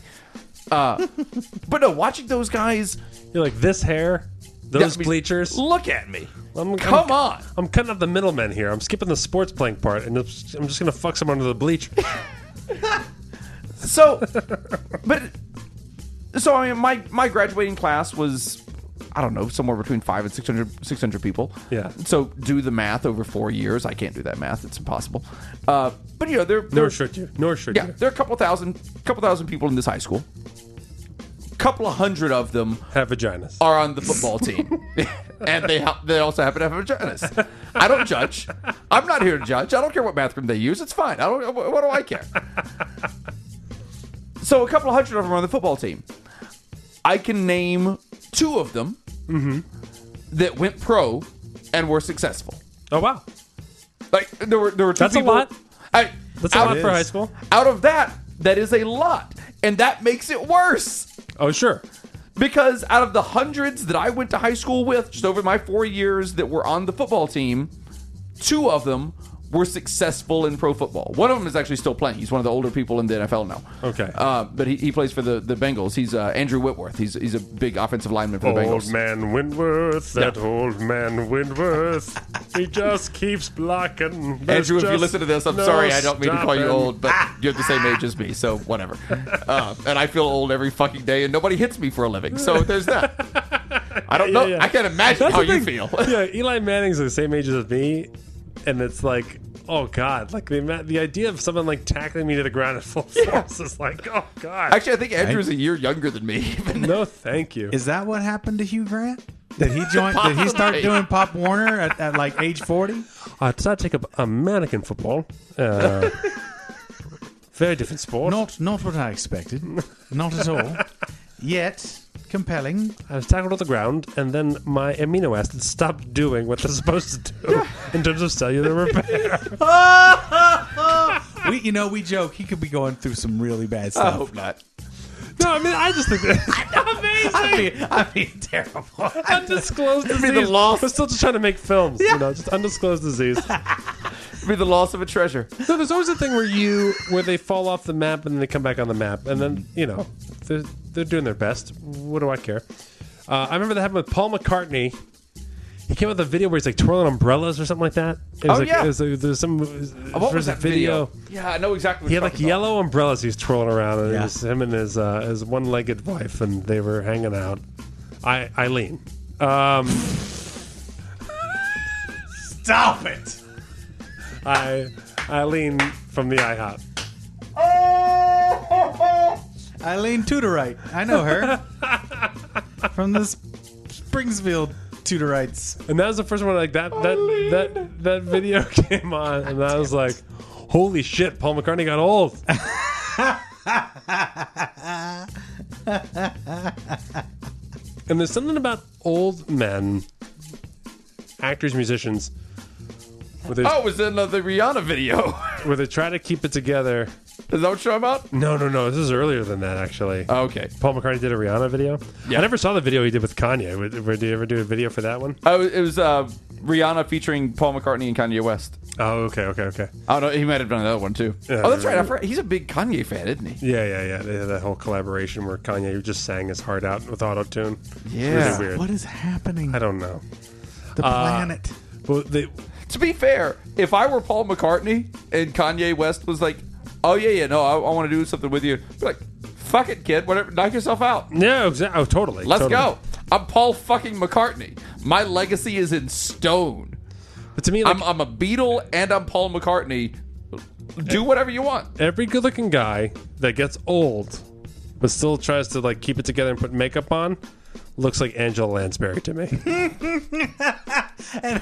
Speaker 3: Uh, but no, watching those guys,
Speaker 1: You're like this hair, those
Speaker 3: I mean,
Speaker 1: bleachers.
Speaker 3: Look at me.
Speaker 1: I'm-
Speaker 3: Come
Speaker 1: I'm-
Speaker 3: on.
Speaker 1: I'm cutting up the middlemen here. I'm skipping the sports playing part, and I'm just I'm just gonna fuck someone under the bleach.
Speaker 3: So, but so I mean, my my graduating class was. I don't know, somewhere between five and 600, 600 people.
Speaker 1: Yeah.
Speaker 3: So do the math over four years. I can't do that math; it's impossible. Uh, but you know, there, there
Speaker 1: Nor should you. Nor should
Speaker 3: Yeah,
Speaker 1: you.
Speaker 3: there are a couple thousand, couple thousand people in this high school. Couple of hundred of them
Speaker 1: Have vaginas.
Speaker 3: are on the football team, and they ha- they also happen to have vaginas. I don't judge. I'm not here to judge. I don't care what bathroom they use. It's fine. I don't. wh- What do I care? So a couple of hundred of them are on the football team. I can name two of them that went pro and were successful.
Speaker 1: Oh wow,
Speaker 3: Like there were there were two
Speaker 1: That's a
Speaker 3: people-
Speaker 1: lot.
Speaker 3: I,
Speaker 1: that's a
Speaker 3: out-
Speaker 1: lot for
Speaker 2: is.
Speaker 1: high school.
Speaker 3: out of that, that is a lot. And that makes it worse.
Speaker 1: Oh sure.
Speaker 3: Because out of the hundreds that I went to high school with, just over my four years that were on the football team, two of them were successful in pro football. One of them is actually still playing. He's one of the older people in the NFL now.
Speaker 1: Okay.
Speaker 3: Uh, but he, he plays for the, the Bengals. He's uh, Andrew Whitworth. He's, he's a big offensive lineman for the Bengals.
Speaker 1: Old man Windworth, that
Speaker 3: Yeah.
Speaker 1: old man Windworth, he just keeps blocking. There's
Speaker 3: Andrew, if you
Speaker 1: just
Speaker 3: listen to this, I'm
Speaker 1: no Ah.
Speaker 3: sorry. I don't mean to call you
Speaker 1: stopping.
Speaker 3: old, but you're the same age as me, so whatever. Uh, and I feel old every fucking day, and nobody hits me for a living. So there's that. I don't
Speaker 1: Yeah,
Speaker 3: know.
Speaker 1: yeah.
Speaker 3: I can't imagine
Speaker 1: That's
Speaker 3: how
Speaker 1: the
Speaker 3: you
Speaker 1: thing.
Speaker 3: feel.
Speaker 1: yeah, Eli Manning's the same age as me, and it's like, oh god, like the ima- the idea of someone like tackling me to the ground at full force is like, oh god,
Speaker 3: Actually, I think Andrew's a year younger than me. Even.
Speaker 1: no, thank you.
Speaker 2: Is that what happened to Hugh Grant? Did he join? did he start
Speaker 3: Possibly.
Speaker 2: doing Pop Warner at, at like age forty?
Speaker 1: I decided to Uh, take up American football. Uh, very different sport.
Speaker 2: Not, not what I expected. Not at all. Yet compelling.
Speaker 1: I was tackled to the ground, and then my amino acids stopped doing what they're supposed to do in terms of cellular repair.
Speaker 2: We, you know, we joke he could be going through some really
Speaker 3: I
Speaker 2: bad
Speaker 1: Oh.
Speaker 2: stuff.
Speaker 3: hope not.
Speaker 1: No, I mean I just think that
Speaker 2: I mean, I mean, terrible.
Speaker 1: undisclosed
Speaker 3: be
Speaker 1: disease.
Speaker 3: the loss.
Speaker 1: We're still just trying to make films, you know, just undisclosed disease.
Speaker 3: be the loss of a treasure.
Speaker 1: No, there's always a thing where you where they fall off the map and then they come back on the map, and then you know they're they're doing their best. What do I care? Uh, I remember that happened with Paul McCartney. He came out with a video where he's like twirling umbrellas or something like that. It was
Speaker 3: Oh,
Speaker 1: like,
Speaker 3: yeah.
Speaker 1: it was, like, there's some. What
Speaker 3: What was that video? Yeah, I know exactly. What
Speaker 1: He
Speaker 3: you're
Speaker 1: had like
Speaker 3: talking about.
Speaker 1: yellow umbrellas he was twirling around, and
Speaker 2: Yeah.
Speaker 1: it was him and his uh, his one-legged wife, and they were hanging out. I Eileen. Um,
Speaker 2: Stop it.
Speaker 1: I Eileen from the IHOP.
Speaker 2: Eileen Tudorite. I know her from the S- Springsfield Tudorites.
Speaker 1: And that was the first one like that that that that video came on and I was like, holy shit, Paul McCartney got old. and there's something about old men, actors, musicians, where they,
Speaker 3: Oh, it was in uh, the Rihanna video.
Speaker 1: where they try to keep it together.
Speaker 3: Is that what you're talking about? Oh,
Speaker 1: No, no, no. This is earlier than that, actually.
Speaker 3: Okay.
Speaker 1: Paul McCartney did a Rihanna video.
Speaker 3: Yeah.
Speaker 1: I never saw the video he did with Kanye. Would- would- Did you ever do a video for that one?
Speaker 3: Oh, it was uh, Rihanna featuring Paul McCartney and Kanye West.
Speaker 1: Oh, okay, okay, okay.
Speaker 3: I don't know. He might have done another one too.
Speaker 1: Yeah,
Speaker 3: oh, that's right. I
Speaker 1: right.
Speaker 3: forgot. He's a big Kanye fan, isn't he?
Speaker 1: Yeah, yeah, yeah. They had that whole collaboration where Kanye just sang his heart out with auto tune.
Speaker 3: Yeah.
Speaker 1: really weird.
Speaker 2: What is happening?
Speaker 1: I don't Uh, know.
Speaker 2: The planet.
Speaker 1: But they,
Speaker 3: To be fair, if I were Paul McCartney and Kanye West was like, "Oh yeah, yeah, no, I, I want to do something with you," I'd be like, "Fuck it, kid. Whatever. Knock yourself out.
Speaker 1: yeah, exactly. Oh, totally.
Speaker 3: Let's
Speaker 1: totally.
Speaker 3: go." I'm Paul fucking McCartney. My legacy is in stone.
Speaker 1: But to me, like
Speaker 3: I'm, I'm a Beatle and I'm Paul McCartney. Do whatever you want.
Speaker 1: every good-looking guy that gets old but still tries to like keep it together and put makeup on looks like Angela Lansbury to me.
Speaker 3: What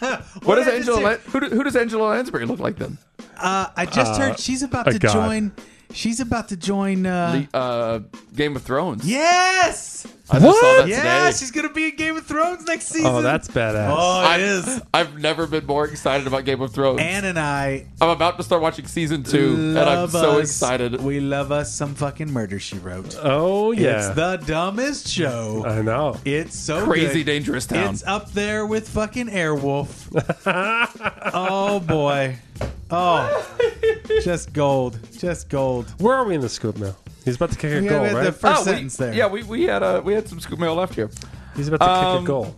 Speaker 3: does
Speaker 2: did I just
Speaker 3: Angela?
Speaker 2: do?
Speaker 3: Lan- who, do- who does Angela Lansbury look like then?
Speaker 2: Uh, I just heard she's about
Speaker 1: a
Speaker 2: to
Speaker 1: god.
Speaker 2: join. She's about to join. Uh,
Speaker 3: The, uh, Game of Thrones.
Speaker 2: yes.
Speaker 3: I just saw that
Speaker 2: Yeah,
Speaker 3: today.
Speaker 2: she's gonna be in Game of Thrones next season.
Speaker 1: oh, that's badass.
Speaker 2: Oh, it
Speaker 3: I-
Speaker 2: is.
Speaker 3: I've never been more excited about Game of Thrones.
Speaker 2: Anne and I
Speaker 3: I'm about to start watching season two, and I'm
Speaker 2: love
Speaker 3: so
Speaker 2: us-
Speaker 3: excited.
Speaker 2: We love us some fucking murder she wrote.
Speaker 1: oh yeah.
Speaker 2: It's the dumbest show.
Speaker 1: I know.
Speaker 2: It's so
Speaker 3: Crazy
Speaker 2: good.
Speaker 3: dangerous town.
Speaker 2: It's up there with fucking Airwolf. oh boy. Oh. Just gold. Just gold.
Speaker 1: Where are we in the scoop now? He's about to kick a
Speaker 2: Yeah,
Speaker 1: goal,
Speaker 2: we had
Speaker 1: right?
Speaker 2: the first
Speaker 3: Oh, we-
Speaker 2: sentence there.
Speaker 3: Yeah, we, we had uh, we had some scoop mail left here.
Speaker 1: He's about to
Speaker 3: Um,
Speaker 1: kick a goal.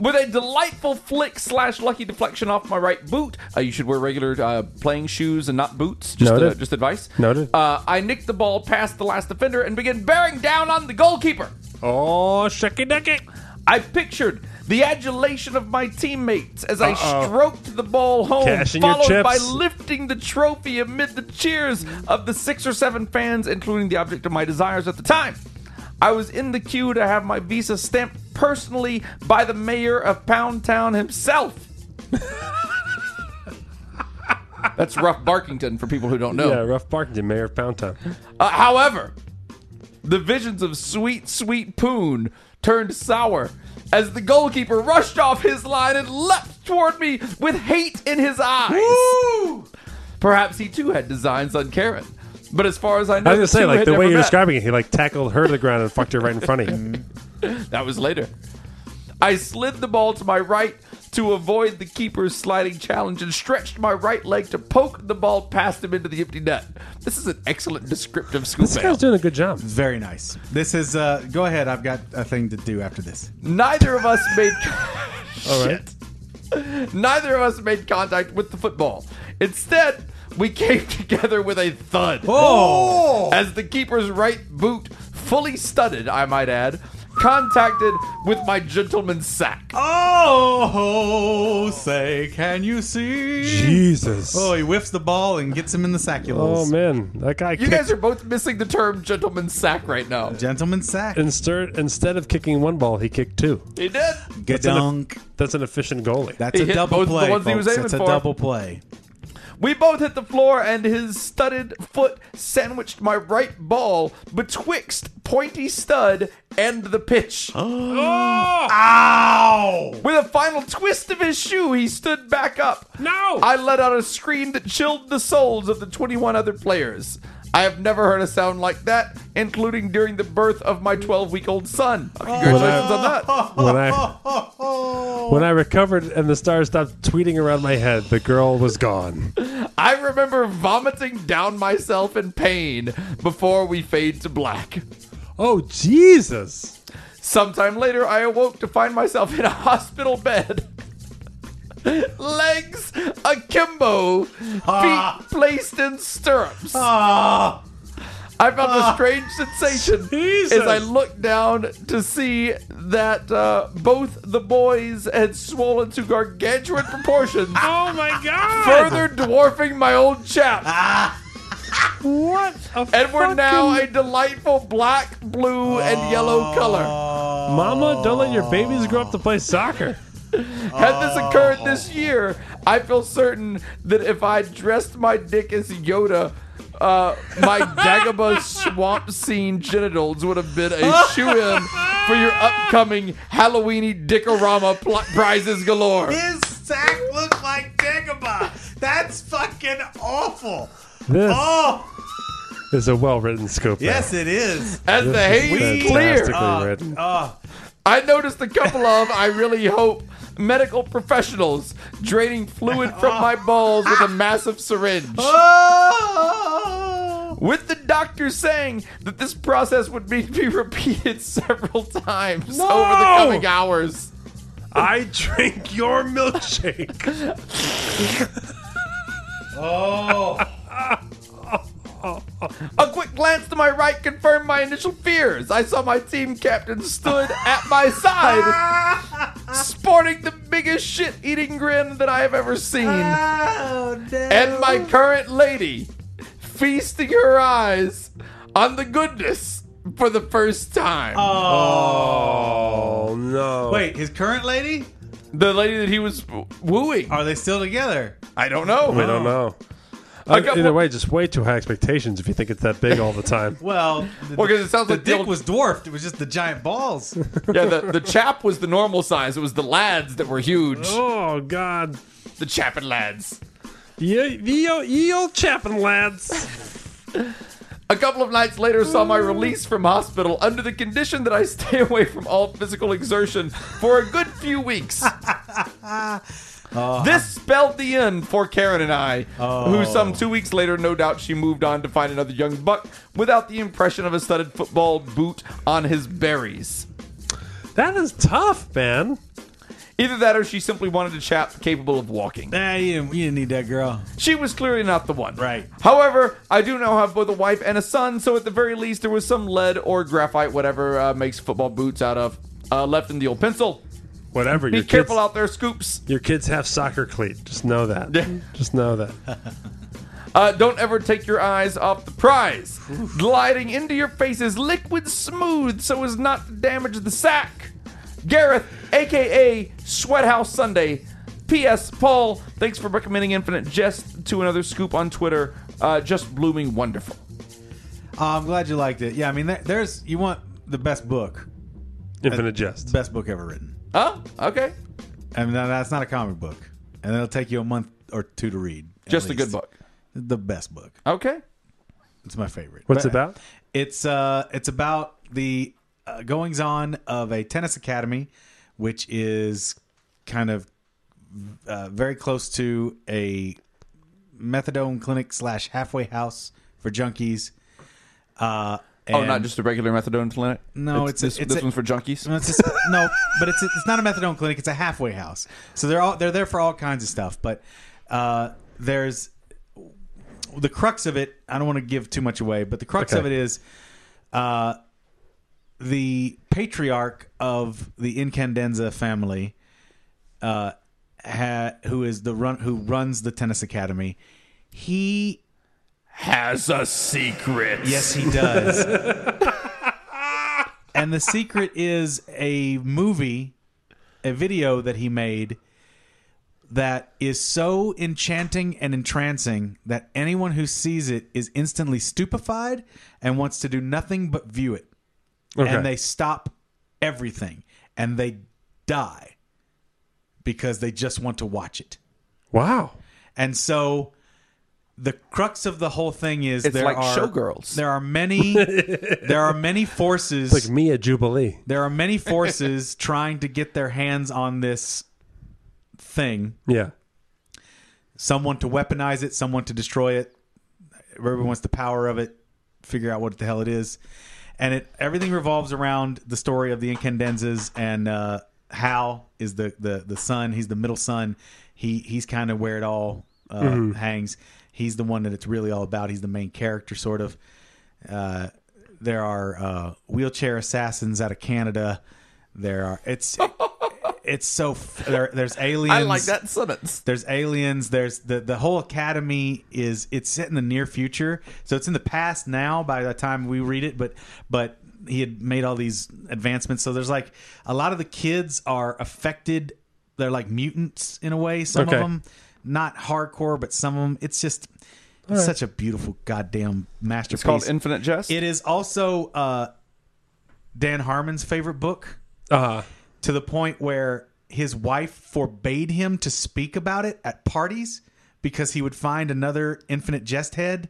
Speaker 3: With a delightful flick slash lucky deflection off my right boot, uh, you should wear regular uh, playing shoes and not boots. Just,
Speaker 1: Noted.
Speaker 3: uh, just advice.
Speaker 1: Noted.
Speaker 3: Uh, I nicked the ball past the last defender and began bearing down on the goalkeeper.
Speaker 1: Oh, shucky ducky.
Speaker 3: I pictured the adulation of my teammates as I
Speaker 1: Uh-oh.
Speaker 3: stroked the ball home,
Speaker 1: Cashing your
Speaker 3: followed by
Speaker 1: chips.
Speaker 3: lifting the trophy amid the cheers of the six or seven fans, including the object of my desires at the time. I was in the queue to have my visa stamped personally by the mayor of Pound Town himself. That's rough Barkington for people who don't know.
Speaker 1: Yeah, rough Barkington, mayor of Pound Town.
Speaker 3: Uh, however, the visions of sweet, sweet Poon turned sour as the goalkeeper rushed off his line and leapt toward me with hate in his eyes. Perhaps he too had designs on Karen. But as far as I know,
Speaker 1: I was gonna
Speaker 3: the
Speaker 1: say,
Speaker 3: two
Speaker 1: like
Speaker 3: had
Speaker 1: the way
Speaker 3: never
Speaker 1: you're
Speaker 3: met.
Speaker 1: describing it, he like tackled her to the ground and fucked her right in front of you.
Speaker 3: That was later. I slid the ball to my right to avoid the keeper's sliding challenge and stretched my right leg to poke the ball past him into the empty net. This is an excellent descriptive scoop.
Speaker 1: This
Speaker 3: mail.
Speaker 1: guy's doing a good job.
Speaker 2: Very nice. This is uh go ahead, I've got a thing to do after this.
Speaker 3: Neither of us made.
Speaker 1: All right.
Speaker 3: Neither of us made contact with the football. Instead, we came together with a thud.
Speaker 2: Oh.
Speaker 3: As the keeper's right boot, fully studded, I might add, contacted with my gentleman's sack.
Speaker 2: Oh say can you see
Speaker 1: Jesus.
Speaker 2: Oh,
Speaker 1: Oh,
Speaker 2: he whiffs the ball and gets him in the
Speaker 3: Oh,
Speaker 2: sacules.
Speaker 1: man, that guy.
Speaker 3: You guys are both missing the term gentleman's sack right now.
Speaker 2: Gentleman sack.
Speaker 1: instead instead of kicking one ball, he kicked two.
Speaker 3: He did.
Speaker 2: Gadunk.
Speaker 1: That's an efficient goalie.
Speaker 2: That's
Speaker 3: He
Speaker 2: a
Speaker 3: hit
Speaker 2: double
Speaker 3: both the
Speaker 2: play.
Speaker 3: ones he was
Speaker 2: folks.
Speaker 3: aiming
Speaker 2: That's a
Speaker 3: for.
Speaker 2: double play.
Speaker 3: We both hit the floor, and his studded foot sandwiched my right ball betwixt pointy stud and the pitch.
Speaker 2: Ow!
Speaker 3: With a final twist of his shoe, he stood back up.
Speaker 1: No!
Speaker 3: I let out a scream that chilled the souls of the 21 other players. I have never heard a sound like that, including during the birth of my 12 week old son. Congratulations on that.
Speaker 1: when I when I recovered and the stars stopped tweeting around my head, the girl was gone.
Speaker 3: I remember vomiting down myself in pain before we fade to black.
Speaker 1: Oh Jesus!
Speaker 3: Sometime later, I awoke to find myself in a hospital bed. Legs akimbo, feet placed in stirrups.
Speaker 2: Ah,
Speaker 3: I felt a strange sensation
Speaker 1: Ah, Jesus.
Speaker 3: as I looked down to see that uh, both the boys had swollen to gargantuan proportions,
Speaker 1: Oh my God!
Speaker 3: further dwarfing my old chap.
Speaker 1: what? A
Speaker 3: And we're now a
Speaker 1: fucking-
Speaker 3: delightful black, blue, and yellow
Speaker 1: Oh.
Speaker 3: color.
Speaker 1: Mama, don't let your babies grow up to play soccer.
Speaker 3: Had this occurred this year, I feel certain that if I dressed my dick as Yoda, uh, my Dagobah swamp scene genitals would have been a shoe in for your upcoming Halloweeny Dickorama pl- prizes galore.
Speaker 2: his sack looked like Dagobah. That's fucking awful.
Speaker 1: This
Speaker 2: Oh,
Speaker 1: is a well-written scoop.
Speaker 2: yes, it is.
Speaker 3: As the haze
Speaker 1: fantastically
Speaker 3: cleared,
Speaker 1: written.
Speaker 2: Oh,
Speaker 3: I noticed a couple of, I really hope, medical professionals draining fluid from my balls with a massive syringe.
Speaker 2: oh.
Speaker 3: with the doctor saying that this process would be, be repeated several times over the coming hours.
Speaker 1: I drink your milkshake.
Speaker 3: Oh.
Speaker 2: Oh,
Speaker 3: A quick glance to my right confirmed my initial fears. I saw my team captain stood at my side, sporting the biggest shit eating grin that I have ever seen,
Speaker 2: Oh, no.
Speaker 3: and my current lady feasting her eyes on the goodness for the first time.
Speaker 1: Oh no!
Speaker 2: Wait, his current lady?
Speaker 3: the lady that he was wooing.
Speaker 2: Are they still together?
Speaker 3: I don't know.
Speaker 1: I don't know. Uh,
Speaker 3: I got
Speaker 1: Either
Speaker 3: one-
Speaker 1: way, just way too high expectations if you think it's that big all the time.
Speaker 2: Well, the,
Speaker 3: Well, 'cause it sounds
Speaker 2: the
Speaker 3: like the
Speaker 2: dick
Speaker 3: old-
Speaker 2: was dwarfed. It was just the giant balls.
Speaker 3: Yeah, the, the chap was the normal size. It was the lads that were huge.
Speaker 1: oh God!
Speaker 3: The chappin' lads.
Speaker 1: Ye, ye, old- ye old chappin' lads.
Speaker 3: A couple of nights later, saw my release from hospital under the condition that I stay away from all physical exertion for a good few weeks. this spelled the end for Karen and I, who some two weeks later, no doubt, she moved on to find another young buck without the impression of a studded football boot on his berries.
Speaker 1: That is tough, man.
Speaker 3: Either that or she simply wanted a chap capable of walking.
Speaker 2: nah, you didn't, you didn't need that girl.
Speaker 3: She was clearly not the one.
Speaker 2: Right.
Speaker 3: However, I do now have both a wife and a son, so at the very least, there was some lead or graphite, whatever uh, makes football boots out of, uh, left in the old pencil.
Speaker 1: Whatever.
Speaker 3: Be
Speaker 1: your
Speaker 3: careful
Speaker 1: Kids,
Speaker 3: out there, scoops.
Speaker 1: your kids have soccer cleat. Just know that. just know that.
Speaker 3: Uh, don't ever take your eyes off the prize. Gliding into your face is liquid smooth so as not to damage the sack. Gareth, aka Sweathouse Sunday. P.S. Paul, thanks for recommending Infinite Jest to another scoop on Twitter. Uh, just blooming wonderful.
Speaker 2: Oh, I'm glad you liked it. Yeah, I mean, there, there's you want the best book,
Speaker 1: Infinite jest.
Speaker 2: best book ever written.
Speaker 3: Oh, okay.
Speaker 2: I mean, that- that's not a comic book, and it'll take you a month or two to read. at
Speaker 3: Just a good
Speaker 2: least.
Speaker 3: book.
Speaker 2: The best book.
Speaker 3: Okay.
Speaker 2: It's my favorite.
Speaker 1: What's it
Speaker 2: But-
Speaker 1: about?
Speaker 2: It's uh, it's about the uh, goings on of a tennis academy, which is kind of uh, very close to a methadone clinic slash halfway house for junkies. Uh,
Speaker 3: Oh,
Speaker 2: and-
Speaker 3: not just a regular methadone clinic.
Speaker 2: No, it's a-
Speaker 3: this,
Speaker 2: it's
Speaker 3: this
Speaker 2: a-
Speaker 3: one's for junkies.
Speaker 2: No, it's just, no, but it's it's not a methadone clinic. It's a halfway house. So they're all they're there for all kinds of stuff. But uh, there's the crux of it. I don't want to give too much away, but the crux
Speaker 1: Okay.
Speaker 2: of it is uh, the patriarch of the Incandenza family, uh, ha, who is the run who runs the tennis academy. He
Speaker 3: Has a secret.
Speaker 2: Yes, he does. and the secret is a movie, a video that he made that is so enchanting and entrancing that anyone who sees it is instantly stupefied and wants to do nothing but view it.
Speaker 1: Okay.
Speaker 2: And they stop everything and they die because they just want to watch it.
Speaker 1: wow.
Speaker 2: And so the crux of the whole thing is
Speaker 3: It's
Speaker 2: there
Speaker 3: like
Speaker 2: are
Speaker 3: Showgirls.
Speaker 2: There are many there are many forces
Speaker 1: Like Mia Jubilee.
Speaker 2: there are many forces trying to get their hands on this thing.
Speaker 1: Yeah.
Speaker 2: Someone to weaponize it, someone to destroy it. Everyone wants the power of it, figure out what the hell it is. And it everything revolves around the story of the Incandenzas and uh Hal is the the the son, he's the middle son. He he's kind of where it all uh,
Speaker 3: Mm-hmm.
Speaker 2: hangs. He's the one that it's really all about. He's the main character sort of uh, there are uh, wheelchair assassins out of Canada. There are it's it's so f- there, there's aliens.
Speaker 3: I like that sentence.
Speaker 2: There's aliens. There's the the whole academy is it's set in the near future, so it's in the past now by the time we read it. But but he had made all these advancements, so there's like a lot of the kids are affected. They're like mutants in a way. Some
Speaker 1: Okay.
Speaker 2: of them not hardcore, but some of them. It's just it's such a beautiful goddamn masterpiece.
Speaker 3: It's called Infinite Jest.
Speaker 2: It is also uh, Dan Harmon's favorite book
Speaker 1: Uh,
Speaker 2: to the point where his wife forbade him to speak about it at parties because he would find another Infinite Jest head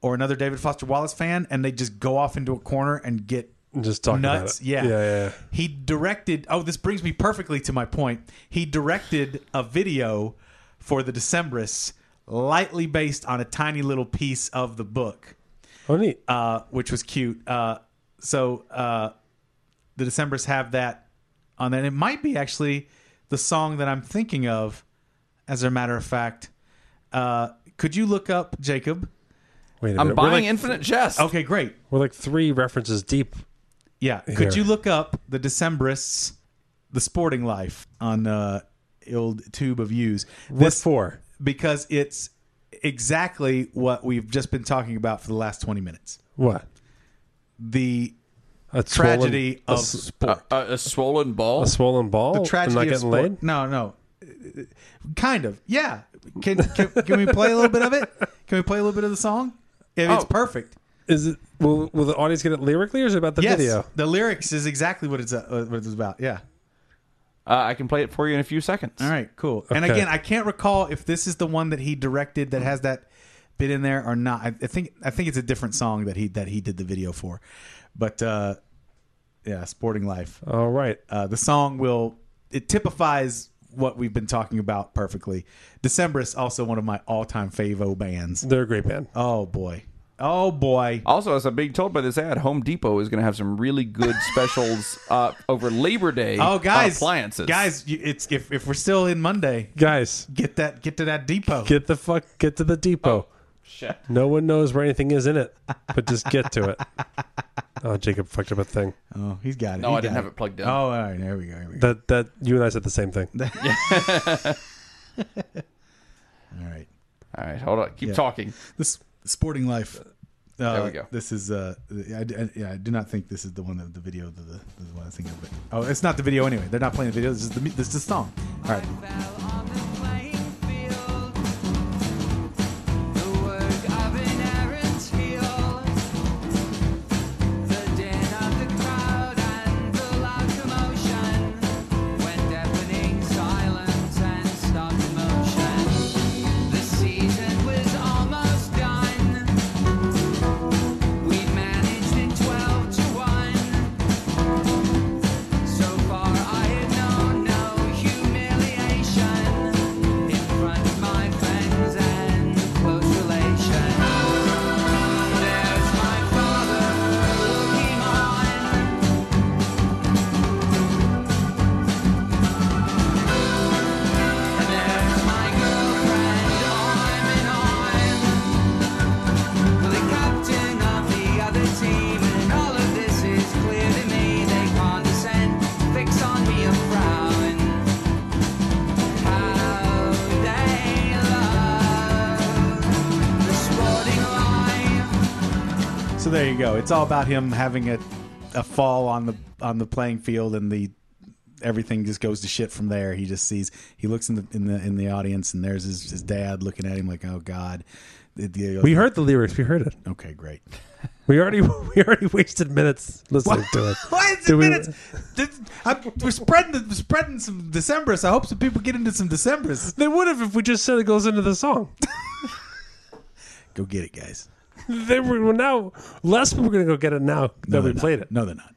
Speaker 2: or another David Foster Wallace fan and they just go off into a corner and get
Speaker 1: just talking
Speaker 2: nuts.
Speaker 1: about it.
Speaker 2: Yeah.
Speaker 1: Yeah. yeah.
Speaker 2: He directed. Oh, this brings me perfectly to my point. He directed a video for the Decembrists, lightly based on a tiny little piece of the book
Speaker 1: Oh, neat.
Speaker 2: uh, which was cute. Uh, so uh, the Decembers have that on there. And it might be actually the song that I'm thinking of, as a matter of fact. Uh, could you look up Jacob?
Speaker 1: Wait a minute.
Speaker 3: I'm
Speaker 1: we're,
Speaker 3: buying
Speaker 1: like,
Speaker 3: Infinite Jest.
Speaker 2: Okay, great.
Speaker 1: we're like three references deep.
Speaker 2: Yeah.
Speaker 1: Here.
Speaker 2: Could you look up the Decembrists, the sporting life on uh, Ild Tube of Use?
Speaker 1: What for?
Speaker 2: Because it's exactly what we've just been talking about for the last 20 minutes.
Speaker 1: What?
Speaker 2: The
Speaker 1: A
Speaker 2: tragedy
Speaker 1: swollen, a
Speaker 2: of
Speaker 1: s-
Speaker 2: sport.
Speaker 3: A, a swollen ball.
Speaker 1: a swollen ball. and
Speaker 2: tragedy
Speaker 1: not
Speaker 2: of
Speaker 1: getting
Speaker 2: sport.
Speaker 1: laid.
Speaker 2: No, no, Uh, kind of. Yeah. Can, can can we play a little bit of it? Can we play a little bit of the song? If It's
Speaker 3: Oh.
Speaker 2: perfect.
Speaker 1: Is it? Will, will the audience get it lyrically, or is it about the
Speaker 2: Yes,
Speaker 1: video?
Speaker 2: the lyrics is exactly what it's uh, what it's about. Yeah.
Speaker 3: Uh, I can play it for you in a few seconds.
Speaker 2: All right. Cool. And
Speaker 1: Okay.
Speaker 2: again, I can't recall if this is the one that he directed that has that bit in there or not. I, I think I think it's a different song that he that he did the video for, but uh, yeah, sporting life.
Speaker 1: All right.
Speaker 2: Uh, the song will it typifies what we've been talking about perfectly. Decemberists also one of my all-time favo bands.
Speaker 1: They're a great band.
Speaker 2: Oh boy. Oh boy.
Speaker 3: Also, as I'm being told by this ad, Home Depot is going to have some really good specials uh, over Labor Day.
Speaker 2: Oh
Speaker 3: on
Speaker 2: guys.
Speaker 3: appliances,
Speaker 2: Guys, you, it's if, if we're still in Monday,
Speaker 1: Guys,
Speaker 2: get that get to that depot.
Speaker 1: get the fuck get to the
Speaker 2: oh,
Speaker 1: depot.
Speaker 3: Shit.
Speaker 1: No one knows where anything is in it, but just get to it. Oh, Jacob fucked up a thing.
Speaker 2: oh, he's got it.
Speaker 3: No,
Speaker 2: He
Speaker 3: I didn't
Speaker 2: got
Speaker 3: have it plugged in.
Speaker 2: Oh, all right. There we go. Here we go.
Speaker 1: That that you and I said the same thing.
Speaker 2: All right.
Speaker 3: All right, hold on. Keep
Speaker 2: Yeah.
Speaker 3: talking.
Speaker 2: This sporting life. Uh,
Speaker 3: There we go.
Speaker 2: This is uh, I, I- yeah, I do not think this is the one that the video the, the, the one I think of. But, oh, it's not the video anyway. They're not playing the video. This is the mu- this is the song. All right.
Speaker 4: So far, I had known no humiliation in front of my friends and close relation. There's my father looking on. And there's my girlfriend, arm in arm. Well, the captain of the other team, and all of this is clear to me. They condescend, fix on me a frown. How they love the sporting life.
Speaker 2: So there you go. It's all about him having a a fall on the on the playing field and the everything just goes to shit from there. He just sees he looks in the in the in the audience and there's his, his dad looking at him like, "Oh god." It- it-
Speaker 1: We heard the lyrics. We heard it.
Speaker 2: Okay, great.
Speaker 1: We already we already wasted minutes listening to it.
Speaker 2: Why is it
Speaker 1: Do we-
Speaker 2: minutes? This- I'm- we're spreading the, spreading some Decemberists. I hope some people get into some Decemberists.
Speaker 1: They would have if we just said it goes into the song.
Speaker 2: Go get it, guys.
Speaker 1: They were now less people are going to go get it now that we
Speaker 2: they're
Speaker 1: played
Speaker 2: not.
Speaker 1: it.
Speaker 2: No, they're not.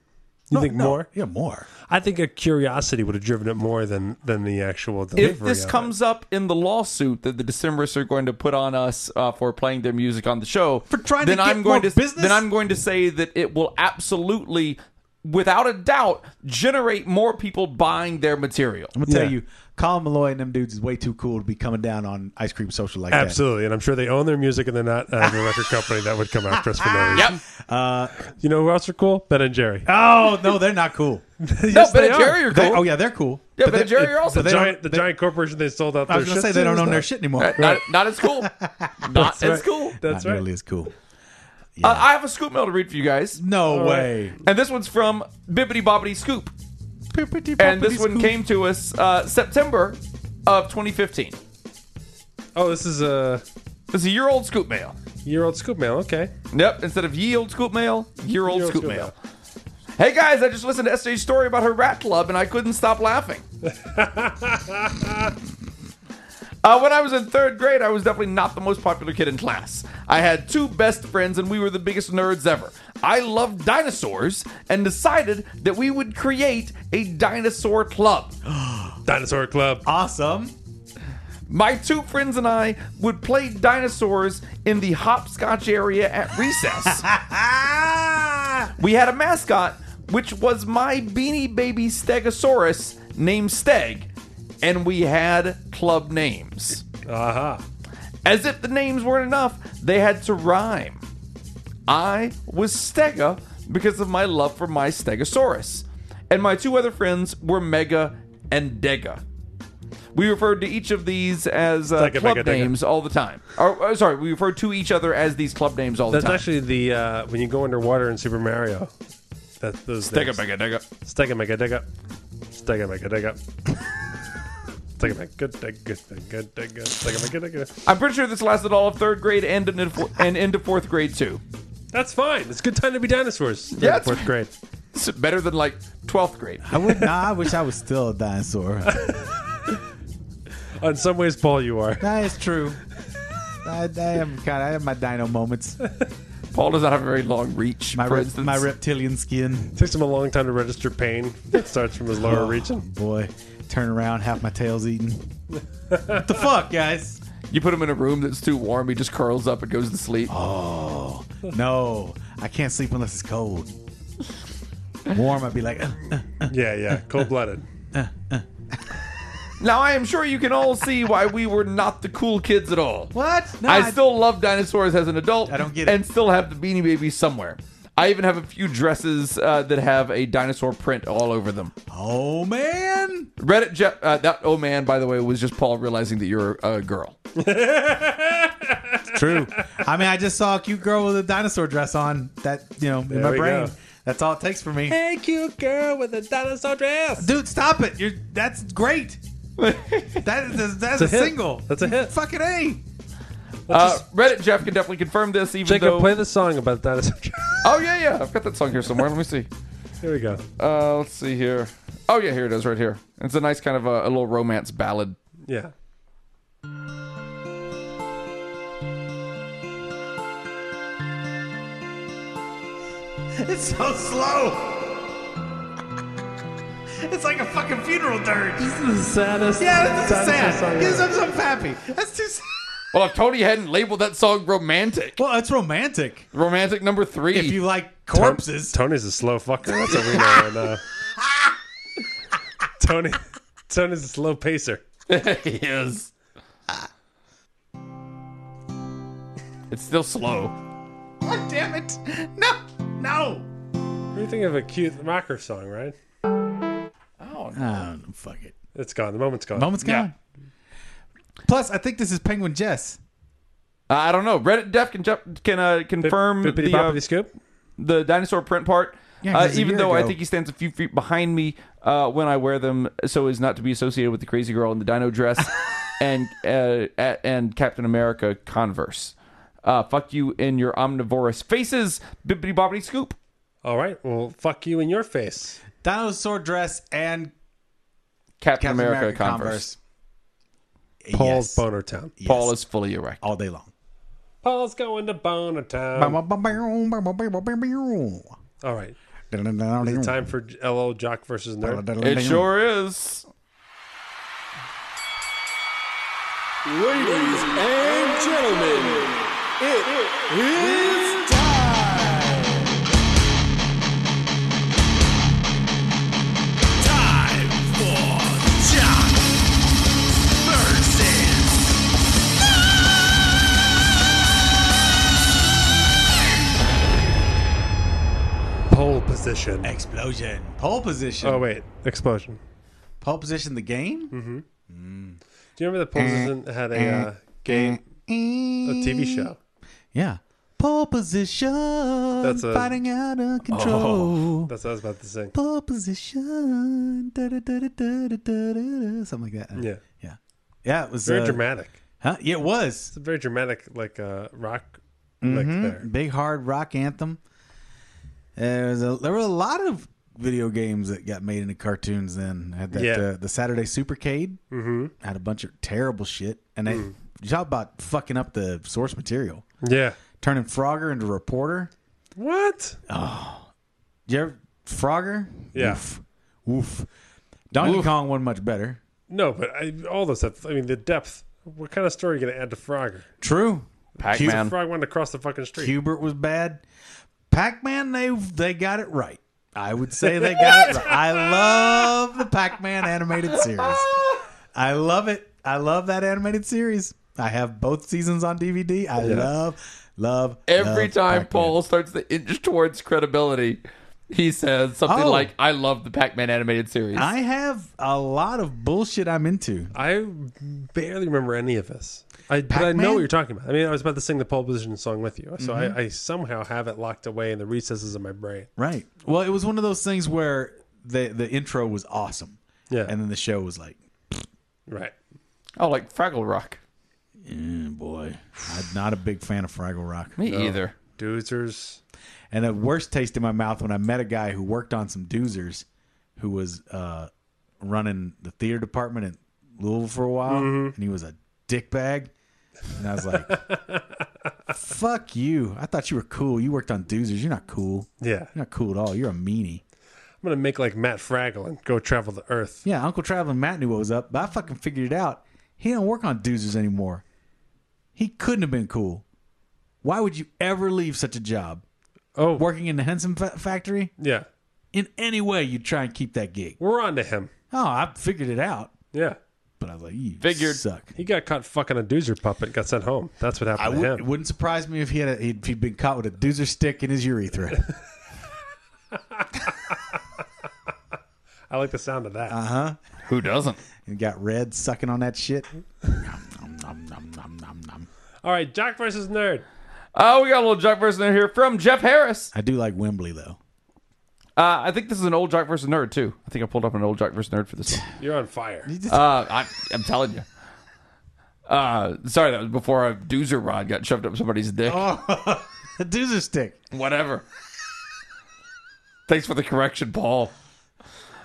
Speaker 1: You
Speaker 2: No,
Speaker 1: think
Speaker 2: no.
Speaker 1: more?
Speaker 2: Yeah, more.
Speaker 1: I think a curiosity would have driven it more than than the actual delivery.
Speaker 3: if this
Speaker 1: of it.
Speaker 3: comes up in the lawsuit that the Decemberists are going to put on us uh, for playing their music on the show, for
Speaker 2: trying to
Speaker 3: then
Speaker 2: get
Speaker 3: I'm going
Speaker 2: more
Speaker 3: to
Speaker 2: business?
Speaker 3: then I'm going to say that it will absolutely, without a doubt, generate more people buying their material.
Speaker 2: I'm gonna tell
Speaker 1: Yeah.
Speaker 2: you, Colin Malloy and them dudes is way too cool to be coming down on ice cream social like
Speaker 1: absolutely, and I'm sure they own their music and they're not uh, the record company that would come after us for no reason.
Speaker 3: Yep.
Speaker 1: You know who else are cool? Ben and Jerry.
Speaker 2: that. Oh no, they're not cool.
Speaker 3: no, but
Speaker 1: they
Speaker 3: and
Speaker 1: are.
Speaker 3: Jerry are cool.
Speaker 2: They- oh yeah, they're cool.
Speaker 3: Yeah, but, Jerry
Speaker 2: they-
Speaker 3: are also
Speaker 2: but they
Speaker 3: cool.
Speaker 1: giant, the giant corporation they sold out.
Speaker 2: I was
Speaker 1: their
Speaker 2: gonna
Speaker 1: shit
Speaker 2: say they
Speaker 1: to
Speaker 2: don't
Speaker 1: is
Speaker 2: own their
Speaker 1: not-
Speaker 2: shit anymore.
Speaker 3: Uh, not, not as cool. Not as cool.
Speaker 1: That's
Speaker 2: not
Speaker 1: right.
Speaker 2: nearly as cool.
Speaker 3: Uh, I have a scoop mail to read for you guys.
Speaker 2: No
Speaker 1: right.
Speaker 2: way.
Speaker 3: And this one's from Bibbidi Bobbidi Scoop. And this one came to us uh, September of 2015.
Speaker 1: Oh, this is a
Speaker 3: It's a year old scoop mail.
Speaker 1: year old scoop mail. Okay.
Speaker 3: Yep, instead of ye old scoop mail, year old
Speaker 1: Year old
Speaker 3: scoop
Speaker 1: scoop
Speaker 3: mail. Hey guys, I just listened to SJ's story about her rat club and I couldn't stop laughing. Uh, when I was in third grade, I was definitely not the most popular kid in class. I had two best friends, and we were the biggest nerds ever. I loved dinosaurs and decided that we would create a dinosaur club.
Speaker 1: Dinosaur Club.
Speaker 2: Awesome.
Speaker 3: My two friends and I would play dinosaurs in the hopscotch area at recess.
Speaker 2: Ah!
Speaker 3: we had a mascot, which was my beanie baby stegosaurus named Steg, and we had club names.
Speaker 1: Aha.
Speaker 3: As if the names weren't enough, they had to rhyme. I was Stega because of my love for my Stegosaurus, and my two other friends were Mega and Dega. We referred to each of these as uh,
Speaker 1: Stega,
Speaker 3: club
Speaker 1: Mega, Dega.
Speaker 3: names all the time. Or, uh, sorry, we referred to each other as these club names all
Speaker 1: That's
Speaker 3: the time.
Speaker 1: actually the uh, when you go underwater in Super Mario. That's those.
Speaker 3: Stega, Mega, Dega.
Speaker 1: Stega mega digga. Stega mega digga. Stega mega digga. Stega digga. Stega mega digga.
Speaker 3: I'm pretty sure this lasted all of third grade and into, four- and into fourth grade too.
Speaker 1: That's fine. It's a good time to be dinosaurs.
Speaker 3: Yeah, it's-
Speaker 1: fourth grade.
Speaker 3: It's better than like 12th grade.
Speaker 2: I would. Nah, I wish I was still a dinosaur.
Speaker 1: In some ways, Paul, you are.
Speaker 2: That is true. I, I am kind. I have my dino moments.
Speaker 3: Paul does not have a very long reach.
Speaker 2: My
Speaker 3: for
Speaker 2: rep,
Speaker 3: instance.
Speaker 2: my reptilian skin.
Speaker 1: takes him a long time to register pain. It starts from his
Speaker 3: Oh.
Speaker 1: lower region.
Speaker 2: Oh, Boy, turn around, half my tail's eaten. what the fuck, guys?
Speaker 3: You put him in a room that's too warm, he just curls up and goes to sleep.
Speaker 2: Oh. No, I can't sleep unless it's cold. Warm, I'd be like, uh, "Ugh, ugh."
Speaker 1: Yeah, yeah. Cold blooded.
Speaker 3: Now, I am sure you can all see why we were not the cool kids at all.
Speaker 2: what? No,
Speaker 3: I, still love dinosaurs as an adult.
Speaker 2: I don't get it.
Speaker 3: And still have the Beanie Babies somewhere. I even have a few dresses uh, that have a dinosaur print all over them.
Speaker 2: Oh man,
Speaker 3: Reddit, je- uh, that oh man, by the way, was just Paul realizing that you're a girl.
Speaker 2: true. I mean, I just saw a cute girl with a dinosaur dress on. That you know, in my
Speaker 1: we
Speaker 2: brain,
Speaker 1: go.
Speaker 2: that's all it takes for me.
Speaker 1: Hey, cute girl with a dinosaur dress.
Speaker 2: Dude, stop it! You're that's great. That is that's
Speaker 1: It's a
Speaker 2: a
Speaker 1: hit.
Speaker 2: single.
Speaker 1: That's a hit.
Speaker 2: Fucking a.
Speaker 3: Uh, Reddit Jeff can definitely confirm this, even
Speaker 1: Jacob,
Speaker 3: though.
Speaker 1: play the song about the dinosaur dress.
Speaker 3: oh yeah, yeah, I've got that song here somewhere. Let me see.
Speaker 1: Here we go.
Speaker 3: Uh, let's see here. Oh yeah, here it is, right here. It's a nice kind of uh, a little romance ballad.
Speaker 1: Yeah.
Speaker 2: It's so slow. It's like a fucking funeral dirge.
Speaker 1: The saddest.
Speaker 2: Yeah, this is
Speaker 1: dinosaur song
Speaker 2: sad.
Speaker 1: ever.
Speaker 2: Give us something happy. That's too sad.
Speaker 3: Well, if Tony hadn't labeled that song romantic,
Speaker 2: Well, it's romantic.
Speaker 3: romantic number three.
Speaker 2: If you like corpses.
Speaker 1: Tony's a slow fucker. That's what we know right now. Tony, Tony's a slow pacer.
Speaker 3: is. It's still slow.
Speaker 2: God damn it. No. No.
Speaker 1: You think of a cute rocker song, right?
Speaker 2: Oh, fuck it.
Speaker 1: It's gone. The moment's gone.
Speaker 2: Moment's gone. Plus, I think this is Penguin Jess.
Speaker 3: Uh, I don't know. Reddit Def can jump, can uh, confirm
Speaker 1: Bippity
Speaker 3: the, uh,
Speaker 1: boppity scoop.
Speaker 3: the dinosaur print part.
Speaker 2: Yeah, 'cause
Speaker 3: uh,
Speaker 2: it's a
Speaker 3: even
Speaker 2: year
Speaker 3: though I
Speaker 2: ago.
Speaker 3: think he stands a few feet behind me uh, when I wear them, so as not to be associated with the crazy girl in the dino dress and uh, a- and Captain America Converse. Uh, fuck you in your omnivorous faces, bibbity bobbity scoop.
Speaker 1: All right. Well, fuck you in your face.
Speaker 2: Dinosaur dress and
Speaker 3: Captain,
Speaker 2: Captain
Speaker 3: America,
Speaker 2: America,
Speaker 3: Converse.
Speaker 2: Converse.
Speaker 1: Paul's
Speaker 2: Yes.
Speaker 1: Boner Town.
Speaker 2: Yes.
Speaker 3: Paul is fully erect.
Speaker 2: all day long.
Speaker 1: Paul's going to Bonatown.
Speaker 2: Time
Speaker 1: All right. Time for LO Jock versus Nerd.
Speaker 3: It sure is.
Speaker 5: Ladies and gentlemen, it is
Speaker 6: Time for Jock versus.
Speaker 1: Pole position.
Speaker 2: Explosion. Pole position.
Speaker 1: Oh, wait. Mm-hmm. Explosion.
Speaker 2: Pole position. The game.
Speaker 1: Do you remember
Speaker 2: Eh,
Speaker 1: the pole position had a uh, game, a TV
Speaker 2: eh.
Speaker 1: show?
Speaker 2: Yeah. Pole position.
Speaker 1: That's a- Oh.
Speaker 2: fighting out of control.
Speaker 1: That's what I was about to sing.
Speaker 2: Pole position. Da, da, da, da, da, da, da, da, something like that.
Speaker 1: Yeah.
Speaker 2: Yeah. Yeah. It was
Speaker 1: Very
Speaker 2: uh,
Speaker 1: dramatic.
Speaker 2: Huh? Yeah, it was.
Speaker 1: It's a very dramatic, like uh, rock lick
Speaker 2: Mm-hmm.
Speaker 1: there.
Speaker 2: Big hard rock anthem. There was a, there were a lot of video games that got made into cartoons then. Had that
Speaker 1: Yeah.
Speaker 2: uh, the Saturday Supercade mm-hmm. had a bunch of terrible shit, and they
Speaker 1: Mm.
Speaker 2: you talk about fucking up the source material,
Speaker 1: Yeah.
Speaker 2: turning Frogger into Reporter.
Speaker 1: What?
Speaker 2: Did you ever Frogger?
Speaker 1: Yeah.
Speaker 2: Oof. Oof. Donkey
Speaker 3: Oof.
Speaker 2: Kong wasn't much better.
Speaker 1: No, but I, all those stuff. I mean, the depth. What kind of story are you going to add to Frogger?
Speaker 2: True.
Speaker 3: Pac
Speaker 2: Cute
Speaker 3: Man.
Speaker 1: Frog wanted to cross the fucking street.
Speaker 2: Hubert was bad. Pac-Man, they they got it right. I would say they got it right. I love the Pac-Man animated series. I love it. I love that animated series. I have both seasons on DVD. I love, love
Speaker 3: Every
Speaker 2: love
Speaker 3: time
Speaker 2: Pac-Man.
Speaker 3: Paul starts to inch towards credibility, he says something
Speaker 2: Oh.
Speaker 3: like, I love the Pac Man animated series.
Speaker 2: I have a lot of bullshit I'm into.
Speaker 1: I barely remember any of this. I, but I know
Speaker 2: Pac-Man? Mm-hmm.
Speaker 1: what you're talking about. I mean, I was about to sing the pole position song with you, so I, I somehow have it locked away in the recesses of my brain.
Speaker 2: Right. Well, it was one of those things where the the intro was awesome,
Speaker 1: Yeah,
Speaker 2: and then the show was like,
Speaker 1: right.
Speaker 3: oh, like Fraggle Rock.
Speaker 2: eh, boy, I'm not a big fan of Fraggle Rock.
Speaker 3: Me either.
Speaker 1: Doozers.
Speaker 2: and the worst taste in my mouth when I met a guy who worked on some doozers, who was uh, running the theater department in Louisville for a while, and he was a dickbag. And I was like, "Fuck you! I thought you were cool. You worked on doozers. You're not cool.
Speaker 1: Yeah,
Speaker 2: You're not cool at all. You're a meanie."
Speaker 1: I'm gonna make like Matt Fraggle and go travel the earth.
Speaker 2: Yeah, Uncle Traveling Matt knew what was up, but I fucking figured it out. He don't work on doozers anymore. He couldn't have been cool. Why would you ever leave such a job?
Speaker 1: Oh,
Speaker 2: Working in the Henson fa- factory?
Speaker 1: yeah.
Speaker 2: in any way you try and keep that gig.
Speaker 1: We're on to him.
Speaker 2: Oh, I figured it out,
Speaker 1: Yeah,
Speaker 2: but I was like, you
Speaker 3: Figured.
Speaker 2: suck.
Speaker 1: he got caught fucking a doozer puppet. Got sent home. That's what happened
Speaker 2: I
Speaker 1: to
Speaker 2: would, it
Speaker 1: him.
Speaker 2: wouldn't surprise me if he had a, if he'd been caught with a doozer stick in his urethra.
Speaker 1: I like the sound of that.
Speaker 3: Uh-huh. Who doesn't?
Speaker 2: and got red sucking on that shit. Nom, nom, nom, nom, nom, nom.
Speaker 1: All right, Jock versus Nerd.
Speaker 3: Oh, we got a little Jock versus Nerd here from Jeff Harris.
Speaker 2: I do like Wembley though.
Speaker 3: Uh, I think this is an old Jock versus Nerd, too. I think I pulled up an old Jock versus Nerd for this one.
Speaker 1: You're on fire.
Speaker 3: Uh, I, I'm telling you. Uh, sorry, that was before a doozer rod got shoved up somebody's dick.
Speaker 2: A doozer stick.
Speaker 3: Whatever. Thanks for the correction, Paul.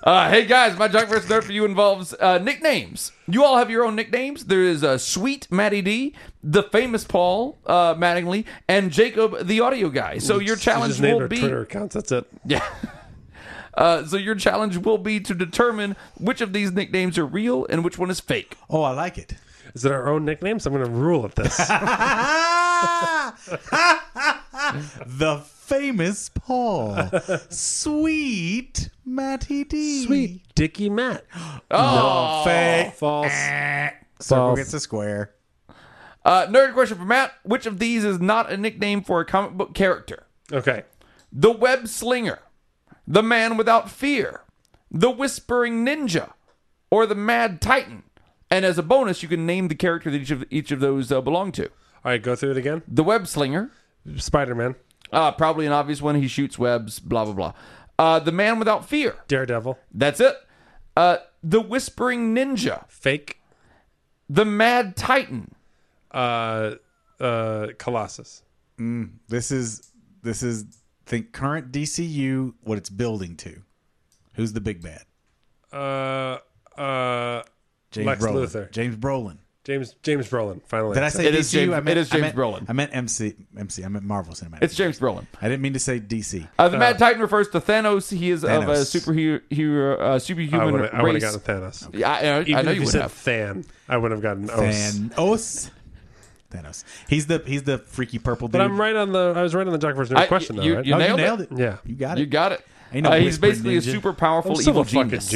Speaker 3: Uh, hey guys, my junk versus nerd for you involves uh, nicknames. You all have your own nicknames. There is uh, Sweet Matty D, the famous Paul uh, Mattingly, and Jacob, the audio guy. So your
Speaker 1: You
Speaker 3: challenge
Speaker 1: just named
Speaker 3: will
Speaker 1: our
Speaker 3: be
Speaker 1: Twitter accounts. That's it.
Speaker 3: yeah. Uh, so your challenge will be to determine which of these nicknames are real and which one is fake.
Speaker 2: Oh, I like it.
Speaker 1: Is it our own nicknames? I'm gonna rule at this.
Speaker 2: the famous Paul, sweet Matty D,
Speaker 1: Sweet Dicky Matt.
Speaker 2: oh, fake
Speaker 1: False.
Speaker 2: circle
Speaker 1: False.
Speaker 2: gets a square.
Speaker 3: Uh, nerd question for Matt: Which of these is not a nickname for a comic book character?
Speaker 1: Okay.
Speaker 3: the web slinger, the man without fear, the whispering ninja, or the mad titan. And as a bonus, you can name the character that each of each of those uh, belong to.
Speaker 1: All right, go through it again.
Speaker 3: The web slinger,
Speaker 1: Spider Man,
Speaker 3: uh, probably an obvious one. He shoots webs. Blah blah blah. Uh, the man without fear.
Speaker 1: Daredevil,
Speaker 3: That's it. Uh, the whispering ninja,
Speaker 1: Fake,
Speaker 3: the mad titan.
Speaker 1: uh, uh, Colossus.
Speaker 2: This is this is think current DCU what it's building to. Who's the big bad?
Speaker 1: Uh, uh,
Speaker 2: James
Speaker 1: Lex
Speaker 2: Brolin.
Speaker 1: Luthor.
Speaker 2: James Brolin.
Speaker 1: James James Brolin. Finally,
Speaker 2: Did I say
Speaker 3: It
Speaker 2: DC?
Speaker 3: is James-
Speaker 2: I meant,
Speaker 3: it is
Speaker 2: I
Speaker 3: James
Speaker 2: meant-
Speaker 3: Brolin.
Speaker 2: I meant MC. MC. I meant Marvel Cinematic.
Speaker 3: It's James Brolin.
Speaker 2: I didn't mean to say DC.
Speaker 3: Uh, the Mad Titan refers to Thanos. He is of a
Speaker 2: Thanos.
Speaker 3: superhero, hero, uh,
Speaker 1: I
Speaker 3: superhuman
Speaker 1: would have
Speaker 3: race.
Speaker 1: gotten Thanos.
Speaker 3: yeah, I, I- I
Speaker 1: Even
Speaker 3: know
Speaker 1: if
Speaker 3: you
Speaker 1: you
Speaker 3: would
Speaker 1: said
Speaker 3: have.
Speaker 1: Than, I would have gotten Os.
Speaker 2: Thanos. Thanos. He's the he's the freaky purple dude.
Speaker 1: But I'm right on the. I was right on the Jock versus Nerd
Speaker 3: I-
Speaker 1: question,
Speaker 3: you-
Speaker 1: though. Right?
Speaker 3: you
Speaker 2: Oh,
Speaker 3: nailed it.
Speaker 2: you nailed it.
Speaker 1: Yeah.
Speaker 2: you got it.
Speaker 3: You got it.
Speaker 2: Ain't no
Speaker 3: Uh, he's
Speaker 2: whispering
Speaker 3: basically a
Speaker 2: ninja.
Speaker 3: super powerful
Speaker 1: I'm still
Speaker 3: evil
Speaker 1: a Oh, fucking
Speaker 3: genius.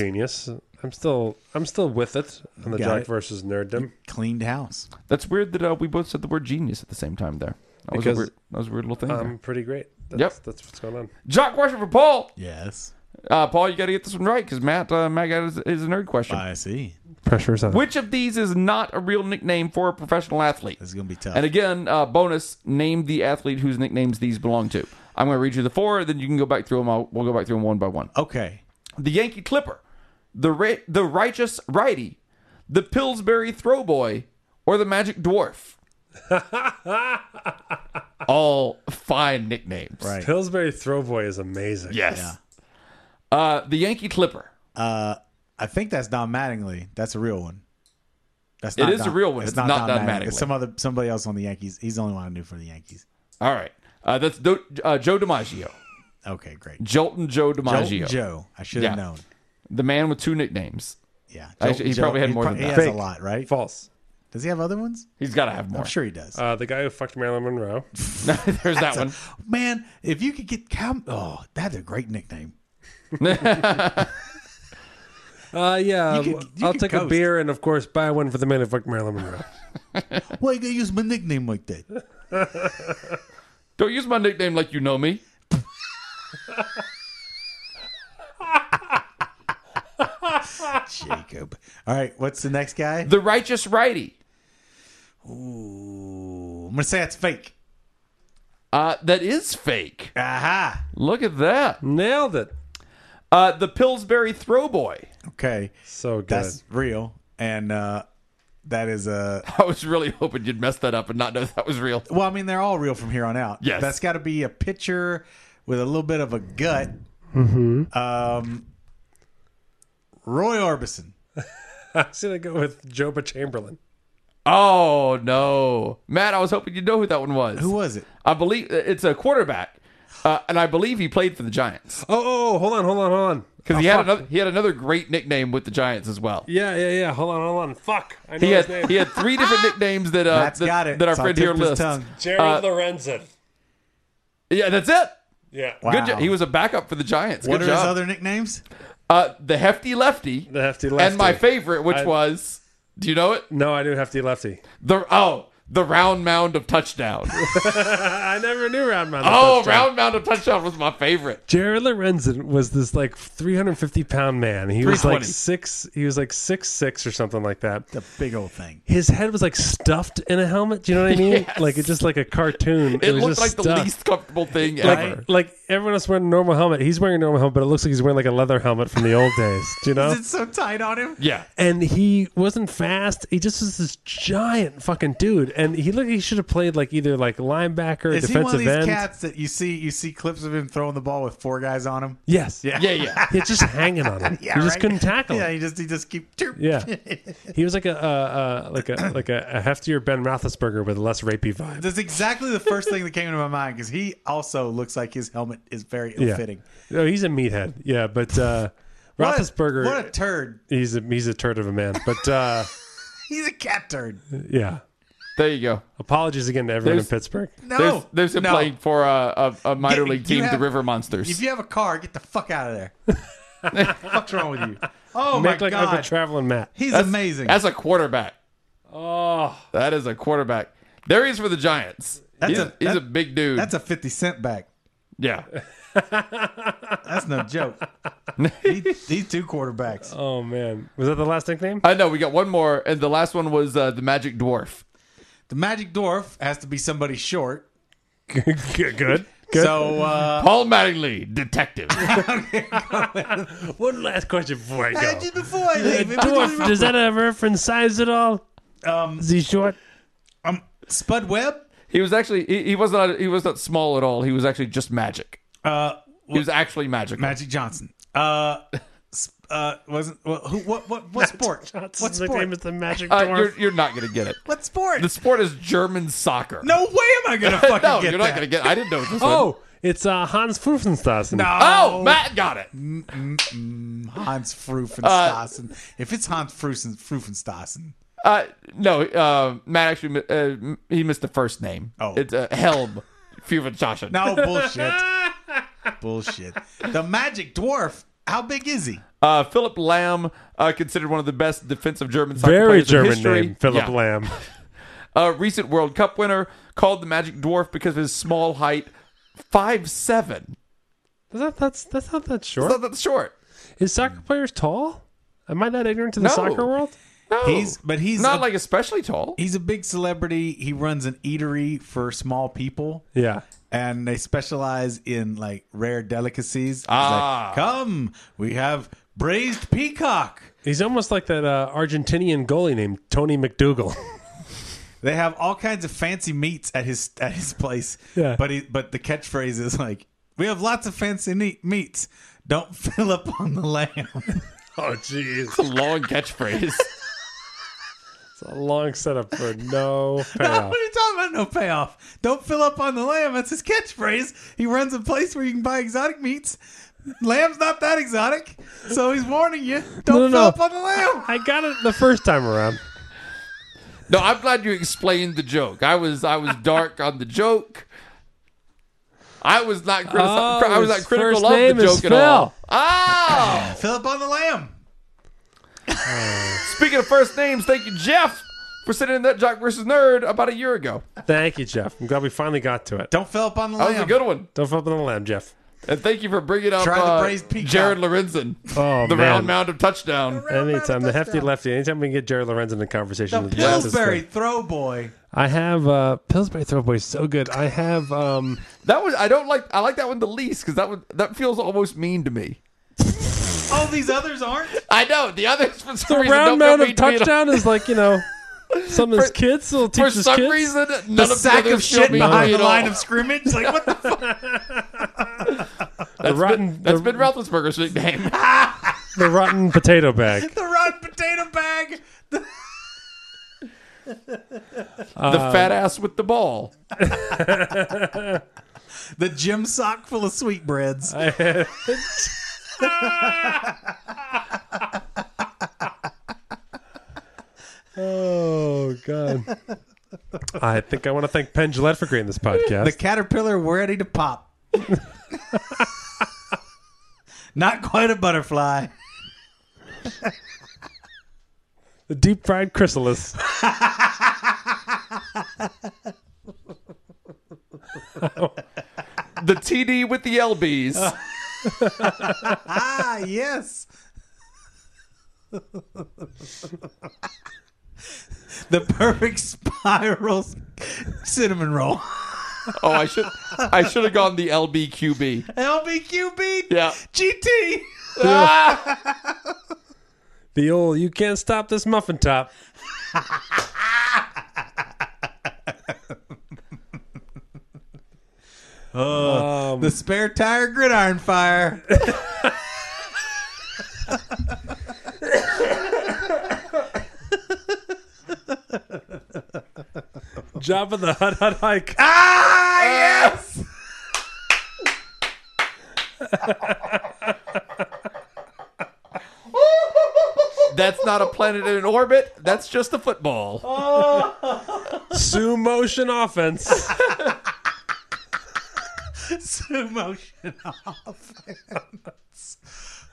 Speaker 1: genius. I'm still. I'm still with it on the
Speaker 2: Got
Speaker 1: Jock
Speaker 2: it.
Speaker 1: versus Nerddom.
Speaker 2: Cleaned house.
Speaker 3: That's weird that uh, we both said the word genius at the same time there. That was, a
Speaker 1: Because um,
Speaker 3: weird, that was a weird little thing. there.
Speaker 1: I'm pretty great. That's,
Speaker 3: Yep.
Speaker 1: That's what's going on.
Speaker 3: Jock question for Paul.
Speaker 2: Yes.
Speaker 3: Uh, Paul, you got to get this one right because Matt, uh, Matt got his, his nerd question.
Speaker 2: I see.
Speaker 1: Pressure's on.
Speaker 3: Which of these is not a real nickname for a professional athlete?
Speaker 2: This is gonna be tough.
Speaker 3: And again, uh, bonus: name the athlete whose nicknames these belong to. I'm going to read you the four, then you can go back through them. I'll, we'll go back through them one by one.
Speaker 2: okay.
Speaker 3: The Yankee Clipper, the ra- the righteous righty, the Pillsbury Throwboy, or the Magic Dwarf. All fine nicknames.
Speaker 2: Right.
Speaker 1: Pillsbury Throwboy is amazing.
Speaker 3: Yes. Uh, the Yankee Clipper.
Speaker 2: I think that's Don Mattingly. That's a real one. That's
Speaker 3: It is a real one. It's not Don Mattingly.
Speaker 2: It's some other somebody else on the Yankees. He's the only one I knew for the Yankees.
Speaker 3: All right. Uh, that's Do- uh, Joe DiMaggio.
Speaker 2: Okay, great.
Speaker 3: Jolton Joe DiMaggio.
Speaker 2: Joe. Joe. I should have
Speaker 3: Yeah.
Speaker 2: known.
Speaker 3: The man with two nicknames.
Speaker 2: Yeah.
Speaker 3: Actually, he probably had more
Speaker 2: pro-
Speaker 3: than
Speaker 2: He
Speaker 3: that.
Speaker 2: has
Speaker 1: Fake.
Speaker 2: a lot, right?
Speaker 1: False.
Speaker 2: Does he have other ones?
Speaker 3: He's got to have more.
Speaker 2: I'm sure he does.
Speaker 1: Uh, the guy who fucked Marilyn Monroe.
Speaker 3: There's that one.
Speaker 2: Man, if you could get Cal- oh, that's a great nickname.
Speaker 1: Uh, yeah.
Speaker 2: You could- you
Speaker 1: I'll
Speaker 2: could
Speaker 1: take a
Speaker 2: coast.
Speaker 1: beer and, of course, buy one for the man who fucked Marilyn Monroe.
Speaker 2: Why you gonna use my nickname like that?
Speaker 3: Don't use my nickname like you know me.
Speaker 2: Jacob. All right, what's the next guy?
Speaker 3: The righteous righty.
Speaker 2: Ooh, I'm gonna say that's fake.
Speaker 3: Uh, that is fake.
Speaker 2: Aha.
Speaker 3: Look at that.
Speaker 1: Nailed it.
Speaker 3: Uh, the Pillsbury Throwboy.
Speaker 2: Okay,
Speaker 1: So good.
Speaker 2: that's real, and uh, that is uh,
Speaker 3: I was really hoping you'd mess that up and not know that was real.
Speaker 2: well, I mean, they're all real from here on out.
Speaker 3: Yes.
Speaker 2: that's got to be a pitcher with a little bit of a gut.
Speaker 1: Mm-hmm.
Speaker 2: Um, Roy Orbison.
Speaker 1: I was going to go with Joba Chamberlain.
Speaker 3: Oh no, Matt! I was hoping you'd know who that one was.
Speaker 2: Who was it?
Speaker 3: I believe it's a quarterback, uh, and I believe he played for the Giants
Speaker 1: Oh, oh, oh, hold on, hold on, hold on. Oh,
Speaker 3: because he
Speaker 2: Oh,
Speaker 3: had another he had another great nickname with the Giants as well.
Speaker 1: Yeah, yeah, yeah. Hold on, hold on. Fuck. I know
Speaker 3: He
Speaker 1: his
Speaker 3: had
Speaker 1: name.
Speaker 3: he had three different nicknames that uh,
Speaker 2: Matt's
Speaker 3: that,
Speaker 2: got it.
Speaker 3: that our
Speaker 2: So I
Speaker 3: friend here
Speaker 2: tipped his
Speaker 3: lists.
Speaker 2: tongue.
Speaker 1: Jerry
Speaker 3: uh,
Speaker 1: Lorenzen.
Speaker 3: Yeah, that's it.
Speaker 1: Yeah.
Speaker 3: Good
Speaker 2: Wow.
Speaker 3: jo- he was a backup for the Giants.
Speaker 2: What
Speaker 3: Good
Speaker 2: are
Speaker 3: job.
Speaker 2: his other nicknames?
Speaker 3: uh, the hefty lefty,
Speaker 1: The hefty lefty.
Speaker 3: and my favorite, which
Speaker 1: I-
Speaker 3: was, do you know it?
Speaker 1: No, I knew hefty lefty.
Speaker 3: The oh, the round mound of touchdown.
Speaker 1: I never knew round mound.
Speaker 3: oh,
Speaker 1: touchdown.
Speaker 3: round mound of touchdown was my favorite.
Speaker 1: Jared Lorenzen was this like 350 pound man. He was like
Speaker 3: 320.
Speaker 1: six. He was like six six or something like that.
Speaker 2: The big old thing.
Speaker 1: His head was like stuffed in a helmet. Do you know what I mean?
Speaker 3: Yes.
Speaker 1: Like it's just like a cartoon. It,
Speaker 3: It
Speaker 1: was
Speaker 3: looked
Speaker 1: just
Speaker 3: like the
Speaker 1: stuffed.
Speaker 3: least comfortable thing
Speaker 1: Like,
Speaker 3: ever.
Speaker 1: like everyone else wearing a normal helmet. He's wearing a normal helmet, but it looks like he's wearing like a leather helmet from the old days. Do you know?
Speaker 2: Is it so tight on him?
Speaker 3: Yeah.
Speaker 1: and he wasn't fast. He just was this giant fucking dude, and he looked like he should have played like either like linebacker,
Speaker 2: Is
Speaker 1: defensive
Speaker 2: he one of these
Speaker 1: end.
Speaker 2: cats that you see you see clips of him throwing the ball with four guys on him?
Speaker 1: Yes,
Speaker 3: Yeah, yeah.
Speaker 1: He's just hanging on him.
Speaker 2: Yeah,
Speaker 1: you just
Speaker 2: right?
Speaker 1: couldn't tackle
Speaker 2: Yeah,
Speaker 1: him.
Speaker 2: he just he just keep.
Speaker 1: Yeah, he was like a uh, uh, like a like a, a heftier Ben Roethlisberger with less rapey vibe.
Speaker 2: That's exactly the first thing that came into my mind because he also looks like his helmet is very ill
Speaker 1: Yeah,
Speaker 2: fitting.
Speaker 1: no, he's a meathead. Yeah, but uh,
Speaker 2: What a-
Speaker 1: Roethlisberger,
Speaker 2: what a turd!
Speaker 1: he's a he's a turd of a man. But uh,
Speaker 2: He's a cat turd.
Speaker 1: yeah,
Speaker 3: There you go.
Speaker 1: Oh, apologies again to everyone
Speaker 3: There's-
Speaker 1: in Pittsburgh.
Speaker 2: No,
Speaker 3: There's there's him
Speaker 2: no.
Speaker 3: playing for a, a, a minor
Speaker 2: Get-
Speaker 3: league
Speaker 2: you
Speaker 3: team, the
Speaker 2: have-
Speaker 3: River Monsters.
Speaker 2: If you have a car, get the fuck out of there. What's wrong with you? Oh
Speaker 1: Make
Speaker 2: my
Speaker 1: like Uncle
Speaker 2: god,
Speaker 1: Traveling Matt.
Speaker 2: he's amazing.
Speaker 3: That's a quarterback. Oh, that is a quarterback. There he is for the Giants.
Speaker 2: That's
Speaker 3: he's
Speaker 2: a-
Speaker 3: he's
Speaker 2: that-
Speaker 3: a big dude.
Speaker 2: That's a fifty cent back.
Speaker 3: yeah.
Speaker 2: That's no joke. He- These two quarterbacks.
Speaker 3: Uh,
Speaker 1: Oh man, was that the last nickname?
Speaker 3: I know. We got one more, and the last one was uh, the Magic Dwarf.
Speaker 2: The Magic Dwarf has to be somebody short.
Speaker 1: good, good. good.
Speaker 2: So uh,
Speaker 3: Paul Mattingly, detective.
Speaker 1: One last question before I
Speaker 2: I
Speaker 1: go.
Speaker 2: did before I leave. if you
Speaker 1: Dwarf,
Speaker 2: leave-
Speaker 1: does that have reference size at all?
Speaker 2: Um,
Speaker 1: Is he short?
Speaker 2: um, Spud Webb.
Speaker 3: he was actually he, he was not he was not small at all. He was actually just magic.
Speaker 2: Uh,
Speaker 3: He was actually magic.
Speaker 2: Magic Johnson. Uh, s- Uh, wasn't well, who? What? What? What sport? What
Speaker 1: Johnson's nickname is
Speaker 2: sport?
Speaker 1: the Magic
Speaker 3: Uh,
Speaker 1: Dwarf.
Speaker 3: you're, you're not going to get it.
Speaker 2: What sport?
Speaker 3: The sport is German soccer.
Speaker 2: No way am I gonna fucking
Speaker 3: no,
Speaker 2: get
Speaker 3: you're not
Speaker 2: that.
Speaker 3: going to get. I didn't know this. one.
Speaker 1: oh, it's uh, Hans Pfeffenstrassen.
Speaker 3: oh, Matt got it.
Speaker 2: Hans Frufenstassen. if it's Hans Frufen, Frufenstassen,
Speaker 3: Uh, no, uh, Matt actually mi- uh, m- he missed the first name.
Speaker 2: Oh.
Speaker 3: it's uh, Helm Fuvenchashen.
Speaker 2: no bullshit, bullshit. The Magic Dwarf. How big is he?
Speaker 3: Uh, Philip Lamb, uh, considered one of the best defensive German soccer
Speaker 1: Very
Speaker 3: players in
Speaker 1: German
Speaker 3: history.
Speaker 1: name, Philip
Speaker 3: Yeah.
Speaker 1: Lamb.
Speaker 3: A recent World Cup winner called the Magic Dwarf because of his small height, five seven.
Speaker 1: Is that, that's, that's not that
Speaker 3: It's not
Speaker 1: short.
Speaker 3: that short.
Speaker 1: Is soccer players tall? Am I that ignorant to the
Speaker 3: No.
Speaker 1: soccer world?
Speaker 3: No,
Speaker 2: He's- but he's
Speaker 3: not
Speaker 2: a-
Speaker 3: like especially tall.
Speaker 2: He's a big celebrity. He runs an eatery for small people.
Speaker 1: Yeah.
Speaker 2: and they specialize in like rare delicacies. It's
Speaker 3: Ah.
Speaker 2: like, come, we have braised peacock.
Speaker 1: He's almost like that uh, Argentinian goalie named Tony McDougal.
Speaker 2: They have all kinds of fancy meats at his at his place.
Speaker 1: Yeah.
Speaker 2: But he, but the catchphrase is like, we have lots of fancy neat meats. Don't fill up on the lamb.
Speaker 1: oh, jeez.
Speaker 3: It's a long catchphrase.
Speaker 1: It's a long setup for no
Speaker 2: what
Speaker 1: payoff.
Speaker 2: are you talking about? No payoff. Don't fill up on the lamb. That's his catchphrase. He runs a place where you can buy exotic meats. Lamb's not that exotic, so he's warning you. Don't
Speaker 1: No, no,
Speaker 2: fill
Speaker 1: no.
Speaker 2: up on the lamb.
Speaker 1: I got it the first time around.
Speaker 3: no, I'm glad you explained the joke. I was I was dark on the joke. I was not critici-
Speaker 1: Oh,
Speaker 3: I was not
Speaker 1: his
Speaker 3: critical
Speaker 1: first
Speaker 3: of
Speaker 1: name
Speaker 3: the
Speaker 1: is
Speaker 3: joke at all. Ah.
Speaker 2: Fill up on the lamb.
Speaker 3: Speaking of first names, thank you, Jeff, for sending in that Jock versus Nerd about a year ago.
Speaker 1: Thank you, Jeff. I'm glad we finally got to it.
Speaker 2: Don't fill up on the
Speaker 3: That
Speaker 2: lamb.
Speaker 3: was a good one.
Speaker 1: Don't flip on the lamb, Jeff.
Speaker 3: And thank you for bringing up
Speaker 2: Try the
Speaker 3: uh,
Speaker 2: braised peacock.
Speaker 3: Jared Lorenzen,
Speaker 1: Oh,
Speaker 3: the
Speaker 1: man.
Speaker 3: round mound of touchdown.
Speaker 1: Anytime the hefty lefty, anytime we can get Jared Lorenzen in a conversation,
Speaker 2: The
Speaker 1: it's just this
Speaker 2: Pillsbury
Speaker 1: thing.
Speaker 2: throw boy.
Speaker 1: I have uh, Pillsbury throw boy is so good. I have um,
Speaker 3: That was I don't like I like that one the least because that one that feels almost mean to me.
Speaker 2: All these others aren't.
Speaker 3: I know the others for some
Speaker 1: the
Speaker 3: reason
Speaker 1: round
Speaker 3: don't feel
Speaker 1: mound of
Speaker 3: mean to me at all.
Speaker 1: touchdown is like you know something his kids will teach
Speaker 3: For
Speaker 1: his
Speaker 3: some
Speaker 1: kids.
Speaker 3: reason, none
Speaker 2: The
Speaker 3: of
Speaker 2: sack
Speaker 3: the
Speaker 2: of
Speaker 3: others feel
Speaker 2: shit
Speaker 3: mean to me
Speaker 2: behind the
Speaker 3: at all.
Speaker 2: line of scrimmage. Like what the fuck?
Speaker 1: the rotten
Speaker 3: That's
Speaker 1: the,
Speaker 3: been Roethlisberger's nickname.
Speaker 1: the rotten potato bag.
Speaker 2: The rotten potato bag.
Speaker 3: the
Speaker 1: Uh,
Speaker 3: fat ass with the ball.
Speaker 2: The gym sock full of sweetbreads.
Speaker 1: Oh god. I think I want to thank Penn Gillette for creating this
Speaker 2: The
Speaker 1: podcast.
Speaker 2: caterpillar ready to pop. Not quite a butterfly.
Speaker 1: The deep fried chrysalis.
Speaker 3: The TD with the LBs.
Speaker 2: Ah, yes. the perfect spiral cinnamon roll.
Speaker 3: oh, I should I should have gone the LBQB.
Speaker 2: LBQB
Speaker 3: Yeah.
Speaker 2: GT.
Speaker 3: Ah!
Speaker 1: The old you can't stop this muffin top. Um,
Speaker 2: The spare tire gridiron fire.
Speaker 1: job of the hut hut hike.
Speaker 2: ah, yes.
Speaker 3: That's not a planet in orbit. That's just a football.
Speaker 1: Sue motion offense.
Speaker 2: Slow motion offense.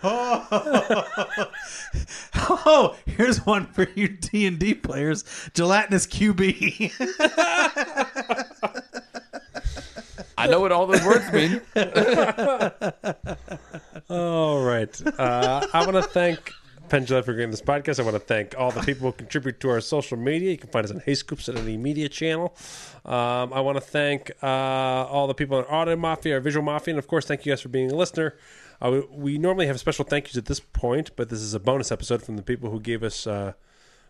Speaker 2: Oh. oh, here's one for you D and D players. Gelatinous QB.
Speaker 3: I know what all those words mean.
Speaker 1: All right. Uh, I want to thank Pendula for creating this podcast. I want to thank all the people who contribute to our social media. You can find us on Hey Scoops at any media channel. Um, I want to thank uh, all the people in Audio Mafia, our Visual Mafia, and of course, thank you guys for being a listener. Uh, we, we normally have special thank yous at this point, but this is a bonus episode from the people who gave us. Uh,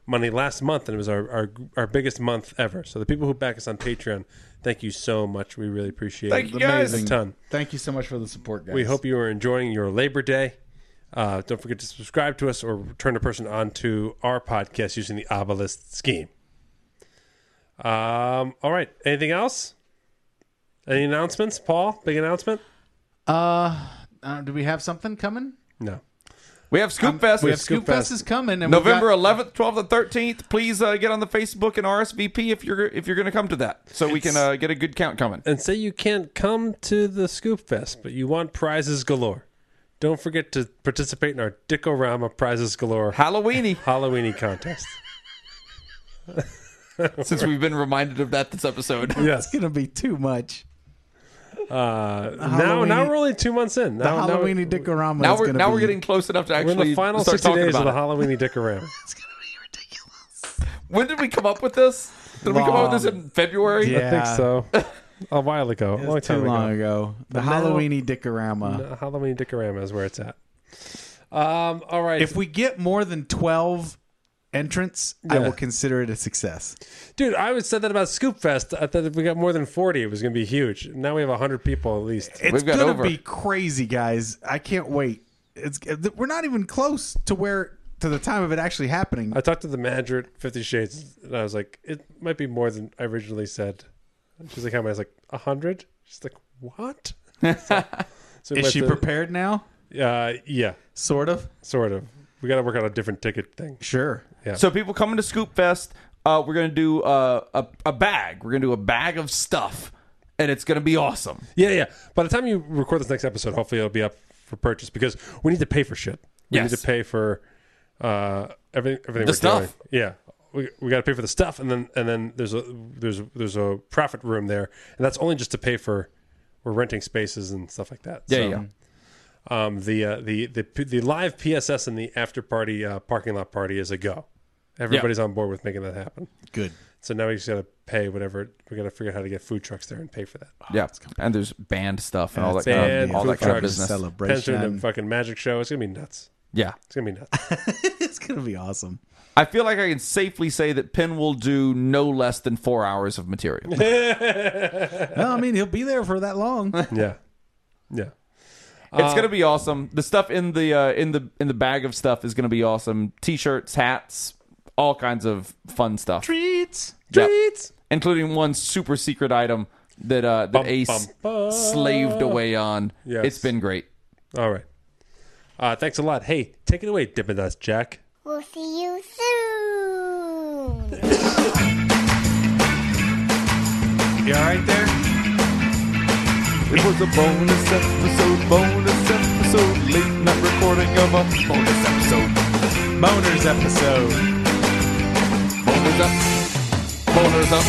Speaker 1: money last month, and it was our, our our biggest month ever. So the people who back us on Patreon, thank you so much. We really appreciate
Speaker 3: Thank
Speaker 1: it.
Speaker 3: you guys.
Speaker 1: a ton.
Speaker 7: Thank you so much for the support, guys.
Speaker 1: We hope you are enjoying your Labor Day. Uh, don't forget to subscribe to us or turn a person onto our podcast using the obelisk scheme. Um, all right. Anything else? Any announcements, Paul? Big announcement?
Speaker 2: Uh, do we have something coming?
Speaker 1: No.
Speaker 3: We have Scoop Fest.
Speaker 1: we have
Speaker 2: Scoop,
Speaker 1: Scoop
Speaker 2: Fest
Speaker 1: Fest.
Speaker 2: is coming. And we've
Speaker 3: November 11th,
Speaker 2: got-
Speaker 3: 12th, and 13th. Please uh, get on the Facebook and RSVP if you're if you're going to come to that, so we can uh, get a good count coming.
Speaker 1: and say you can't come to the Scoop Fest, but you want prizes galore. Don't forget to participate in our Dickorama Prizes Galore
Speaker 3: Halloweeny,
Speaker 1: Halloweeny contest.
Speaker 3: since we've been reminded of that this episode.
Speaker 2: It's gonna be too much.
Speaker 1: Uh, now, now
Speaker 2: Halloweeny-
Speaker 1: we're only two months in.
Speaker 2: The
Speaker 1: Now, now we're-
Speaker 2: Halloweeny Dickorama.
Speaker 3: now
Speaker 2: is
Speaker 3: we're
Speaker 2: gonna
Speaker 3: now
Speaker 2: be,
Speaker 3: we're getting close enough to
Speaker 1: we're in
Speaker 3: actually
Speaker 1: the final
Speaker 3: start
Speaker 1: 60
Speaker 3: talking
Speaker 1: days of
Speaker 3: about
Speaker 1: the
Speaker 3: it.
Speaker 1: Halloweeny Dickorama.
Speaker 3: When did we come up with this? Did we come up with this in February?
Speaker 2: Yeah.
Speaker 1: I think so. A while ago. A long
Speaker 2: too
Speaker 1: time ago.
Speaker 2: long ago. The
Speaker 1: now-
Speaker 2: Halloweeny Dickorama.
Speaker 1: Uh, Halloween Dickorama is where it's at. Um, all right.
Speaker 2: If we get more than twelve entrants, I will consider it a success.
Speaker 1: Dude, I always said that about Scoop Fest. I thought if we got more than 40, it was going to be huge. Now we have 100 people at least.
Speaker 2: It's
Speaker 3: We've got
Speaker 2: gonna
Speaker 3: over.
Speaker 2: be crazy, guys. I can't wait. It's we're not even close to where to the time of it actually happening.
Speaker 1: I talked to the manager at Fifty Shades, and I was like, "It might be more than I originally said." She's like, "How many?" I was like, "A hundred? She's like, "What?" so, we
Speaker 2: Is
Speaker 1: might
Speaker 2: she
Speaker 1: have to-
Speaker 2: prepared now?
Speaker 1: Uh, yeah,
Speaker 2: Sort of.
Speaker 1: sort of. We got to work out a different ticket thing.
Speaker 2: Sure.
Speaker 3: So people coming to Scoop Fest, uh, we're gonna do uh, a a bag. We're gonna do a bag of stuff, and it's gonna be awesome.
Speaker 1: Yeah, yeah. By the time you record this next episode, hopefully it'll be up for purchase because we need to pay for shit. We
Speaker 3: Yes.
Speaker 1: need to pay for uh, everything. Everything
Speaker 3: The
Speaker 1: we're
Speaker 3: stuff.
Speaker 1: doing. Yeah, we, we got to pay for the stuff, and then and then there's a there's there's a profit room there, and that's only just to pay for we're renting spaces and stuff like that.
Speaker 3: Yeah,
Speaker 1: So,
Speaker 3: yeah.
Speaker 1: Um, the uh, the the P- the live PSS and the after party uh, parking lot party is a go. Everybody's on board with making that happen.
Speaker 2: Good.
Speaker 1: So now we just got to pay whatever. We got to figure out how to get food trucks there and pay for that.
Speaker 3: Yeah, and there's band stuff and all that
Speaker 2: it's
Speaker 3: kind
Speaker 1: band,
Speaker 3: of, all
Speaker 1: food
Speaker 3: that kind of
Speaker 1: trucks.
Speaker 3: business.
Speaker 1: Penn's doing a
Speaker 2: Celebration.
Speaker 1: fucking magic show. It's gonna be nuts.
Speaker 3: Yeah,
Speaker 1: It's gonna be nuts.
Speaker 2: it's gonna be awesome.
Speaker 3: I feel like I can safely say that Penn will do no less than four hours of material.
Speaker 1: Uh,
Speaker 2: Well, I mean, he'll be there for that long.
Speaker 1: yeah, yeah.
Speaker 3: It's gonna be awesome. The stuff in the uh, in the in the bag of stuff is gonna be awesome. T-shirts, hats, all kinds of fun stuff,
Speaker 2: Treats.
Speaker 3: Yeah. including one super secret item that uh, that Ace
Speaker 1: bum, bum.
Speaker 3: slaved away on.
Speaker 1: Yes.
Speaker 3: It's been great.
Speaker 1: All right. Uh, thanks a lot. Hey, take it away, Dippin' Dots Jack.
Speaker 7: We'll see you soon.
Speaker 2: You all right there?
Speaker 3: It was a bonus episode, bonus episode, late night recording of a bonus episode.
Speaker 2: Boners episode.
Speaker 3: Boners up, boners up.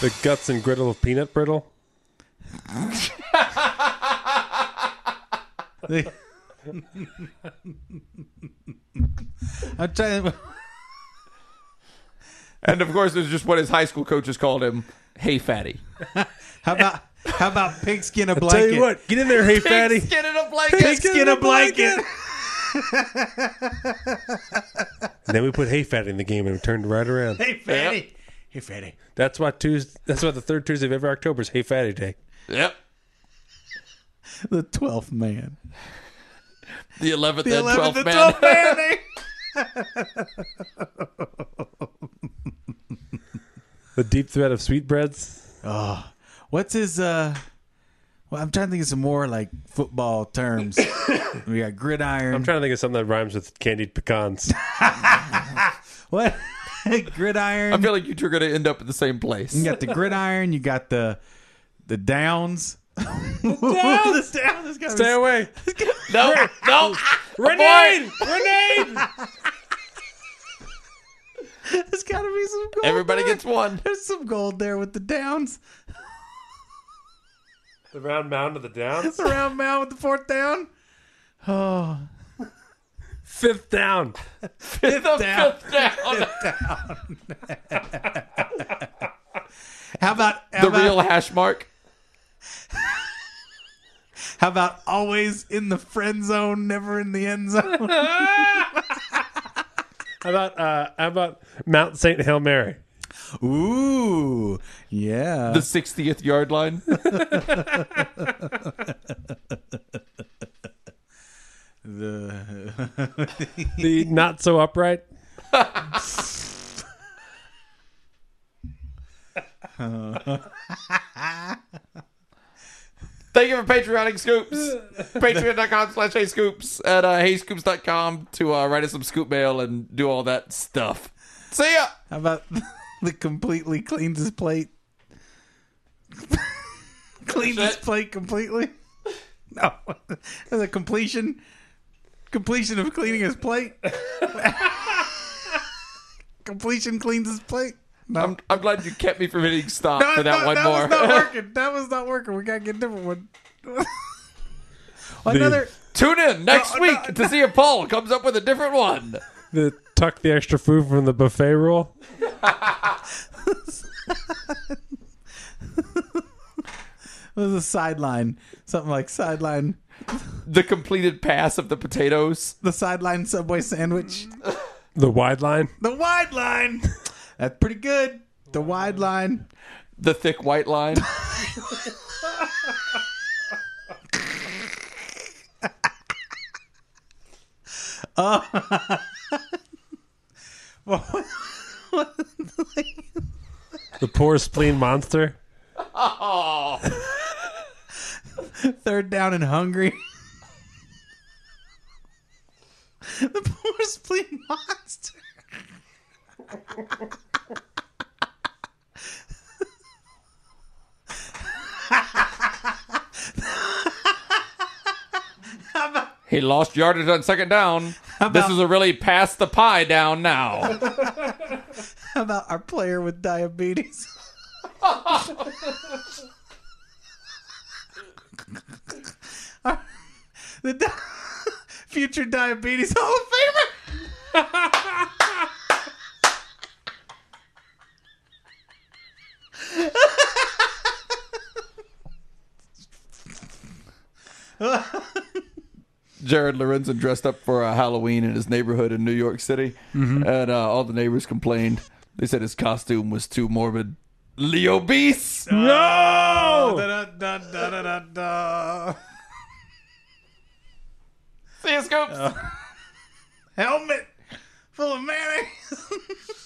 Speaker 1: The guts and griddle of peanut brittle.
Speaker 2: I'm trying.
Speaker 3: And of course, it's just what his high school coaches called him. Hey, fatty.
Speaker 2: How about how about pigskin a blanket?
Speaker 1: Tell you what, get in there, hey fatty.
Speaker 3: Skin in a blanket.
Speaker 2: Pigskin a blanket.
Speaker 1: And then we put hey fatty in the game and we turned right around.
Speaker 2: Hey, Fanny. Hey, Fanny.
Speaker 1: That's why Tuesday. That's why the third Tuesday of every October is Hey Fatty Day.
Speaker 3: Yep.
Speaker 2: The twelfth man.
Speaker 3: The 11th
Speaker 2: The
Speaker 3: and
Speaker 2: 11th
Speaker 3: 12th
Speaker 2: and
Speaker 3: man.
Speaker 2: 12th man. eh?
Speaker 1: The deep thread of sweetbreads.
Speaker 2: What's his uh well I'm trying to think of some more like football terms. we got gridiron.
Speaker 1: I'm trying to think of something that rhymes with candied pecans.
Speaker 2: what? gridiron.
Speaker 3: I feel like you two are going to end up at the same place.
Speaker 2: you got the gridiron, you got the the downs. the downs is gonna be-
Speaker 1: Stay away,
Speaker 3: No, no.
Speaker 1: Renee. Renee.
Speaker 2: There's gotta be some gold.
Speaker 3: Everybody
Speaker 2: there.
Speaker 3: gets one.
Speaker 2: there's some gold there with the downs.
Speaker 1: The round mound of the downs.
Speaker 2: The round mound with the fourth down. Oh
Speaker 1: Fifth down.
Speaker 3: The
Speaker 2: down.
Speaker 3: fifth down.
Speaker 2: how about how
Speaker 3: The
Speaker 2: about,
Speaker 3: real hash mark.
Speaker 2: how about always in the friend zone, never in the end zone?
Speaker 1: How about uh, how about Mount Saint Hail Mary?
Speaker 2: Ooh, yeah.
Speaker 3: The 60th yard line.
Speaker 1: The not so upright.
Speaker 3: Thank you for patreoning Scoops. Patreon.com slash Hey Scoops at uh, HeyScoops.com to uh, write us some scoop mail and do all that stuff. See ya!
Speaker 2: How about the completely cleans his plate? cleans his plate completely? No. The completion completion of cleaning his plate. completion cleans his plate. No.
Speaker 3: I'm, I'm glad you kept me from hitting stop
Speaker 2: No,
Speaker 3: for that
Speaker 2: no,
Speaker 3: one
Speaker 2: that
Speaker 3: more.
Speaker 2: was not working. That was not working. We gotta get a different one. Another
Speaker 3: Tune in next
Speaker 2: No,
Speaker 3: week to see if Paul comes up with a different one.
Speaker 1: The tuck the extra food from the buffet rule.
Speaker 2: was a sideline. Something like sideline
Speaker 3: The completed pass of the potatoes.
Speaker 2: the sideline subway sandwich.
Speaker 1: The wide line.
Speaker 2: The wide line. That's pretty good. The wide line.
Speaker 3: The thick white line.
Speaker 1: The poor spleen monster.
Speaker 2: Third down and hungry. the poor spleen monster.
Speaker 3: He lost yardage on second down. This is a really pass the pie down now.
Speaker 2: How about our player with diabetes? Our- the di- future diabetes hall of famer.
Speaker 3: Jared Lorenzen dressed up for a Halloween in his neighborhood in New York City,
Speaker 2: Mm-hmm.
Speaker 3: and uh, all the neighbors complained. They said his costume was too morbid. Leo obese. Oh.
Speaker 1: No.
Speaker 2: Da, da, da, da, da, da.
Speaker 3: See you, Scoops.
Speaker 2: Uh, Helmet full of mayonnaise.